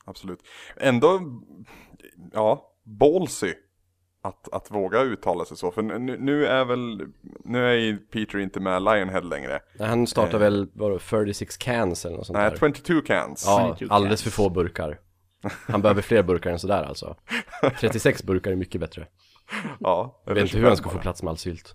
A: Absolut. Ändå, ja, ballsy att, att våga uttala sig så. För nu, nu är väl, nu är ju Peter inte med Lionhead längre.
C: Nej, Han startar
A: Eh.
C: väl vadå, 36 cans eller något sånt
A: Nej,
C: där.
A: 22 cans.
C: Ja,
D: 22
C: alldeles
D: cans.
C: för få burkar. Han behöver fler burkar än sådär
A: [LAUGHS]
C: alltså. 36 burkar är mycket bättre.
A: ja
C: Jag vet inte hur han ska få plats med all sylt.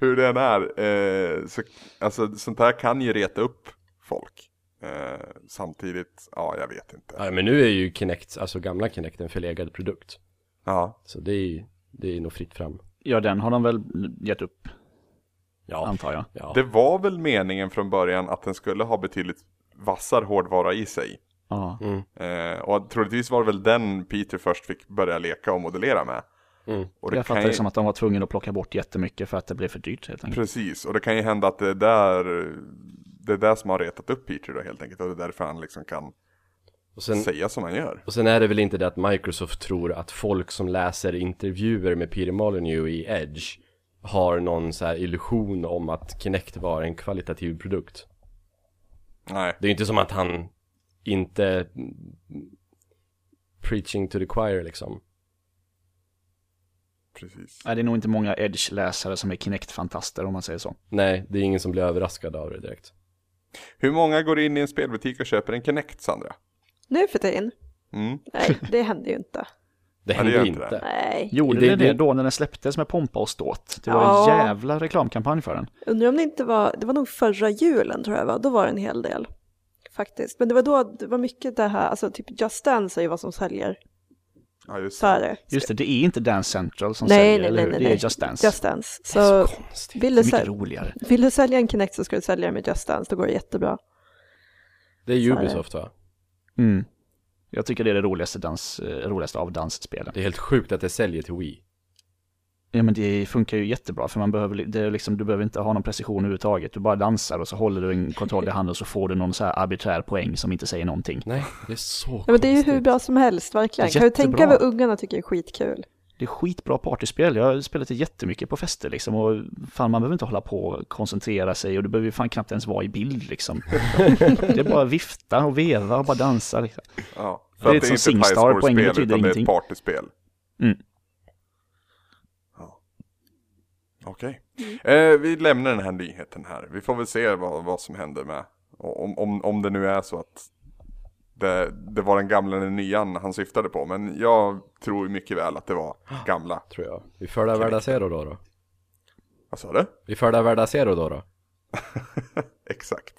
A: Hur den är, eh, så, alltså sånt här kan ju reta upp folk. Eh, samtidigt, ja jag vet inte.
C: Ja, men nu är ju Kinect, alltså gamla Kinect, en förlegad produkt.
A: Ja,
C: Så det är, det är nog fritt fram.
D: Ja, den har de väl gett upp,
C: Ja.
D: antar jag.
C: ja.
A: det var väl meningen från början att den skulle ha betydligt vassare hårdvara i sig.
D: Ja.
C: Mm.
A: Eh, och troligtvis var det väl den Peter först fick börja leka och modellera med.
C: Mm.
A: Och
D: Jag fattar
A: kan
D: det
A: ju,
D: som att de var tvungna att plocka bort jättemycket för att det blev för dyrt helt enkelt.
A: Precis, och det kan ju hända att det är där, det är där som har retat upp Peter då helt enkelt. Och det är därför han liksom kan
C: Och sen,
A: säga som han gör.
C: Och sen är det väl inte det att Microsoft tror att folk som läser intervjuer med Peter Molyneux i Edge har någon så här illusion om att Kinect var en kvalitativ produkt.
A: Nej,
C: Det är ju inte som att han inte mm, preaching to the choir liksom.
A: precis.
D: Nej, det är nog inte många Edge-läsare som är Kinect-fantaster om man säger så.
C: Nej, det är ingen som blir överraskad av det direkt.
A: Hur många går in i en spelbutik och köper en Kinect, Sandra?
B: Nu för tiden?
A: Mm.
B: Nej, det händer ju inte.
C: Det
A: Ja, det
C: händer
A: gör inte
C: inte.
A: det.
B: Nej.
D: Gjorde
C: Det-
D: det, det
C: det-
D: då när den släpptes med pompa och ståt? Det var en
B: Ja.
D: jävla reklamkampanj för den.
B: Undrar om det inte var, det var nog förra julen tror jag var, då var det en hel del. Faktiskt. Men det var då, det var mycket det här, alltså typ Just Dance är ju vad som säljer.
A: Ja, just
B: Så är det.
D: Just det, det är inte Dance Central som
B: Nej,
D: säljer,
B: nej,
D: eller
B: nej,
D: hur?
B: nej,
D: Det är
B: nej.
D: Just Dance.
B: Just Dance.
C: Det är
B: Så
C: så konstigt.
B: vill
D: det
B: du,
D: är mycket
B: sälja,
D: roligare.
B: vill du sälja en Kinect så ska du sälja den med Just Dance, då går det jättebra.
C: Det är Ubisoft va?
D: Mm. Jag tycker det är det roligaste, dans, eh, roligaste av dansspelen.
C: Det är helt sjukt att det säljer till Wii.
D: Ja men det funkar ju jättebra för man behöver, li- det är liksom, du behöver inte ha någon precision överhuvudtaget. Du bara dansar och så håller du en kontroll i handen och så får du någon så här arbiträr poäng som inte säger någonting.
C: Nej, det är så konstigt.
B: Ja, men det är ju hur bra som helst, verkligen.
D: Det är
B: Kan du tänka
D: jättebra.
B: vad ungarna tycker är skitkul?
D: Det är skitbra partyspel, jag har spelat det jättemycket på fester liksom och fan man behöver inte hålla på och koncentrera sig och du behöver ju fan knappt ens vara i bild liksom. det är bara vifta och veva och bara dansa liksom.
A: Ja,
D: Det är ett
A: inte ett
D: som
A: high
D: SingStar,
A: score-spel,
D: poängen betyder
A: utan det är ett
D: ingenting.
A: partyspel.
D: Mm.
A: Ja. Okej. Eh, vi lämnar den här nyheten här. Vi får väl se vad, vad som händer med, om, om, om det nu är så att det, det var den gamla eller nyan han syftade på. Men jag tror mycket väl att det var gamla.
C: Tror jag. Vi förda Verdacero då då?
A: Vad sa du?
C: Vi förda Verdacero då då?
A: Exakt.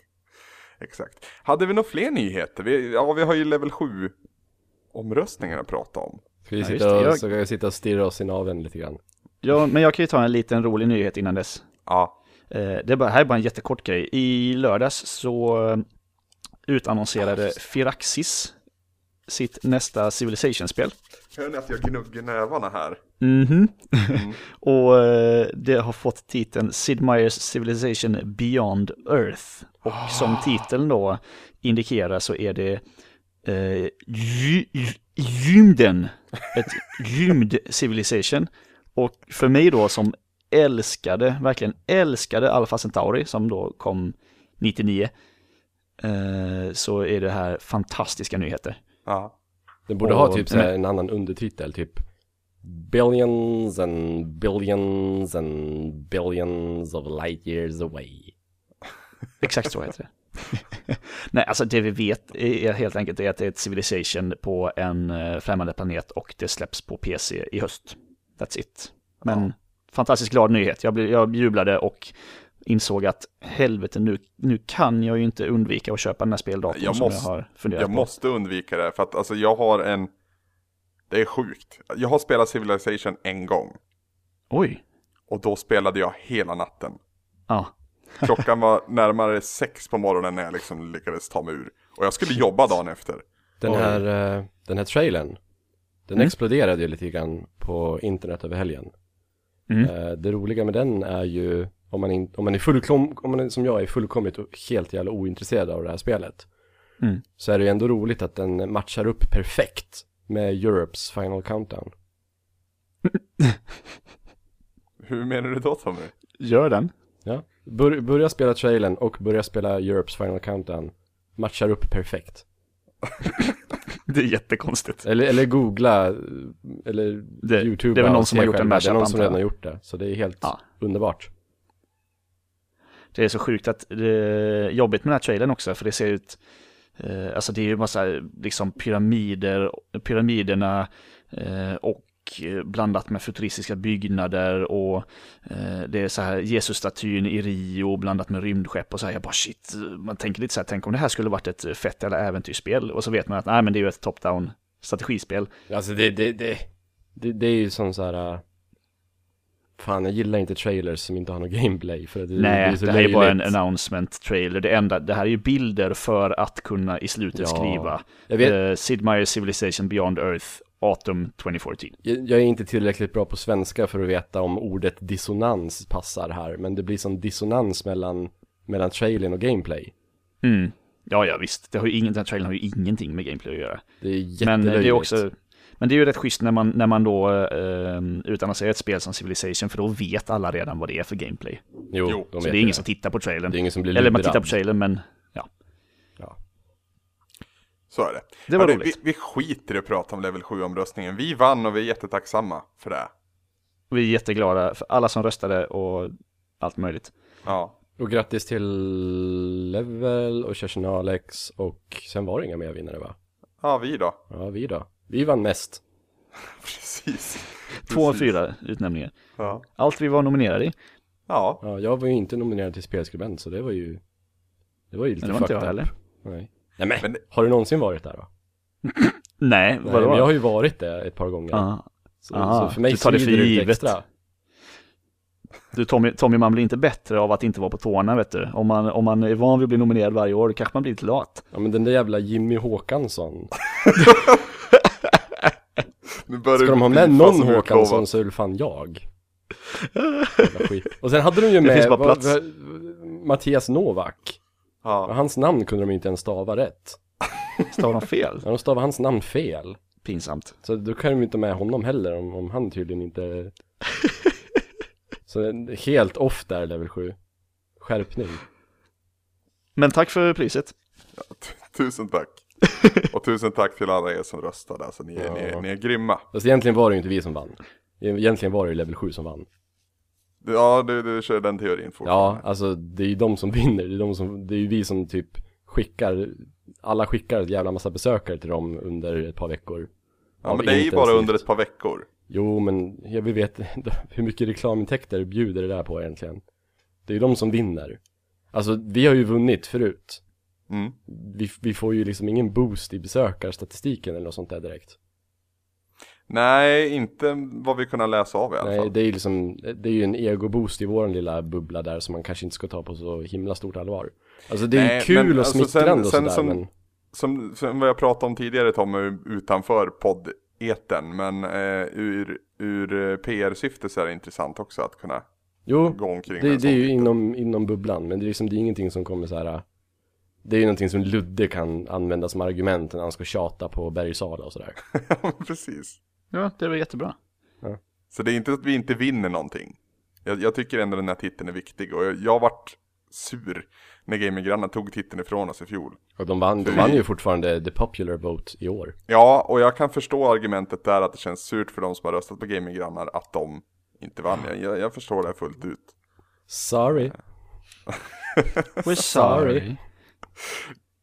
A: Exakt. Hade vi några fler nyheter? Vi, ja, vi har ju level 7-omröstningen att prata om.
C: Ska vi
D: Ja,
C: sitta
D: just det.
C: och,
D: Jag-
C: ska vi sitta och stirra oss i naveln lite grann?
D: Ja, men jag kan ju ta en liten rolig nyhet innan dess.
A: Ja,
D: Eh, Det är bara, här är bara en jättekort grej. I lördags så eh, utannonserade Firaxis sitt nästa Civilization-spel.
A: hör ni att jag gnuggar nävarna här?
D: Mhm. [LAUGHS] och eh, det har fått titeln Sid Meier's Civilization Beyond Earth. Och som titeln då indikerar så är det eh, ry- ry- rymden, ett rymd civilization. Och för mig då som älskade, verkligen älskade Alpha Centauri som då kom 99, eh, så är det här fantastiska nyheter.
A: Ja.
C: Den borde
D: Och-
C: ha typ så här en annan undertitel, typ Billions and billions and billions of light years away.
D: Exakt så heter det. [LAUGHS] Nej, alltså det vi vet är helt enkelt är att det är ett civilization på en eh, främmande planet och det släpps på PC i höst. That's it. Men fantastiskt glad nyhet. Jag, blev, jag jublade och insåg att helvete, nu, nu kan jag ju inte undvika att köpa den här speldatorn
A: Jag
D: som
A: måste-
D: jag har funderat
A: Jag
D: på.
A: måste undvika det, för att alltså, jag har en... Det är sjukt. Jag har spelat Civilization en gång.
D: Oj,
A: Och då spelade jag hela natten.
D: ja.
A: Klockan var närmare sex på morgonen när jag liksom lyckades ta mig ur. Och jag skulle jobba dagen efter.
C: Den
A: Oj.
C: här, eh, den här trailern, den
D: Mm.
C: exploderade ju lite grann på internet över helgen.
D: Mm.
C: Eh, Det roliga med den är ju, om man, in, om man är fullkom, om man är, som jag är fullkomligt och helt jävla ointresserad av det här spelet,
D: Mm.
C: så är det ju ändå roligt att den matchar upp perfekt med Europes Final Countdown.
A: Hur menar du då Tommy?
D: Gör den?
C: Ja. Bör, börja spela trailern och börja spela Europes Final Countdown. Matchar upp perfekt.
D: [LAUGHS] Det är jättekonstigt.
C: Eller, eller googla, eh, eller
D: Det-
C: youtube.
D: det är väl någon som har gjort en
C: Det är
D: mashup,
C: någon som
D: antar jag.
C: redan har gjort det. Så det är helt
D: Ja.
C: underbart.
D: Det är så sjukt att det är jobbigt med den här trailern också, för det ser ut, eh, alltså det är ju massa liksom pyramider, pyramiderna eh, och eh, blandat med futuristiska byggnader och eh, det är så här Jesusstatyn i Rio blandat med rymdskepp och så här, jag bara shit, man tänker lite så här, tänk om det här skulle varit ett fett eller äventyrsspel och så vet man att nej men det är ju ett top-down strategispel.
C: Alltså det, det, det, det, det är ju som så här. äh, Fan, jag gillar inte trailers som inte har någon gameplay. För att det, det är
D: Nej,
C: så
D: det här är bara en
C: löjligt.
D: announcement trailer. Det, enda, det här är ju bilder för att kunna i slutet
C: Ja.
D: skriva
C: Jag vet-
D: eh, Sid Meier's Eh, Civilization Beyond Earth Autumn 2014.
C: Jag, jag är inte tillräckligt bra på svenska för att veta om ordet dissonans passar här, men det blir som dissonans mellan, mellan trailern och gameplay.
D: Mm. Ja, ja visst. Det har ju ingen, den här trailern har ju ingenting med gameplay att göra.
C: Det är
D: Men
C: jättelöjligt.
D: det, är också, men det är ju rätt schysst när man, när man då eh, utannonserar ett spel som Civilization, för då vet alla redan vad det är för gameplay.
C: Jo,
A: Jo,
C: de
D: Så
C: vet
D: det är ingen som tittar på trailern.
C: Det är ingen som blir
D: Eller man
C: lurad.
D: tittar på trailern, men ja.
A: Så är det.
D: Det var
A: Hörru,
D: roligt.
A: Vi, vi skiter i att prata om level 7-omröstningen. Vi vann och vi är jättetacksamma för det.
D: Och vi är jätteglada för alla som röstade och allt möjligt.
A: Ja.
C: Och grattis till Level och Kerstin och Alex och sen var det inga mer vinnare va?
A: ja, vi då. [LAUGHS]
C: Ja, vi då. Vi vann mest.
A: Precis.
D: Två av
A: Precis.
D: fyra utnämningar.
A: Ja.
D: Allt vi var nominerade i.
A: ja.
C: Ja, jag var ju inte nominerad till spelskribent så det var ju... Det var ju lite
D: Det var inte
C: fucked
D: jag
C: up.
D: heller.
C: Nej. Nej men,
A: Men-
C: har du någonsin varit där då?
D: Nej,
C: Nej,
D: vadå?
C: men jag har ju varit det ett par gånger.
D: Ja.
C: Så,
D: Aha,
C: så för mig
D: du tar det för
C: svider ut
D: givet.
C: extra.
D: Du Tommy, Tommy, man blir inte bättre av att inte vara på tårna vet du. Om man, om man är van vid att bli nominerad varje år, då kanske man blir lite lat.
C: Ja men den där jävla Jimmy Håkansson.
A: Nu börjar
C: Ska
A: det
C: de ha
A: bli
C: med
A: fan
C: någon
A: som
C: Håkansson
A: utlovat.
C: så är det fan jag. Jävla skit. Och sen hade de ju med
D: finns bara
C: vad-
D: plats.
C: vad- Mattias Novak. Och
A: Ja.
C: hans namn kunde de inte ens stava rätt.
D: Stavar de fel?
C: Ja, de stavade hans namn fel.
D: Pinsamt.
C: Så då kan de ju inte med honom heller om, om han tydligen inte... Så en- helt off där level 7. Skärpning.
D: Men tack för priset.
A: Tusen
C: [LAUGHS]
A: tack. Och tusen tack till alla er som röstade. Alltså, ni, är, ni, är,
C: Ja.
A: ni är grymma.
C: Fast egentligen var det ju inte vi som vann. Egentligen var det ju level 7 som vann.
A: Ja, du, du kör den teorin
C: Ja,
A: fortfarande.
C: alltså det är ju de som vinner. Det är, de som, det är ju vi som typ skickar, alla skickar ett jävla massa besökare till dem under ett par veckor.
A: ja
C: Av
A: men det är ju bara
C: intensivt.
A: under ett par veckor.
C: Jo, men jag vill veta [LAUGHS] hur mycket reklamintäkter bjuder det där på egentligen. Det är ju de som vinner. Alltså, vi har ju vunnit förut.
A: Mm.
C: Vi, vi får ju liksom ingen boost i besökarstatistiken eller något sånt där direkt.
A: Nej, inte vad vi kunnat läsa av i alla
C: Nej,
A: fall.
C: det är ju liksom, det är ju en ego-boost i vår lilla bubbla där som man kanske inte ska ta på så himla stort allvar. Alltså det är
A: Nej,
C: ju kul
A: men
C: och
A: alltså, sen-
C: smickrande
A: sen
C: och sådär,
A: som-
C: men...
A: Som, som vad jag pratade om tidigare Tommy, utanför poddeten, men eh, ur, ur eh, PR-syfte så är det intressant också att kunna
C: Jo,
A: gå omkring med
C: Det,
A: en
C: det är
A: sån
C: ju
A: titel.
C: inom, inom bubblan, men det är, liksom, det är ingenting som kommer så här. äh, Det är ju någonting som Ludde kan använda som argument när han ska tjata på Bergsala och sådär.
A: [LAUGHS] Ja, Precis.
D: Ja, det var jättebra.
A: Så det är inte att vi inte vinner någonting. Jag, jag tycker ändå den här titeln är viktig och jag, jag vart sur när Gamergrannar tog titeln ifrån oss i fjol.
C: Och de vann, de vann ju fortfarande The Popular Vote i år.
A: Ja, och jag kan förstå argumentet där att det känns surt för de som har röstat på Gamergrannar att de inte vann. Jag- Jag, jag förstår det fullt ut. [LAUGHS]
C: Sorry.
D: We're
C: sorry.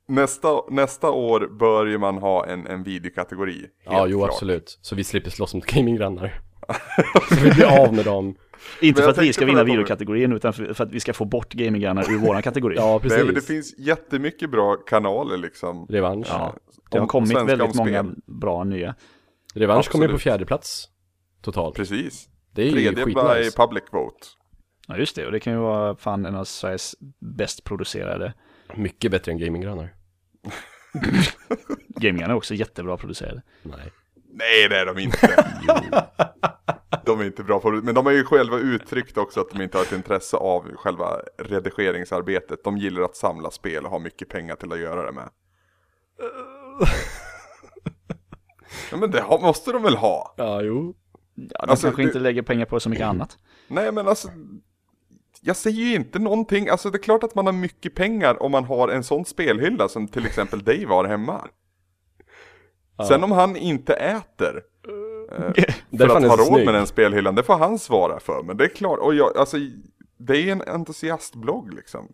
A: Nästa, nästa år bör ju man ha en, en videokategori. helt
C: ja, jo
A: klart.
C: absolut. Så vi slipper slåss mot gaminggrannar. Så vi blir av
A: [LAUGHS]
C: med dem.
D: Inte
A: Men
D: för
A: jag
D: att vi
A: tänkte
D: ska
A: på
D: vinna
A: det, Tommy.
D: videokategorin, utan för, för att vi ska få bort gamingarna ur våran kategori.
C: Ja,
A: Nej, men det
C: precis.
A: finns jättemycket bra kanaler liksom.
C: Revansch.
D: Ja, det
A: Om-
D: har kommit
A: svenska
D: väldigt
A: om
D: många
A: spel.
D: bra nya.
C: Revansch kommer ju på
A: absolut.
C: fjärde plats. Totalt.
A: Precis.
C: Det är ju
A: Tredje by
C: skitnice.
A: public vote.
D: Ja, just det. Och det kan ju vara fan en av Sveriges bäst producerade.
C: Mycket bättre än gaminggrannar.
D: Gamingarna är också jättebra producerade.
C: Nej.
A: Nej, det är de inte. de är inte bra på det. Men de har ju själva uttryckt också att de inte har ett intresse av själva redigeringsarbetet. De gillar att samla spel och ha mycket pengar till att göra det med. ja, men det har, måste de väl ha?
C: Ja, jo.
D: Ja, de
A: Alltså,
D: kanske
A: det-
D: inte lägger pengar på så
A: [CLEARS THROAT]
D: mycket annat.
A: Nej, men alltså. Jag säger ju inte någonting. Alltså det är klart att man har mycket pengar om man har en sån spelhylla som till exempel Dave har hemma. Sen om han inte äter eh,
C: [LAUGHS] Det
A: för
C: är fan
A: att
C: en
A: ha råd
C: snygg.
A: med den spelhyllan, det får han svara för. Men det är klart, och jag, alltså, det är ju en entusiastblogg liksom.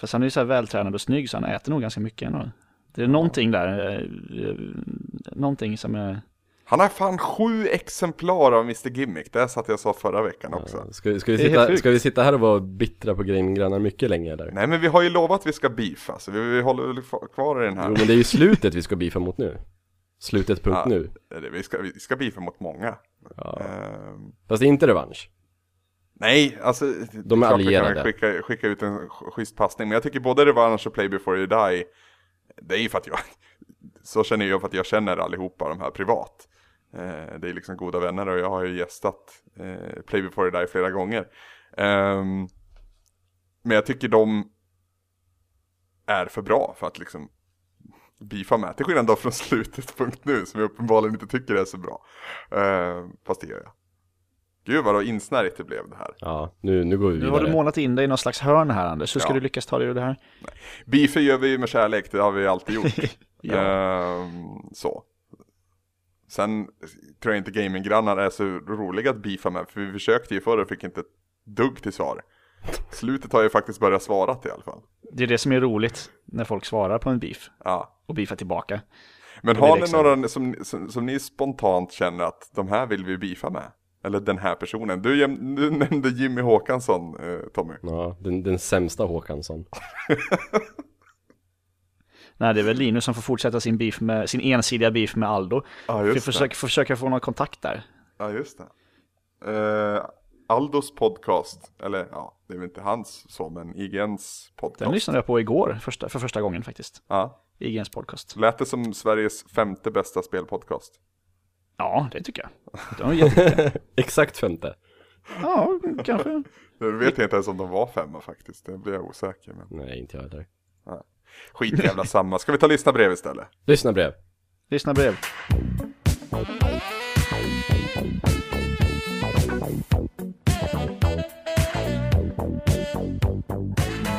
D: Fast han är ju så här vältränad och snygg så han äter nog ganska mycket ändå. Det är någonting där, eh, eh, någonting som är...
A: Han har fan sju exemplar av Mr Gimmick, det satt jag sa förra veckan också.
C: Ska, ska, vi
D: Det är helt
C: sitta,
D: sjukt.
C: ska vi sitta här och vara bittra på gaminggrannar mycket länge eller?
A: Nej men vi har ju lovat att vi ska beefa, så vi, vi håller väl kvar i den här.
C: Jo men det är ju slutet vi ska beefa mot nu. Slutet punkt
A: Ja.
C: nu.
A: Eller, Vi ska, vi ska beefa mot många.
C: Ja.
A: Ehm,
C: Fast det är inte revansch.
A: Nej, alltså det
C: är
A: klart vi kan
C: allierade.
A: Skicka, skicka ut en sch- schysst passning, men jag tycker både Revanche och Play Before You [LAUGHS] Die, det är ju för att jag, så känner jag för att jag känner allihopa de här privat. Eh, det är liksom goda vänner och jag har ju gästat eh, Play before you die flera gånger. Ehm, men jag tycker de är för bra för att liksom beefa med. Till skillnad då från [LAUGHS] slutet.nu som jag uppenbarligen inte tycker är så bra. Eh, fast det gör jag. Gud vad då insnärjigt det blev det här.
C: Ja, nu, nu går vi
D: Nu har du
C: vidare.
D: målat in dig i någon slags hörn här Anders, hur ska
A: Ja.
D: du lyckas ta dig ur det här?
A: Beefer gör vi ju med kärlek, det har vi alltid gjort.
D: [LAUGHS] Ja.
A: Ehm, så. Sen tror jag inte gaminggrannar är så roliga att beefa med, för vi försökte ju förr och fick inte ett dugg till svar. Slutet har ju faktiskt börjat svara i alla fall.
D: Det är det som är roligt när folk svarar på en beef
A: Ja.
D: och beefar tillbaka.
A: Men
D: Det blir
A: har ni
D: liksom-
A: några som, som, som ni spontant känner att de här vill vi beefa med? Eller den här personen? Du, jäm- du nämnde Jimmy Håkansson, eh, Tommy.
C: Ja, den, den sämsta Håkansson.
D: Nej, det är väl Linus som får fortsätta sin, beef med, sin ensidiga beef med Aldo.
A: Ja,
D: Vi
A: just det.
D: försöker, försöker få någon kontakt där.
A: Ja, just det. Eh, Aldos podcast, eller ja, det är väl inte hans så, men IGNs podcast.
D: Den lyssnade jag på igår första, för första gången faktiskt.
A: Ja,
D: I Gens podcast.
A: lät det som Sveriges femte bästa spelpodcast?
D: Ja, det tycker jag. De är [LAUGHS] jätte...
C: Exakt femte.
D: ja, kanske.
A: Nu vet jag inte ens om de var femma faktiskt, det blir jag osäker. Men...
C: Nej, inte jag heller.
A: Skit jävla samma, ska vi ta lyssna brev istället?
C: Lyssna brev.
D: Lyssna brev.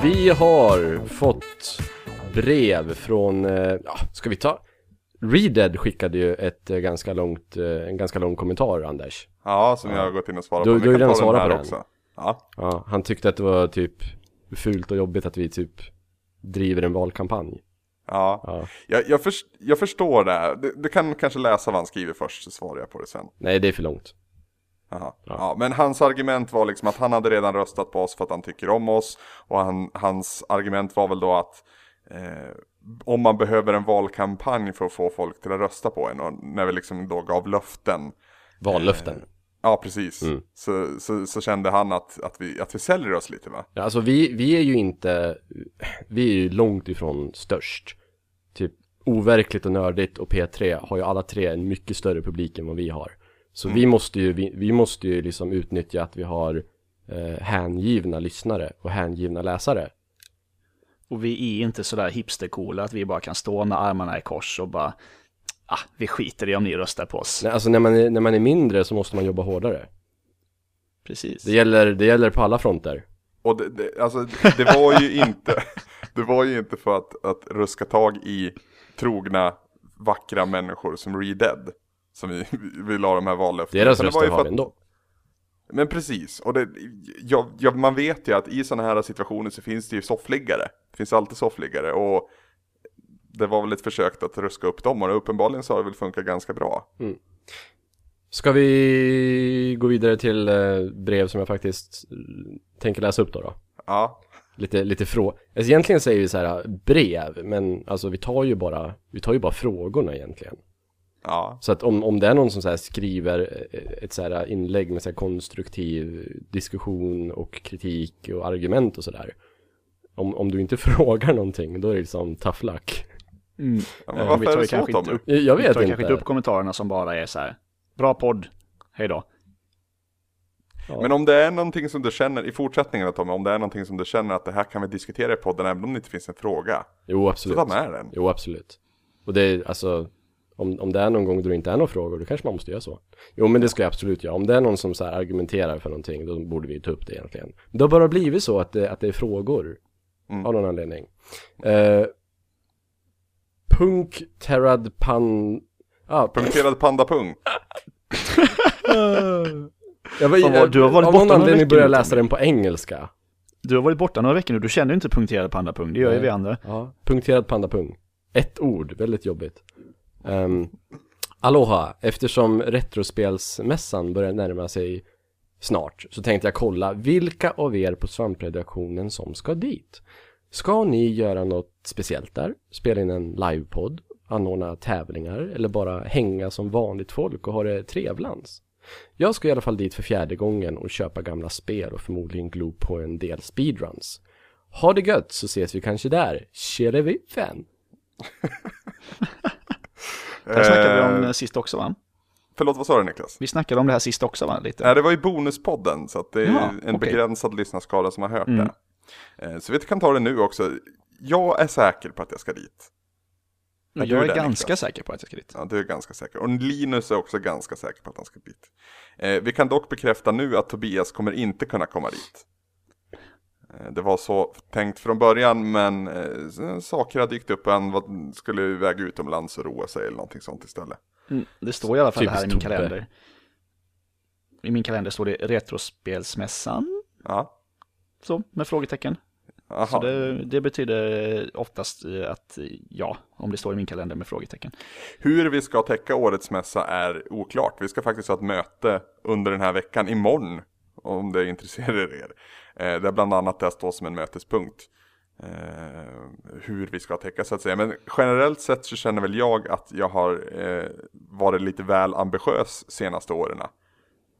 C: Vi har fått brev från, eh, ja, ska vi ta? Readed skickade ju ett eh, ganska långt, eh, en ganska lång kommentar, Anders.
A: Ja, som jag har gått in och svarat
C: Du-
A: på. Vi
C: du har
A: kan
C: ju redan
A: ta den
C: svarat
A: här
C: på den.
A: också. Ja,
C: Ja, han tyckte att det var typ fult och jobbigt att vi typ driver en valkampanj.
A: ja.
C: Ja.
A: Jag, jag, förs- jag förstår det. här. Du, du kan kanske läsa vad han skriver först, så svarar jag på det sen.
C: Nej, det är för långt.
A: Jaha. Ja. men hans argument var liksom att han hade redan röstat på oss för att han tycker om oss. Och han, hans argument var väl då att eh, om man behöver en valkampanj för att få folk till att rösta på en. Och när vi liksom då gav löften.
C: Vallöften.
A: Ja, precis.
C: Mm.
A: Så, så, så kände han att, att, vi, att vi säljer oss lite va?
C: Ja, alltså vi, vi är ju inte, vi är ju långt ifrån störst. Typ overkligt och nördigt och P3 har ju alla tre en mycket större publik än vad vi har. Så
A: Mm.
C: vi måste ju, vi, vi måste ju liksom utnyttja att vi har eh, hängivna lyssnare och hängivna läsare.
D: Och vi är inte sådär hipstercoola att vi bara kan stå med armarna i kors och bara ah, vi skiter i om ni röstar på oss.
C: Nej, Alltså när man, är, när man är mindre så måste man jobba hårdare.
D: Precis.
C: Det gäller, det gäller på alla fronter.
A: Och det, det, alltså, det var ju inte, [LAUGHS] det var ju inte för att, att ruska tag i trogna, vackra människor som Redead. Som vi, vi la de här vallöftena.
C: Deras
A: Utan det var
C: röster
A: ju för
C: har
A: att-
C: vi ändå.
A: Men precis, och det, ja, ja, man vet ju att i sådana här situationer så finns det ju soffliggare. Det finns alltid soffliggare och det var väl ett försök att ruska upp dem och uppenbarligen så har det väl funkat ganska bra.
C: Ska vi gå vidare till eh, brev som jag faktiskt eh, tänker läsa upp då? då?
A: Ja,
C: lite, lite frå... Alltså egentligen säger vi så här brev, men alltså vi tar ju bara, vi tar ju bara frågorna egentligen.
A: ja,
C: Så att om, om det är någon som så här skriver eh, ett så här inlägg med så här konstruktiv diskussion och kritik och argument och sådär. Om, om du inte [LAUGHS] frågar någonting, då är det liksom tough luck.
D: Mm.
A: ja
D: Eh,
A: men varför
D: vi tar
A: är
D: ju
A: det så
D: kanske inte
A: Tommy?
D: upp-
C: Jag
D: vi
C: vet
D: tar
C: inte.
D: kanske inte upp kommentarerna som bara är så här. Bra podd, hej då.
C: Ja.
A: Men om det är någonting som du känner, i fortsättningen då Tommy, om det är någonting som du känner att det här kan vi diskutera i podden även om det inte finns en fråga.
C: Jo,
A: Så
C: absolut.
A: ta med den.
C: Jo, absolut. Och det är alltså, om, om det är någon gång då det inte är några frågor, då kanske man måste göra så. Jo, men det ska jag absolut göra. Om det är någon som så här argumenterar för någonting, då borde vi ju ta upp det egentligen. Det har bara blivit så att det, att det är frågor.
A: Mm.
C: Av någon anledning. Eh, punk Terrad Pan... Ah,
A: Punkterad pandapung.
C: jag var,
D: Fan, vad- du har varit
C: av
D: borta
C: någon
D: några
C: anledning
D: veckor
C: började jag
D: nu,
C: läsa den på engelska.
D: Du har varit borta några veckor nu, du känner ju inte punkterad pandapung, det gör ju
C: Nej.
D: vi andra.
C: Ja, punkterad pandapung. Ett ord, väldigt jobbigt. Um, aloha, eftersom Retrospelsmässan börjar närma sig snart så tänkte jag kolla vilka av er på svampredaktionen som ska dit. Ska ni göra något speciellt där? Spela in en livepodd? Anordna tävlingar? Eller bara hänga som vanligt folk och ha det trevlans? Jag ska i alla fall dit för fjärde gången och köpa gamla spel och förmodligen glo på en del speedruns. Ha det gött så ses vi kanske där. Tjeleviffen!
D: Det här snackade vi
A: Eh,
D: om eh, sist också va?
A: Förlåt, vad sa du Niklas?
D: Vi snackade om det här sist också va? Lite.
A: Nej, det var ju bonuspodden, så att det är
D: Ja,
A: en
D: okej.
A: begränsad lyssnarskara som har hört
D: Mm.
A: det. Eh, Så vi kan ta det nu också. Jag är säker på att jag ska dit.
D: Och
A: du
D: jag är
A: där,
D: ganska
A: Niklas?
D: säker på att jag ska dit.
A: Ja, du är ganska säker. Och Linus är också ganska säker på att han ska dit. Eh, vi kan dock bekräfta nu att Tobias kommer inte kunna komma dit. Eh, det var så tänkt från början, men eh, s- saker har dykt upp och han var, skulle iväg utomlands och roa sig eller någonting sånt istället.
D: Mm, Det står i alla fall
C: Typiskt
D: här i min
C: Tobbe.
D: kalender. I min kalender står det Retrospelsmässan,
A: Ja,
D: så, med frågetecken. Så
A: aha.
D: det, det betyder oftast eh, att eh, ja, om det står i min kalender med frågetecken.
A: Hur vi ska täcka årets mässa är oklart. Vi ska faktiskt ha ett möte under den här veckan imorgon. Om det intresserar er. Eh, där bland annat det står som en mötespunkt. Eh, hur vi ska täcka så att säga. Men generellt sett så känner väl jag att jag har eh, varit lite väl ambitiös senaste åren.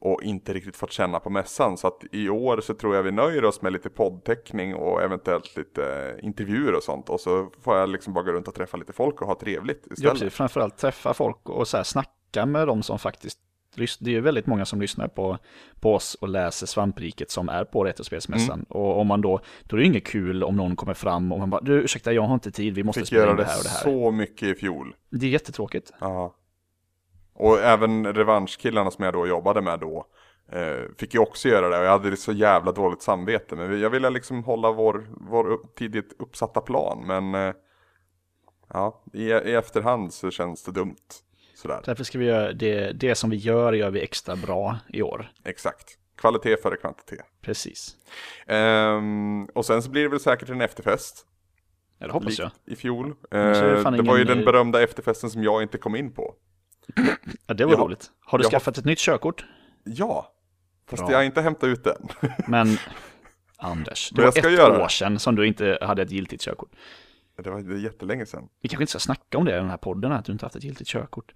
A: Och inte riktigt fått känna på mässan. Så att i år så tror jag vi nöjer oss med lite poddteckning och eventuellt lite eh, intervjuer och sånt. Och så får jag liksom bara gå runt och träffa lite folk och ha trevligt
D: Ja,
A: istället.
D: precis. Framförallt träffa folk och så här, snacka med dem som faktiskt lyssnar. Det är ju väldigt många som lyssnar på, på oss och läser Svampriket som är på Retrospelsmässan.
A: Mm.
D: Och om man då, då är det ju inget kul om någon kommer fram och man bara, du ursäkta jag har inte tid, vi måste
A: fick
D: spela
A: göra
D: in
A: det,
D: det här och det här.
A: så mycket i fjol.
D: Det är jättetråkigt.
A: Ja. Och även revanschkillarna som jag då jobbade med då eh, fick ju också göra det och jag hade så jävla dåligt samvete. Men vi- jag ville liksom hålla vår, vår upp, tidigt uppsatta plan. Men eh, ja, i, i efterhand så känns det dumt. Sådär,
D: Därför ska vi göra det, det som vi gör, gör vi extra bra i år.
A: exakt. Kvalitet före kvantitet.
D: Precis.
A: Ehm, och sen så blir det väl säkert en efterfest.
D: Ja, det hoppas
A: likt
D: jag.
A: I fjol.
D: så är det
A: Eh,
D: fan
A: det var ju
D: ingen-
A: den berömda efterfesten som jag inte kom in på.
D: Ja, det var
A: Jag-
D: roligt. Har du
A: jag-
D: skaffat ett nytt körkort?
A: Ja, fast
D: Bra.
A: jag har inte hämtat ut den.
D: Men Anders, det
A: Men jag
D: var
A: ska
D: ett
A: göra det.
D: år sedan som du inte hade ett giltigt körkort.
A: Det var det är jättelänge sedan.
D: Vi kanske inte ska snacka om det i den här podden, att du inte haft ett giltigt körkort.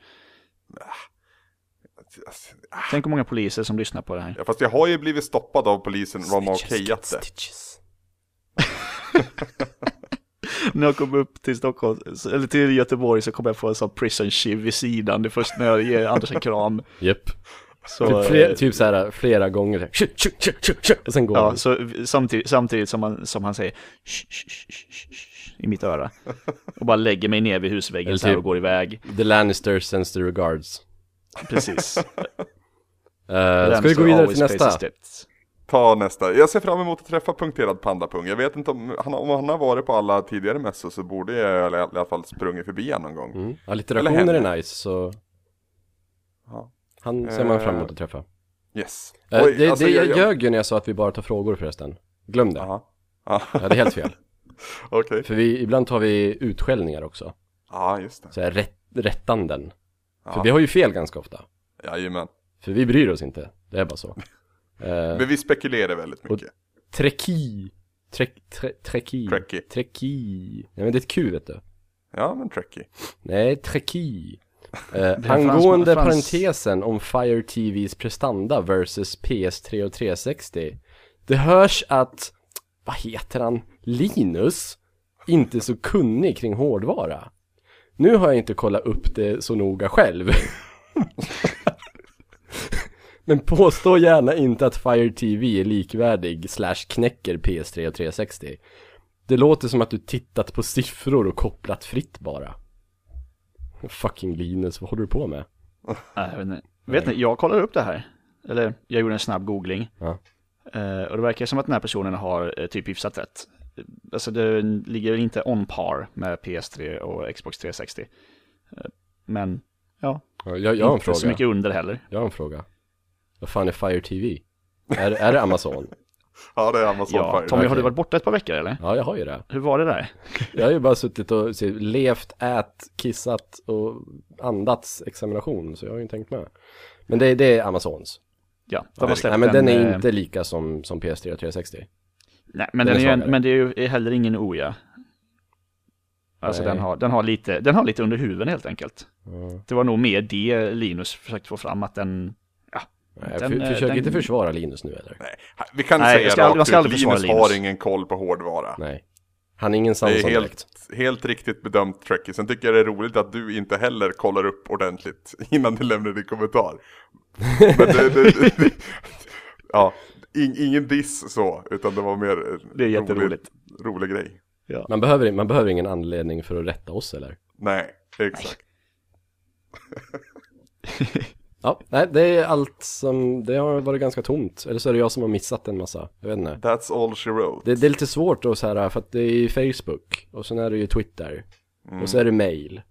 A: Alltså,
D: Tänk hur många poliser som lyssnar på det här.
A: Ja, fast jag har ju blivit stoppad av polisen och de har
C: Snitches
A: okejat
C: get
A: det.
C: stitches.
D: När jag kom upp till Stockholm, eller till Göteborg så kom jag på en sån prison shiv vid sidan. Det är först när jag ger Anders en kram.
C: Japp.
D: Så, eh,
C: Typ, fler, typ så här flera gånger. så här, Tju, tju, tju, tju, tju, och sen går
D: ja,
C: vi.
D: så samtidigt, samtidigt som, han, som han säger "Shh, shh, shh, shh, shh", i mitt öra. Och bara lägger mig ner vid husväggen
C: Eller
D: så här
C: typ-
D: och går iväg.
C: The Lannisters sends their regards.
D: [LAUGHS] Precis.
C: Uh, ska vi
D: Lannister
C: gå vidare
D: always
C: till nästa?
D: faces death.
A: Ta nästa. Jag ser fram emot att träffa punkterad pandapung. Jag vet inte om han, om han har varit på alla tidigare mässor så borde jag i alla fall sprungit förbi han någon gång.
C: Mm.
A: Eller
C: Allitterationer
A: henne.
C: är nice, så
A: Ja.
C: han ser man
A: Eh,
C: fram emot att träffa.
A: Yes.
C: Eh,
A: Oj,
C: det,
A: alltså,
C: det, jag
A: jag-
C: ljög ju när jag sa att vi bara tar frågor förresten. Glöm det. Ja.
A: Jaha. Ja, [LAUGHS]
C: det är helt fel.
A: okej.
C: För vi, ibland tar vi utskällningar också.
A: Ja, just det.
C: Så här rätt, rättanden.
A: Ja.
C: För vi har ju fel ganska ofta.
A: Jajamän.
C: För vi bryr oss inte. Det är bara så. Eh,
A: Men vi spekulerar väldigt mycket.
C: Treki. Trek, tre, treki.
A: Trekkie.
C: Treki. Nej men det är ett Q vet du.
A: Ja, men trekkie.
C: Nej, treki. Eh,
D: fransman-
C: angående
D: frans-
C: parentesen om Fire TVs prestanda versus PS3 och 360. Det hörs att, vad heter han, Linus, inte är så kunnig kring hårdvara. Nu har jag inte kollat upp det så noga själv. [LAUGHS] Men påstå gärna inte att Fire TV är likvärdig slash knäcker PS3 och 360. Det låter som att du tittat på siffror och kopplat fritt bara. Fucking Linus, vad håller du på med?
D: Nej, jag vet inte. Vet ni, jag kollade upp det här. Eller, jag gjorde en snabb googling.
C: Ja.
D: Eh, och det verkar som att den här personen har eh, typ hyfsat rätt. Eh, Alltså det ligger inte on par med PS3 och Xbox 360. Eh, men, ja,
C: Ja, Jag, jag har en
D: inte så
C: fråga.
D: mycket under heller.
C: Jag har en fråga. Vad fan är Fire TV? Är, är det Amazon?
A: Ja, det är Amazon
D: Ja,
A: Fire.
D: Tommy, har
C: okej.
D: du varit borta ett par veckor eller?
C: Ja, jag har ju det.
D: Hur var det där?
C: Jag har ju bara suttit och se- levt, ät, kissat och andats examination, så jag har ju inte tänkt med. Men det, det är Amazons.
D: Ja, de har
C: Nej,
D: släppt
C: men den är
D: eh,
C: inte lika som, som PS3 och 360.
D: Nej, men,
C: den
D: den
C: är
D: är ju en,
C: svagare.
D: men det är ju heller ingen OIA. Alltså
C: Nej.
D: den har, den, har lite, den har lite under huven helt enkelt. Det var nog mer det Linus försökte få fram, att den... Ja,
C: Nej, jag
D: den,
C: för,
D: eh,
C: försök
D: den-
C: inte försvara Linus nu eller?
A: Nej, vi kan
D: Nej,
A: säga
D: jag ska aldrig-
A: rakt
D: man ska
A: ut,
D: aldrig försvara
A: Linus har
D: Linus.
A: ingen koll på hårdvara.
C: Nej. Han är ingen
A: Det
C: Samson
A: är helt
C: direkt.
A: helt riktigt bedömt Trekkie. Sen tycker jag det är roligt att du inte heller kollar upp ordentligt [LAUGHS] innan du lämnar din kommentar. Men det, det, det, det, [LAUGHS] ja, in, ingen diss så, utan det var mer en
D: Det är jätteroligt.
A: Rolig, rolig grej.
C: Man behöver, man behöver ingen anledning för att rätta oss eller?
A: Nej, exakt.
C: Ja, nej, det är allt som, det har varit ganska tomt. Eller så är det jag som har missat en massa, jag vet inte.
A: That's all she wrote.
C: Det, det är lite svårt då så här, för att det är ju Facebook, och sen är det ju Twitter,
A: Mm.
C: och så är det mail,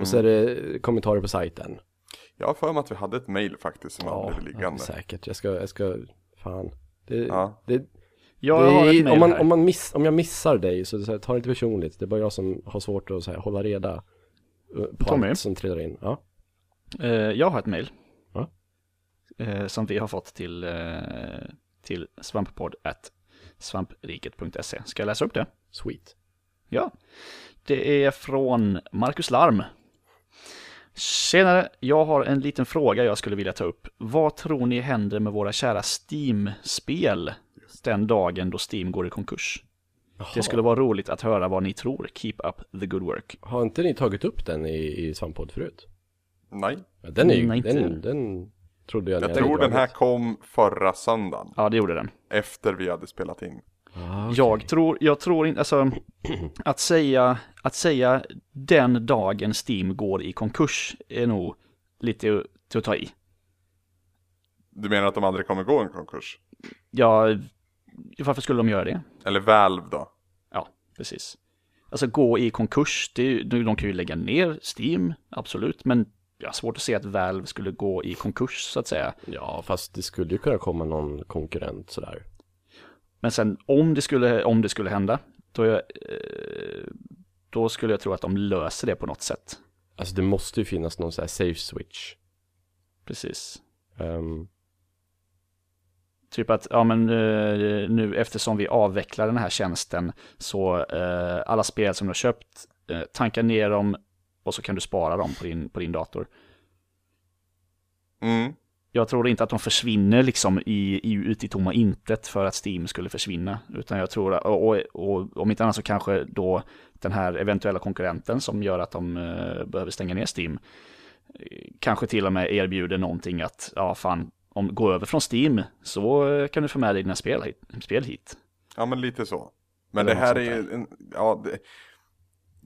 C: och så är det kommentarer på sajten.
A: Jag har för mig att vi hade ett mail faktiskt som aldrig blev liggande.
C: säkert. Jag ska, jag ska, fan. Det,
A: Ja.
C: det,
D: Jag
C: det
D: har
C: är-
D: ett mail
C: om, man,
D: här.
C: om, man miss, om jag missar dig så, så här, ta det inte personligt. Det är bara jag som har svårt att så här, hålla reda eh, på
D: Tommy?
C: allt som trillar in. Ja.
D: Eh, jag har ett mail.
C: Ja.
D: Eh, som vi har fått till, eh, till svamppodd at svampriket.se. Ska jag läsa upp det?
C: Sweet.
D: Ja. Det är från Marcus Larm. Senare, jag har en liten fråga jag skulle vilja ta upp. Vad tror ni händer med våra kära Steam-spel den dagen då Steam går i konkurs? Det skulle vara roligt att höra vad ni tror. Keep up the good work.
C: Har inte ni tagit upp den i, i Svamppodd förut?
A: Nej,
C: Ja, den, är, ju-
D: Nej, inte.
C: den, den trodde jag ni
A: jag
C: hade
A: tror den här
C: dragit.
A: kom förra söndagen.
D: Ja, det gjorde den.
A: Efter vi hade spelat in.
C: Ah, okej.
D: Jag tror, jag tror inte, alltså att säga, att säga den dagen Steam går i konkurs är nog lite till att ta i.
A: Du menar att de aldrig kommer gå i en konkurs?
D: Ja, varför skulle de göra det?
A: Eller Valve då?
D: Ja, precis. Alltså gå i konkurs, det är, ju- de kan ju lägga ner Steam, absolut, men jag har svårt att se att Valve skulle gå i konkurs så att säga.
C: Ja, fast det skulle ju kunna komma någon konkurrent sådär.
D: Men sen om det skulle, om det skulle hända, då, är jag, eh, då skulle jag tro att de löser det på något sätt.
C: Alltså det måste ju finnas någon sån här safe switch.
D: Precis.
C: Ehm,
D: Typ att, ja men eh, nu eftersom vi avvecklar den här tjänsten så eh, alla spel som du har köpt, eh, tanka ner dem och så kan du spara dem på din, på din dator.
A: Mm.
D: Jag tror inte att de försvinner liksom i, i, ut i tomma intet för att Steam skulle försvinna. Utan jag tror, att- och, och, och om inte annat så kanske då den här eventuella konkurrenten som gör att de eh, behöver stänga ner Steam, eh, kanske till och med erbjuder någonting att, ja fan, om gå över från Steam så eh, kan du få med dig dina spel hit. Spel hit.
A: Ja men lite så. Men
D: Eller
A: det
D: något
A: här är
D: sånt där.
A: ju en, ja, det,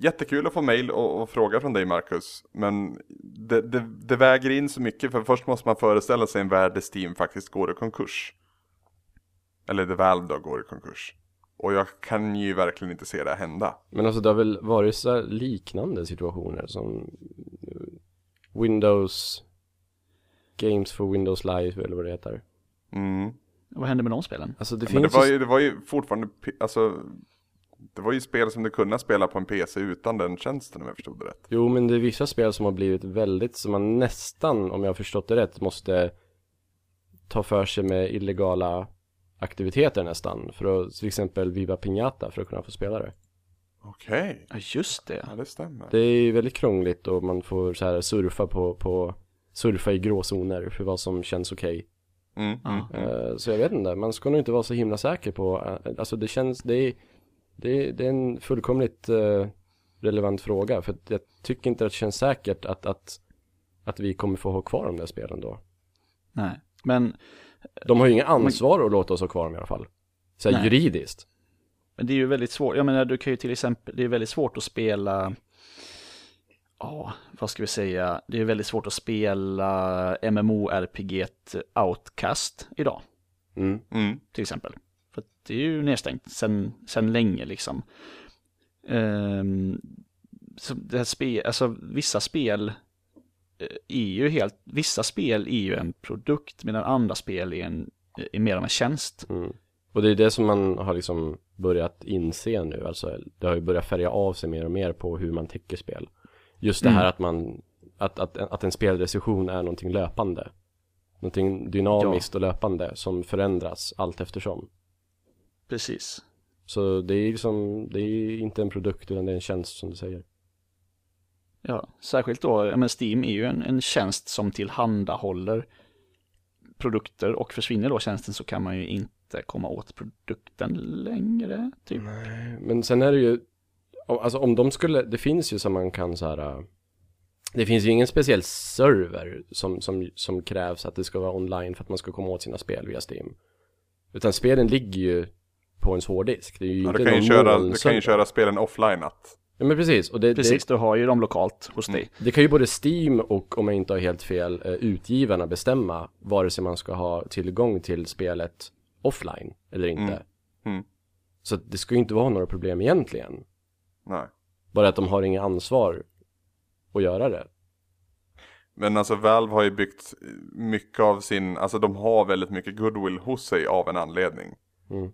A: jättekul att få mejl och, och fråga från dig Marcus. Men det, det, det väger in så mycket för först måste man föreställa sig en värld där Steam faktiskt går i konkurs. Eller där Valve då går i konkurs. Och jag kan ju verkligen inte se det hända.
C: men alltså det har väl varit så här liknande situationer som eh, Windows Games for Windows Live eller vad det heter.
A: Mm.
D: Vad händer med de spelen?
C: Alltså det
A: Men det
C: finns
A: var,
C: ju...
A: ju, det var ju fortfarande, p- alltså, det var ju spel som du kunde spela på en PC utan den tjänsten om jag förstod det rätt.
C: Jo men det är vissa spel som har blivit väldigt, som man nästan, om jag har förstått det rätt, måste ta för sig med illegala aktiviteter nästan. För att till exempel Viva Piñata för att kunna få spela det.
A: Okej,
D: Ja, just det.
A: ja, det stämmer.
C: Det är ju väldigt krångligt och man får så här surfa på, på surfa i gråzoner för vad som känns okej.
A: Mm, mm.
C: Eh, Så jag vet inte, man ska nog inte vara så himla säker på, eh, alltså det känns, det är, det är, det är en fullkomligt eh, relevant fråga för att jag tycker inte att det känns säkert att, att, att vi kommer få ha kvar de där spelen då.
D: Nej. Men,
C: De har ju inga ansvar att låta oss ha kvar dem i alla fall. Så här
D: Nej.
C: juridiskt.
D: men det är ju väldigt svårt, jag menar du kan ju till exempel, det är väldigt svårt att spela, ja, vad ska vi säga, det är väldigt svårt att spela MMORPG Outcast idag,
C: Mm.
A: Mm.
D: till exempel. För att det är ju nedstängt sen, sen länge liksom. Ehm, så det här spe, alltså vissa spel eh, är ju helt, vissa spel är ju en produkt medan andra spel är, en, är mer av en tjänst.
C: Mm. Och det är det som man har liksom börjat inse nu, alltså det har ju börjat färga av sig mer och mer på hur man täcker spel. Just det här att man, att, att, att en spelrecension är någonting löpande. Någonting dynamiskt och löpande som förändras allt eftersom.
D: Precis.
C: Så det är ju liksom, det är ju inte en produkt utan det är en tjänst som du säger.
D: Ja, särskilt då, ja, men Steam är ju en, en tjänst som tillhandahåller produkter och försvinner då tjänsten så kan man ju inte komma åt produkten längre. Typ.
C: Men sen är det ju, om- alltså om de skulle, det finns ju som man kan så här, äh, det finns ju ingen speciell server som, som, som krävs att det ska vara online för att man ska komma åt sina spel via Steam. Utan spelen ligger ju på ens hårddisk. Det är ju
A: Ja,
C: inte
A: du, kan ju
C: någon
A: köra, du kan ju
C: molnserver.
A: köra spelen offline. Att,
C: Ja, men precis. Och det,
D: Precis, du har ju dem lokalt hos
A: Mm.
D: dig.
C: Det kan ju både Steam och, om jag inte har helt fel, eh, utgivarna bestämma vare sig man ska ha tillgång till spelet offline eller inte.
A: Mm.
C: Så att det ska ju inte vara några problem egentligen.
A: nej.
C: Bara att de har inget ansvar att göra det.
A: Men alltså Valve har ju byggt mycket av sin, alltså de har väldigt mycket goodwill hos sig av en anledning.
C: Mm.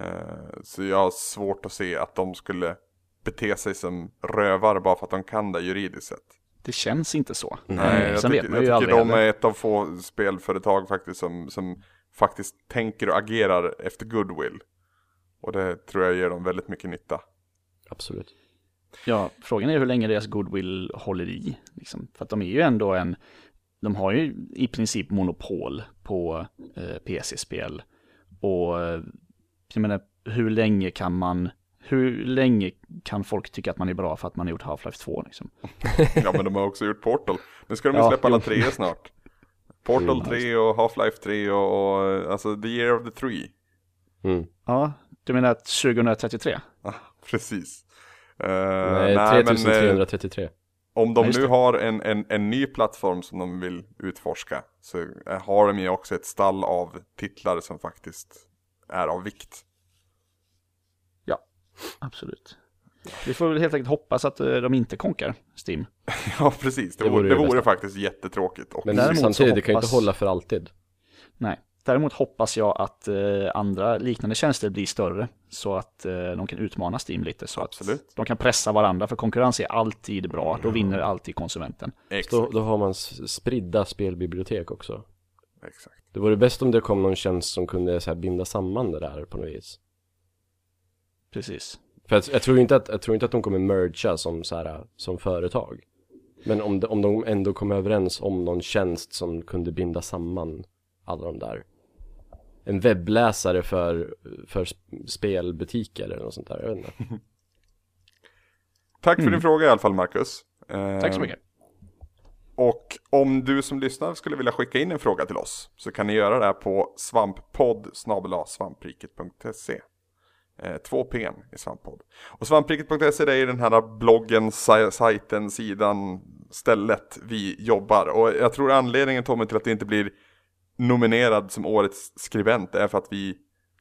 A: Eh, Så jag har svårt att se att de skulle bete sig som rövar bara för att de kan det juridiskt sett.
D: Det känns inte så.
A: Nej, jag
D: sen
A: tycker,
D: vet man ju
A: jag tycker
D: aldrig.
A: de
D: heller.
A: är ett av få spelföretag faktiskt som, som faktiskt tänker och agerar efter goodwill. Och det tror jag ger dem väldigt mycket nytta.
C: Absolut.
D: Ja, frågan är hur länge deras goodwill håller i. Liksom. För att de är ju ändå en, de har ju i princip monopol på eh, PC-spel. Och eh, jag menar, hur länge kan man, hur länge kan folk tycka att man är bra för att man har gjort Half-Life 2 liksom?
A: Ja men de har också gjort Portal. Nu ska de ju
D: Ja,
A: släppa alla
D: jo.
A: tre snart.
D: [LAUGHS]
A: Portal 3 och Half-Life 3 och, och alltså The Year of the Three. [LAUGHS] Eh,
C: Mm.
D: Ja, du menar 2033?
A: Ah, Precis. Eh,
C: Nej,
A: nej, men, eh,
C: 3333.
A: om de
D: Ja, just
A: nu
D: det.
A: har en, en, en ny plattform som de vill utforska så eh, har de ju också ett stall av titlar som faktiskt är av vikt. [LAUGHS]
D: Absolut. Vi får väl helt enkelt hoppas att eh, de inte konkar Steam.
A: Ja, precis. Det,
C: Det
A: vore,
C: vore
A: det
C: det
A: vore
C: bästa.
A: faktiskt jättetråkigt. Och,
C: Men
D: Däremot så
C: samtidigt, det kan ju inte
D: hoppas-
C: hålla för alltid.
D: Nej. Däremot hoppas jag att eh, andra liknande tjänster blir större så att eh, de kan utmana Steam lite. Så
A: Absolut.
D: att de kan pressa varandra för konkurrens är alltid bra. Då vinner alltid konsumenten.
A: exakt,
C: Då, då har man s- spridda spelbibliotek också.
A: exakt.
C: Det vore bäst om det kom någon tjänst som kunde så här binda samman det där på något vis.
D: Precis.
C: För jag, jag, tror inte att, jag tror inte att de kommer mergea som, så här, som företag. Men om de, om de ändå kom överens om någon tjänst som kunde binda samman alla de där. En webbläsare för, för sp- spelbutiker eller något sånt där. Jag vet inte. [LAUGHS]
A: Tack för din fråga i alla fall, Marcus. Eh,
D: Mm. Tack så mycket.
A: Och om du som lyssnar skulle vilja skicka in en fråga till oss så kan ni göra det här på svamppodd svampriket.se. Eh, Två pn i svamppodd. Och svampriket.se det är ju den här bloggen, saj- sajten, sidan, stället vi jobbar. Och jag tror anledningen Tommy till att det inte blir nominerad som årets skribent är för att vi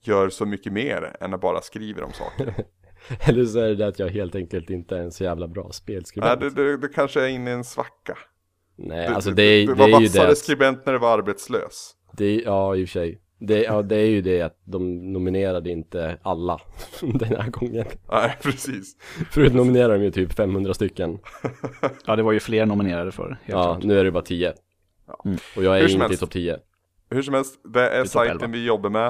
A: gör så mycket mer än att bara skriver om saker.
C: [LAUGHS] Eller så är det det att jag helt enkelt inte är en så jävla bra
A: Nej,
C: spelskribent.
A: du, du, du kanske är inne i en svacka.
C: Nej,
A: Du,
C: alltså
A: du-
C: det, är-
A: du
C: det
A: var
C: är ju det.
A: vassare
C: att-
A: skribent när du var arbetslös.
C: det är, ja, i och för sig. Det, ja, det är ju det att de nominerade inte alla [LAUGHS] den här gången.
A: [LAUGHS] Nej, precis.
C: Förut nominerade de ju typ 500 stycken.
D: Ja, det var ju fler nominerade för. Helt
C: Ja,
D: klart.
C: nu är det bara 10.
D: Mm.
C: Och jag är
A: Hur som
C: inte i
A: helst.
C: topp 10.
A: Hur som helst, det är
D: topp elva.
A: sajten vi jobbar med.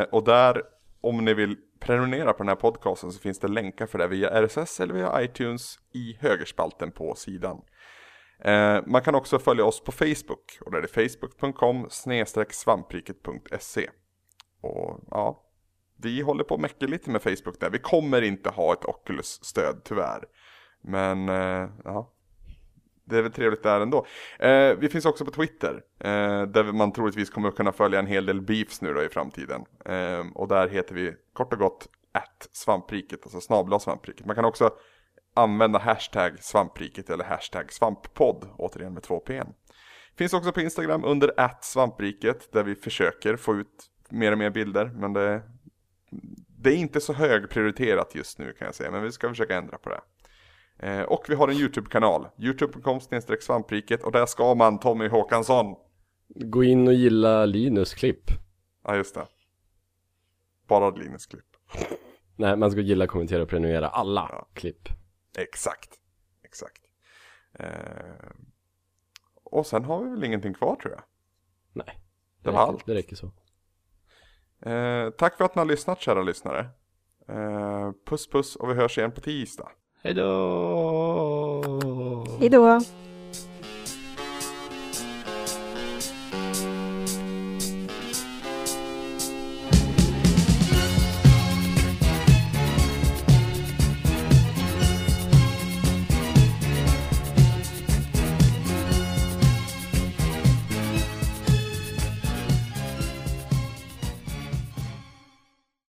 A: Eh, och där, om ni vill prenumerera på den här podcasten så finns det länkar för det via RSS eller via iTunes i högerspalten på sidan. Eh, man kan också följa oss på Facebook och där är det facebook.com svampriket.se. E. Och ja, vi håller på och mäcker lite med Facebook där. Vi kommer inte ha ett Oculus-stöd tyvärr. Men eh, ja, det är väl trevligt där ändå. Eh, vi finns också på Twitter, eh, där man troligtvis kommer att kunna följa en hel del beefs nu då i framtiden. Eh, och där heter vi kort och gott att svampriket, alltså snabla svampriket. Man kan också använda hashtag svampriket eller hashtag svamppodd, återigen med två pn. Finns också på Instagram under att svampriket, där vi försöker få ut mer och mer bilder, men det, det är inte så högprioriterat just nu kan jag säga, men vi ska försöka ändra på det. Eh, och vi har en YouTube-kanal, youtube.com svampriket och där ska man Tommy Håkansson.
C: Gå in och gilla Linus klipp.
A: Ja just det. Bara Linus klipp.
C: Nej, man ska gilla, kommentera och prenumerera alla klipp.
A: Exakt. Exakt. Eh, och sen har vi väl ingenting kvar tror jag.
C: Nej.
A: Det var
C: räcker,
A: allt.
C: det räcker så.
A: Eh, tack för att ni har lyssnat kära lyssnare. Eh, puss puss och vi hörs igen på tisdag.
D: Hej då!
B: Hejdå!